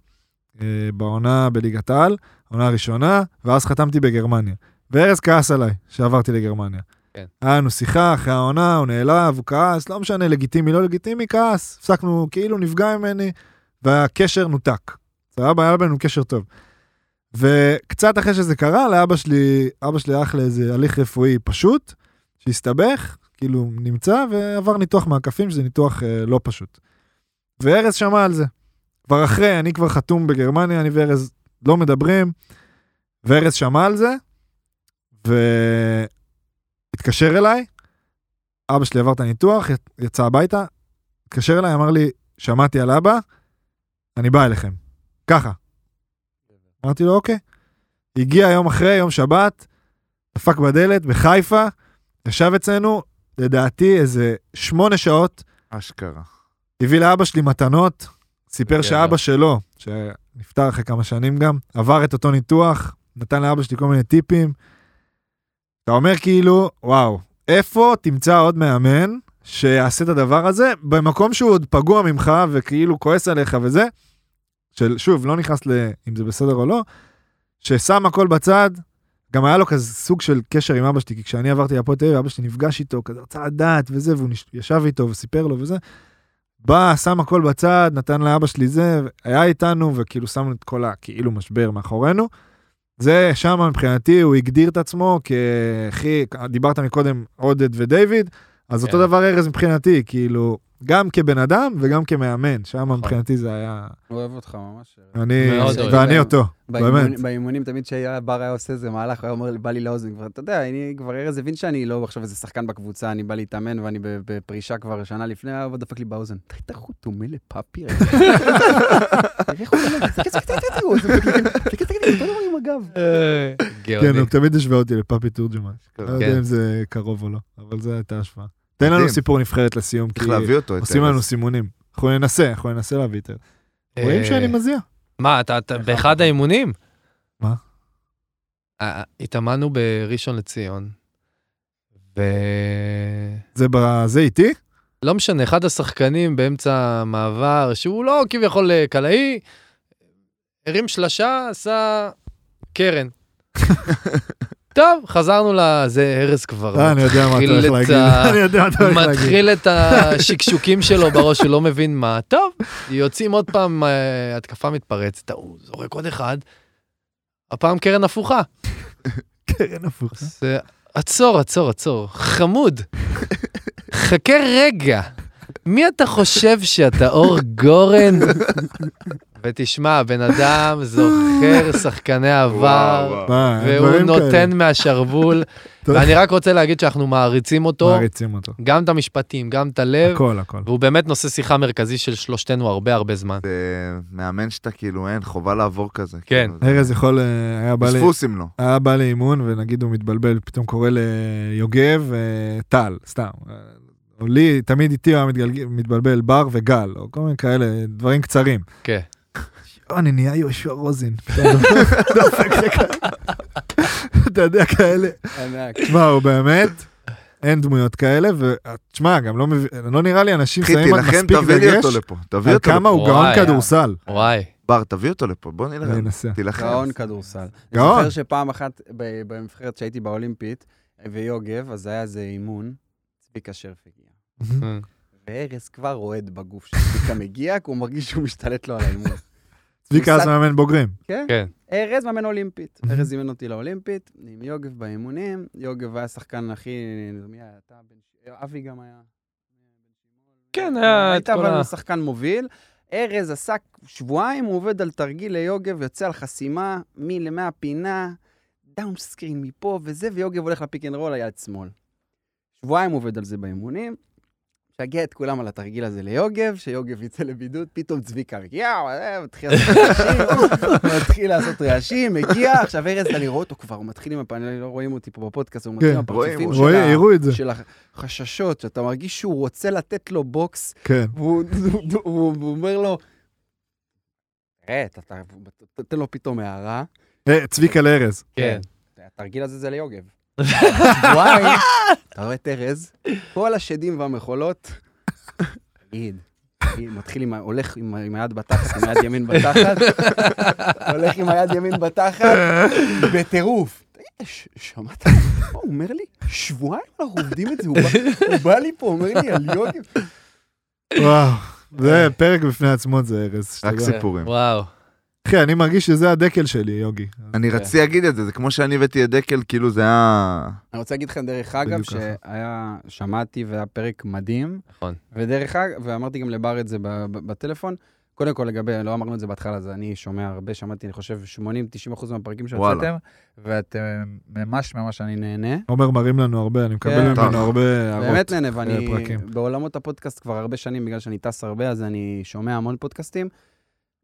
אה, בעונה בליגת העל, העונה הראשונה, ואז חתמתי בגרמניה. וארז כעס עליי שעברתי לגרמניה.
כן.
היה לנו שיחה אחרי העונה, הוא נעלב, הוא כעס, לא משנה, לגיטימי, לא לגיטימי, כעס. הפסקנו, כאילו נפגע ממני, והקשר נותק. סבבה, היה בינינו קשר טוב. וקצת אחרי שזה קרה, לאבא שלי, אבא שלי הלך לאיזה הליך רפואי פשוט, שהסתבך, כאילו נמצא, ועבר ניתוח מעקפים, שזה ניתוח אה, לא פשוט. וארז שמע על זה. כבר אחרי, אני כבר חתום בגרמניה, אני וארז לא מדברים, וארז שמע על זה, והתקשר אליי, אבא שלי עבר את הניתוח, יצ- יצא הביתה, התקשר אליי, אמר לי, שמעתי על אבא, אני בא אליכם. ככה. אמרתי לו, אוקיי. הגיע יום אחרי, יום שבת, דפק בדלת בחיפה, ישב אצלנו, לדעתי איזה שמונה שעות,
אשכרה.
הביא לאבא שלי מתנות, סיפר
יאללה.
שאבא שלו, שנפטר אחרי כמה שנים גם, עבר את אותו ניתוח, נתן לאבא שלי כל מיני טיפים. אתה אומר כאילו, וואו, איפה תמצא עוד מאמן שיעשה את הדבר הזה, במקום שהוא עוד פגוע ממך וכאילו כועס עליך וזה, של שוב, לא נכנס לאם זה בסדר או לא, ששם הכל בצד, גם היה לו כזה סוג של קשר עם אבא שלי, כי כשאני עברתי להפועל תל אביב, אבא שלי נפגש איתו, כזה רצה לדעת וזה, והוא נש... ישב איתו וסיפר לו וזה. בא, שם הכל בצד, נתן לאבא שלי זה, היה איתנו, וכאילו שמנו את כל הכאילו משבר מאחורינו. זה שם מבחינתי, הוא הגדיר את עצמו ככי, דיברת מקודם עודד ודייוויד, אז
כן.
אותו דבר ארז מבחינתי, כאילו, גם כבן אדם וגם כמאמן, שם
נכון.
מבחינתי זה היה,
הוא אוהב אותך ממש.
אני,
מאוד אוהב.
ואני אותו.
באימונים-
באמת.
באימונים תמיד כשבר היה עושה איזה מהלך, הוא היה אומר לי, בא לי לאוזן כבר, אתה יודע, אני כבר ארז הבין שאני לא עכשיו איזה שחקן בקבוצה, אני בא להתאמן ואני ב- בפרישה כבר שנה לפני, אבל דפק לי באוזן. "אתה היית חותומי לפאפי רגע." תראה איך הוא הולך, תסתכל, תסתכל, תסתכל, הוא עושה- תסתכל, תסתכל, הוא כל הזמן עם הגב.
אה,
כן,
גאוני.
הוא תמיד השווה אותי לפאפי תורג'מן. לא
כן.
יודע אם זה קרוב או לא, אבל זו הייתה השוואה. תן לנו
מדהים.
סיפור נבחרת לסיום, כי
צריך להביא אותו. את
עושים
ארז.
לנו סימונים. אנחנו ננסה, אנחנו ננסה להביא את זה.
אה,
רואים שאני מזיע?
מה, אתה אתה באחד האימונים?
מה?
אה, התאמנו בראשון לציון, ו...
זה ב- זה איתי?
לא משנה, אחד השחקנים באמצע המעבר, שהוא לא כביכול אה, קלעי, הרים שלשה, עשה קרן. טוב, חזרנו לזה, ארז כבר.
אה, אני יודע מה אתה
מתחיל
הולך
את
להגיד.
ה-
אני יודע מה אתה הולך להגיד.
מתחיל את השקשוקים שלו בראש, הוא לא מבין מה. טוב, יוצאים עוד פעם, אה, התקפה מתפרצת, הוא זורק עוד אחד, הפעם קרן הפוכה.
קרן הפוך.
כן. זה- עצור, עצור, עצור. חמוד, חכה רגע. מי אתה חושב שאתה אור גורן? ותשמע, הבן אדם זוכר שחקני
וואו,
עבר,
וואו.
מה,
והוא
דברים כאלה.
נותן מהשרוול,
טוב.
ואני רק רוצה להגיד שאנחנו מעריצים אותו,
מעריצים אותו.
גם את המשפטים, גם את הלב,
הכל, הכל.
והוא באמת נושא שיחה מרכזי של שלושתנו הרבה הרבה זמן.
זה מאמן שאתה כאילו אין, חובה לעבור כזה.
כן.
כאילו, זה-
ארז יכול, אה, היה בא לי...
פספוסים לו.
היה בא לאימון, ונגיד הוא מתבלבל, פתאום קורא ליוגב, אה, טל, סתם. אה, או לי, תמיד איתי הוא היה מתגלג- מתבלבל בר וגל, או כל מיני כאלה, דברים קצרים.
כן.
"יואו, אני נהיה יהושע רוזין. פתאום דופק לך. אתה יודע, כאלה.
ענק.
תשמע, הוא באמת, אין דמויות כאלה, ותשמע, גם לא מבין, לא נראה לי אנשים
אחי,
שמים על
תילחם,
מספיק
תביא לי
דגש
אותו לפה. תביא
על
אותו
כמה
לפה. לא,
הוא גאון
וואי,
כדורסל.
וואי.
בר, תביא אותו לפה, בוא נלך.
אני אנסה.
תילחם.
גאון כדורסל.
גאון.
גאון. אני זוכר שפעם אחת ב- בנבחרת שהייתי באולימפית, ויוגב, אז היה איזה אימון, צביקה שרף הגיע.
כן.
וארז כבר רועד בגוף שצביקה מגיע, כי הוא מרגיש שהוא משתלט לו על האימון.
צביקה אז מאמן בוגרים.
כן.
ארז מאמן אולימפית. ארז זימן אותי לאולימפית, עם יוגב באימונים. יוגב היה השחקן הכי... מי היה? אתה בן... אבי גם היה.
כן, היה את
הייתה,
כל
אבל
ה...
הוא שחקן מוביל. ארז עשה שבועיים, הוא עובד על תרגיל ליוגב, יוצא על חסימה, מלמאה פינה, דאונסקרין מפה וזה, ויוגב הולך לפיק אנד רול על יד שמאל. שבועיים הוא עובד על זה באימונים. שגע את כולם על התרגיל הזה ליוגב, שיוגב יצא לבידוד, פתאום צביקה מגיע, אה, מתחיל לעשות רעשים, מתחיל לעשות רעשים, מגיע, עכשיו ארז, אני רואה אותו כבר, הוא מתחיל עם הפנים, לא רואים אותי פה בפודקאסט, הוא מתחיל עם
כן,
הפרצופים
רואים,
של
רואה,
ה-
הראו את זה.
של החששות, שאתה מרגיש שהוא רוצה לתת לו בוקס,
כן.
והוא הוא- הוא- הוא אומר לו, תראה, אתה- אתה אתה נותן לו פתאום הערה,
אה, צביקה לארז.
כן.
התרגיל הזה זה ליוגב. וואי, אתה רואה את ארז? כל השדים והמחולות, תגיד. תגיד, מתחיל עם, ה- הולך עם, ה- עם היד בתחת, עם היד ימין בתחת, הולך עם היד ימין בתחת, בטירוף. תגיד, ש- שמעת? מה הוא אומר לי, שבועיים אנחנו עובדים את זה, הוא בא- הוא בא לי פה, אומר לי על יוגב.
וואו. זה פרק בפני עצמו זה ארז.
אה. רק
שתדע.
סיפורים.
וואו.
אחי, אני מרגיש שזה הדקל שלי, יוגי.
אני רציתי להגיד את זה, זה כמו שאני הבאתי את דקל, כאילו זה היה...
אני רוצה להגיד לכם, דרך אגב,
בדיוק ככה.
שהיה, שמעתי והיה פרק מדהים,
נכון.
ודרך אגב, ואמרתי גם לבר את זה ב- ב- בטלפון, קודם כל לגבי, לא אמרנו את זה בהתחלה, אז אני שומע הרבה, שמעתי, אני חושב, 80-90% מהפרקים
וואלה.
שהוצאתם, ואתם ממש ממש, אני נהנה.
עומר מרים לנו הרבה, אני מקבל
כן.
ממנו
טוב. אה,
הרבה הערות.
באמת נהנה, ואני
פרקים.
בעולמות הפודקאסט כבר הרבה שנים, בגלל שאני טס הרבה, אז אני שומע המון פודקאסטים.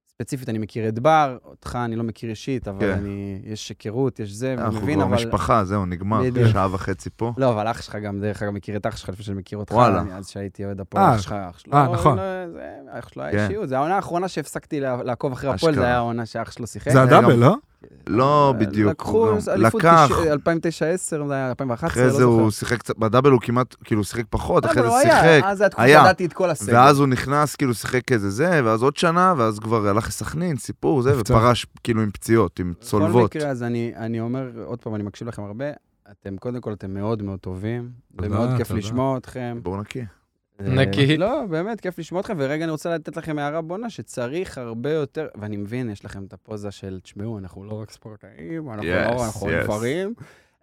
ספציפית, אני מכיר את בר, אותך אני לא מכיר אישית, אבל
כן.
אני, יש היכרות, יש זה,
אנחנו
ומבין,
כבר
אבל...
משפחה, זהו, נגמר.
בדיוק.
שעה וחצי פה.
לא, אבל אח שלך גם, דרך אגב, מכיר את אח שלך לפני שאני מכיר אותך.
וואלה.
אני- אז שהייתי אוהד הפועל,
אה,
אח שלך, אח שלו.
אה, נכון.
לא, זה- אח שלו
כן.
היה אישיות, זו העונה האחרונה שהפסקתי לה- לעקוב אחרי הפועל,
אשכרה.
זה היה העונה שאח שלו
כן,
שיחק.
אה,
אה,
זה הדאבל, לא?
לא בדיוק.
לקחו,
הוא גם-
אליפות
לקח,
2009-2010, זה היה
אחרי
2011, לא
זה
זוכר. לא,
הוא שיחק קצת, בדאבל הוא כמעט, כאילו, שיחק פחות,
אבל
אחרי זה
הוא היה,
שיחק.
אז זה התקופה
היה.
ידעתי את כל הסגל.
ואז הוא נכנס, כאילו, שיחק איזה זה, ואז עוד שנה, ואז כבר הלך לסכנין, סיפור, זה,
נפצע.
ופרש, כאילו, עם פציעות, עם
בכל
צולבות.
מקרה, אז אני, אני אומר, עוד פעם, אני מקשיב לכם הרבה, אתם, קודם כל, אתם מאוד מאוד טובים,
תודה,
זה מאוד כיף
תודה.
לשמוע אתכם.
בואו נקי.
נקי.
אה, לא, באמת, כיף לשמוע אתכם. ורגע, אני רוצה לתת לכם הערה בונה, שצריך הרבה יותר, ואני מבין, יש לכם את הפוזה של, תשמעו, אנחנו לא רק ספורטאים, אנחנו
Yes,
לא, אנחנו
yes.
נפרים,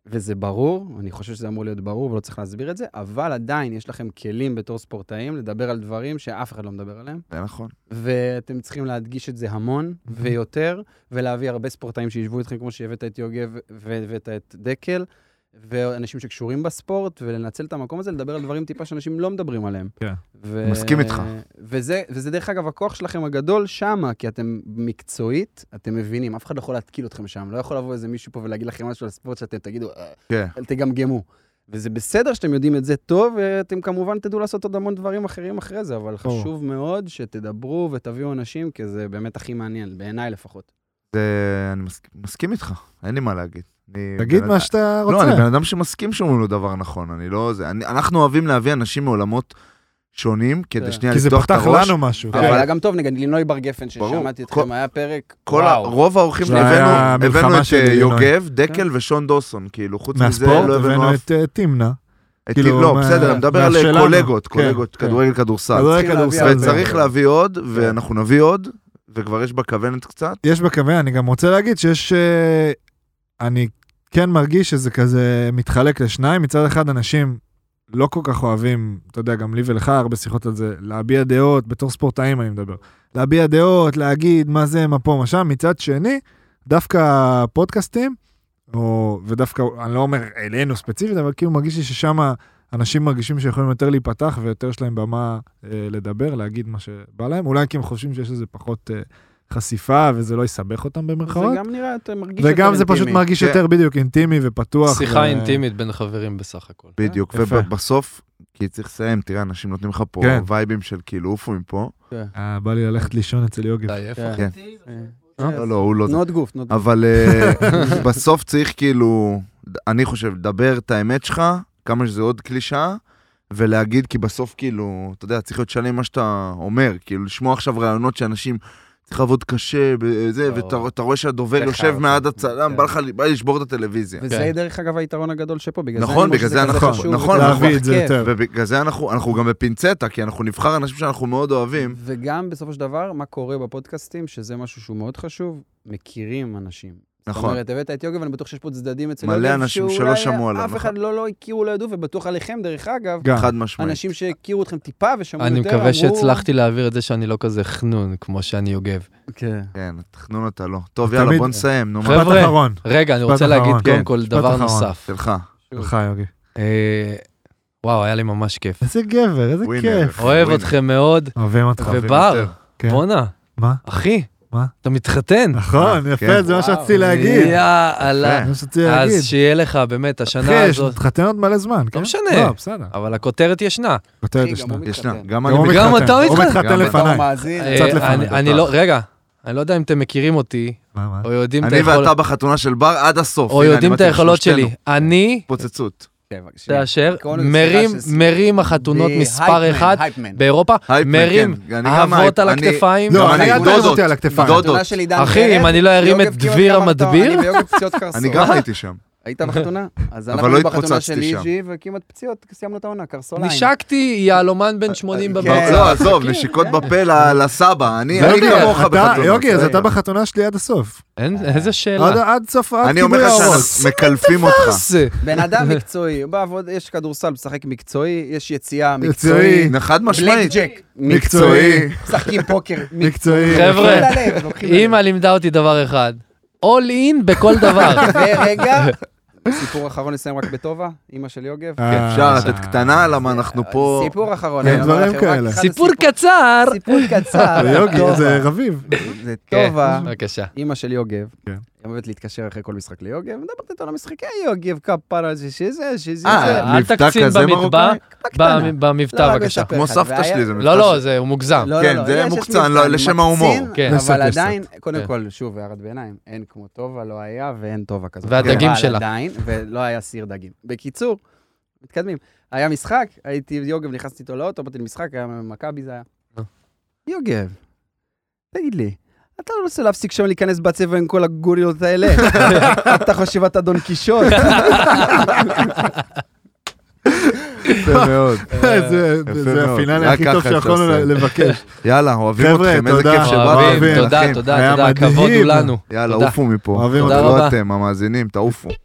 וזה ברור, אני חושב שזה אמור להיות ברור, ולא צריך להסביר את זה, אבל עדיין יש לכם כלים בתור ספורטאים לדבר על דברים שאף אחד לא מדבר עליהם,
זה נכון.
ואתם צריכים להדגיש את זה המון ויותר, ולהביא הרבה ספורטאים שישבו איתכם, כמו שהבאת את יוגב והבאת את דקל. ואנשים שקשורים בספורט, ולנצל את המקום הזה, לדבר על דברים טיפה שאנשים לא מדברים עליהם.
כן.
ו...
מסכים איתך.
וזה, וזה דרך אגב הכוח שלכם הגדול שמה, כי אתם מקצועית, אתם מבינים, אף אחד לא יכול להתקיל אתכם שם, לא יכול לבוא איזה מישהו פה ולהגיד לכם משהו על ספורט שאתם תגידו, "אה,
כן.
אל תגמגמו. וזה בסדר שאתם יודעים את זה טוב, ואתם כמובן תדעו לעשות עוד המון דברים אחרים אחרי זה, אבל
ברור.
חשוב מאוד שתדברו ותביאו אנשים, כי זה באמת הכי מעניין, בעיניי לפחות.
זה, אני מסכ- מסכים איתך, אין לי מה להגיד. אני
תגיד
בן-
מה שאתה
כן, לא, אני
רוצה.
בן אדם שמסכים שאומרים לו דבר נכון, אני לא... זה, אני, אנחנו אוהבים להביא אנשים מעולמות שונים, כדי
כן.
שנייה
כי זה
לפתוח את
פתח
הראש.
לנו משהו.
אבל
כן.
היה גם טוב, נגד לינוי בר גפן,
אוקיי. ברור.
ששמעתי
כל-
אתכם, היה פרק...
כל ה-
וואו.
רוב האורחים
זה היה
הבאנו,
המלחמה
הבאנו את
שלי,
אה,
לינוי.
יוגב,
כן.
דקל ושון דוסון, כאילו, חוץ מזה
מהספורט
לא הבאנו
הבאנו
אף...
את אה, תמנה.
את-
כאילו,
לא,
מה-
בסדר, אני מדבר על אה,
מהשלנו.
קולגות,
כן,
קולגות,
כן.
כדורגל, כדורסל.
כדורגל,
צריכים להביא
כדורסל,
הרבה.
וצריך להביא עוד,
כן.
ואנחנו נביא עוד, וכבר יש בכוונת קצת.
יש בכוונה, אני גם רוצה להגיד שיש... אה, אני כן מרגיש שזה כזה מתחלק לשניים. מצד אחד, אנשים לא כל כך אוהבים, אתה יודע, גם לי ולך הרבה שיחות על זה, להביע דעות, בתור ספורטאים אני מדבר, להביע דעות, להגיד מה זה, מה פה, מה שם. מצד שני, דווקא פודקאסטים, או, ודווקא, אני לא אומר אלינו ספציפית, אבל כאילו מרגיש לי ששם אנשים מרגישים שיכולים יותר להיפתח ויותר יש להם במה אה, לדבר, להגיד מה שבא להם. אולי כי הם חושבים שיש לזה פחות אה, חשיפה וזה לא יסבך אותם
זה
במרכאות.
גם נראה, אתה מרגיש
וגם
יותר
זה פשוט
אינטימי.
מרגיש
כן.
יותר בדיוק אינטימי ופתוח. אה,
שיחה
ו-
אינטימית בין חברים בסך הכל.
בדיוק,
יפה.
ובסוף, כי צריך לסיים, תראה, אנשים נותנים לך פה
כן.
וייבים של כאילו, עופו מפה.
אה, בא לי ללכת לישון אצל יוגב.
עייף.
כן.
כן.
אה?
לא, לא, הוא לא...
תנועות גוף, תנועות גוף.
אבל אה, בסוף צריך כאילו, אני חושב, דבר את האמת שלך, כמה שזה עוד קלישאה, ולהגיד, כי בסוף כאילו, אתה יודע, צריך להיות שלם עם מה שאתה אומר, כאילו, לשמוע עכשיו רעיונות שאנשים... צריך לעבוד קשה, זה,
ברור.
ואתה אתה רואה שהדובר
לך,
יושב מעד הצלם,
כן.
בא לך בא לי לשבור את הטלוויזיה.
וזה דרך אגב היתרון הגדול שפה, בגלל
אוקיי.
זה
נכון,
אני אומר
בגלל
שזה
זה
כזה
נכון,
חשוב,
נכון,
וכזה
להביא את זה
כיף.
יותר.
ובגלל זה אנחנו, אנחנו גם בפינצטה, כי אנחנו נבחר אנשים שאנחנו מאוד אוהבים.
וגם בסופו של דבר, מה קורה בפודקאסטים, שזה משהו שהוא מאוד חשוב, מכירים אנשים. זאת
נכון.
אומרת, הבאת את יוגב, אני בטוח שיש פה צדדים אצל
מלא
יוגב,
אנשים שלא
שאולי
שמעו עליו, נכון.
אף אחד לא לא הכירו, לא ידעו, ובטוח עליכם, דרך אגב,
גם.
חד משמעית.
אנשים שהכירו אתכם טיפה ושמעו יותר,
אני
אמרו...
מקווה שהצלחתי להעביר את זה שאני לא כזה חנון כמו שאני יוגב.
כן.
כן, תכנון אתה לא. טוב,
תמיד-
יאללה, בוא נסיים, נו, מה?
חבר'ה,
משפט אחרון.
רגע, אני
משפט
רוצה להגיד
אחרון.
קודם
כן,
כל
משפט
דבר
אחרון.
נלסף.
שלך.
שלך, יוגי.
אה, וואו, היה לי ממש כיף.
אוקיי, איזה גבר, איזה
ווינר.
כיף.
אוהב
ווינר.
אתכם מאוד,
אוהבים אותך.
אוהבים
ובר,
יותר.
כן.
בואנה,
מה?
אחי,
מה?
אתה מתחתן.
נכון, יפה,
כן.
זה מה שרציתי
וואו.
להגיד.
יאללה.
זה מה שרציתי להגיד.
אז שיהיה לך באמת השנה
אחי, יש-
הזאת,
נתחתן עוד מלא זמן, כן?
משנה.
לא, בסדר.
אבל הכותרת ישנה.
כותרת
אחי, גם
ישנה.
הוא
ישנה,
מתחתן.
גם אני...
גם הוא
גם
מתחתן.
אתה
הוא
מתחתן.
מתחתן
גם אתה.
אתה
לפניי.
מאזין.
אה,
לפניי,
אני-
בטח.
אני לא, רגע, אני לא יודע אם אתם מכירים אותי,
מה, מה?
או יודעים את
אני
היכול-
ואתה בחתונה של בר עד הסוף.
או
הנה,
יודעים
אני
את
מתאים,
היכולות
שלושתנו.
שלי. אני,
פוצצות.
כן, בבקשה.
תאשר,
עקרון הזה,
מרים,
סליחה, של-
מרים החתונות
ב-
מספר
הייפמן,
אחת
הייפמן.
באירופה,
הייפמן,
מרים,
כן. אני גם הייפ-
אהבות על
אני-
הכתפיים.
גם
לא,
אני
אני אל תרים
דודות.
אותי על הכתפיים.
דודות.
בחתונה של עידן
אחי,
פרץ,
אם אני לא ארים
יוגב
את
כמעט
דביר
גם אותו,
המדביר?
אני ויוגב פציעות קרסו.
אני גם הייתי שם.
היית בחתונה? אז
אבל
אנחנו
לא
בחתונה של
התפוצצתי שם.
איג'י, וכמעט פציעות, סיימנו את העונה, קרסוליים.
נשקתי יהלומן בן 80
כן.
בברצה.
לא, עזוב,
כן,
נשיקות
כן.
בפה ל- לסבא. אני אני
יוגי,
כמוך
אתה-
בחתונות.
יוגי, אז
רגע.
אתה בחתונה שלי עד הסוף.
כן.
אין,
אה,
איזה
לא
שאלה.
עד עד סוף, עד
אני אומר
כיבוי
לך
האורות.
שמקלפים אותך.
זה?
בן אדם מקצועי, הוא בעבוד, יש כדורסל, משחק מקצועי, יש יציאה
מקצועי,
מקצועית.
חד
בלק
משמעית.
ג'ק,
מקצועי.
משחקים פוקר.
מקצועי.
חבר'ה,
לוקחים ללב, לוקחים ללב.
אימא לימדה אותי דבר אחד, all in בכל דבר.
כן, ורגע, סיפור אחרון נסיים רק בטובה, אימא של יוגב.
אה,
כן, אפשר
אה,
לתת קטנה, למה אנחנו פה...
אה, סיפור אחרון.
כן,
אני אומר
דברים
לכם, רק
כאלה.
אחד
סיפור
הסיפור-
קצר.
סיפור קצר.
זה אה, יוגי, זה רביב.
זה
כן,
טובה.
בבקשה.
אימא של יוגב,
כן.
היא אוהבת להתקשר אחרי כל משחק ליוגב, מדברת איתו על המשחק, "אה, יוגב כפרה זה שזה, שזה זה.
אה,
אל
מבטא
תקצין
כזה
במטבע,
מרוקאי?
טיפה קטנה.
במ- במבטא
לא,
בבקשה.
מספר
כמו
אחד.
סבתא
והיה-
שלי, זה מבטא
לא,
של-
לא, זה הוא מוגזם.
לא,
כן,
לא, לא,
זה
יש- יש
מוקצן,
מבצע,
לא,
אני
לשם
מקצין,
ההומור.
כן.
אבל
לסת, לסת.
עדיין, קודם
כן.
כל, שוב, הערת ביניים, אין כמו טובה, לא היה ואין טובה כזאת.
והדגים
אבל
שלה.
עדיין, ולא היה סיר דגים. בקיצור, מתקדמים. היה משחק, הייתי יוגב, נכנסתי איתו לאוטו, באתי למשחק, היה מכבי זה היה.
נו.
יוגב, תגיד לי, אתה לא רוצה להפסיק שם להיכנס בצבע עם כל הגורילות האלה? אתה חושב אתה דון קישוט?
יפה מאוד.
זה-
יפה
זה
מאוד.
הפינאלי
רק
הכי
ככה
טוב
אפשר
שיכולנו
לסיים.
לבקש.
יאללה, אוהבים
חבר'ה,
אתכם, איזה
תודה.
כיף
אוהבים,
שבאתם.
תודה,
לכם.
תודה,
היה
תודה, הכבוד
מדהים.
הוא לנו.
יאללה,
תודה.
עופו מפה.
אוהבים
תודה
אותך.
רבה. אתם, המאזינים, תעופו.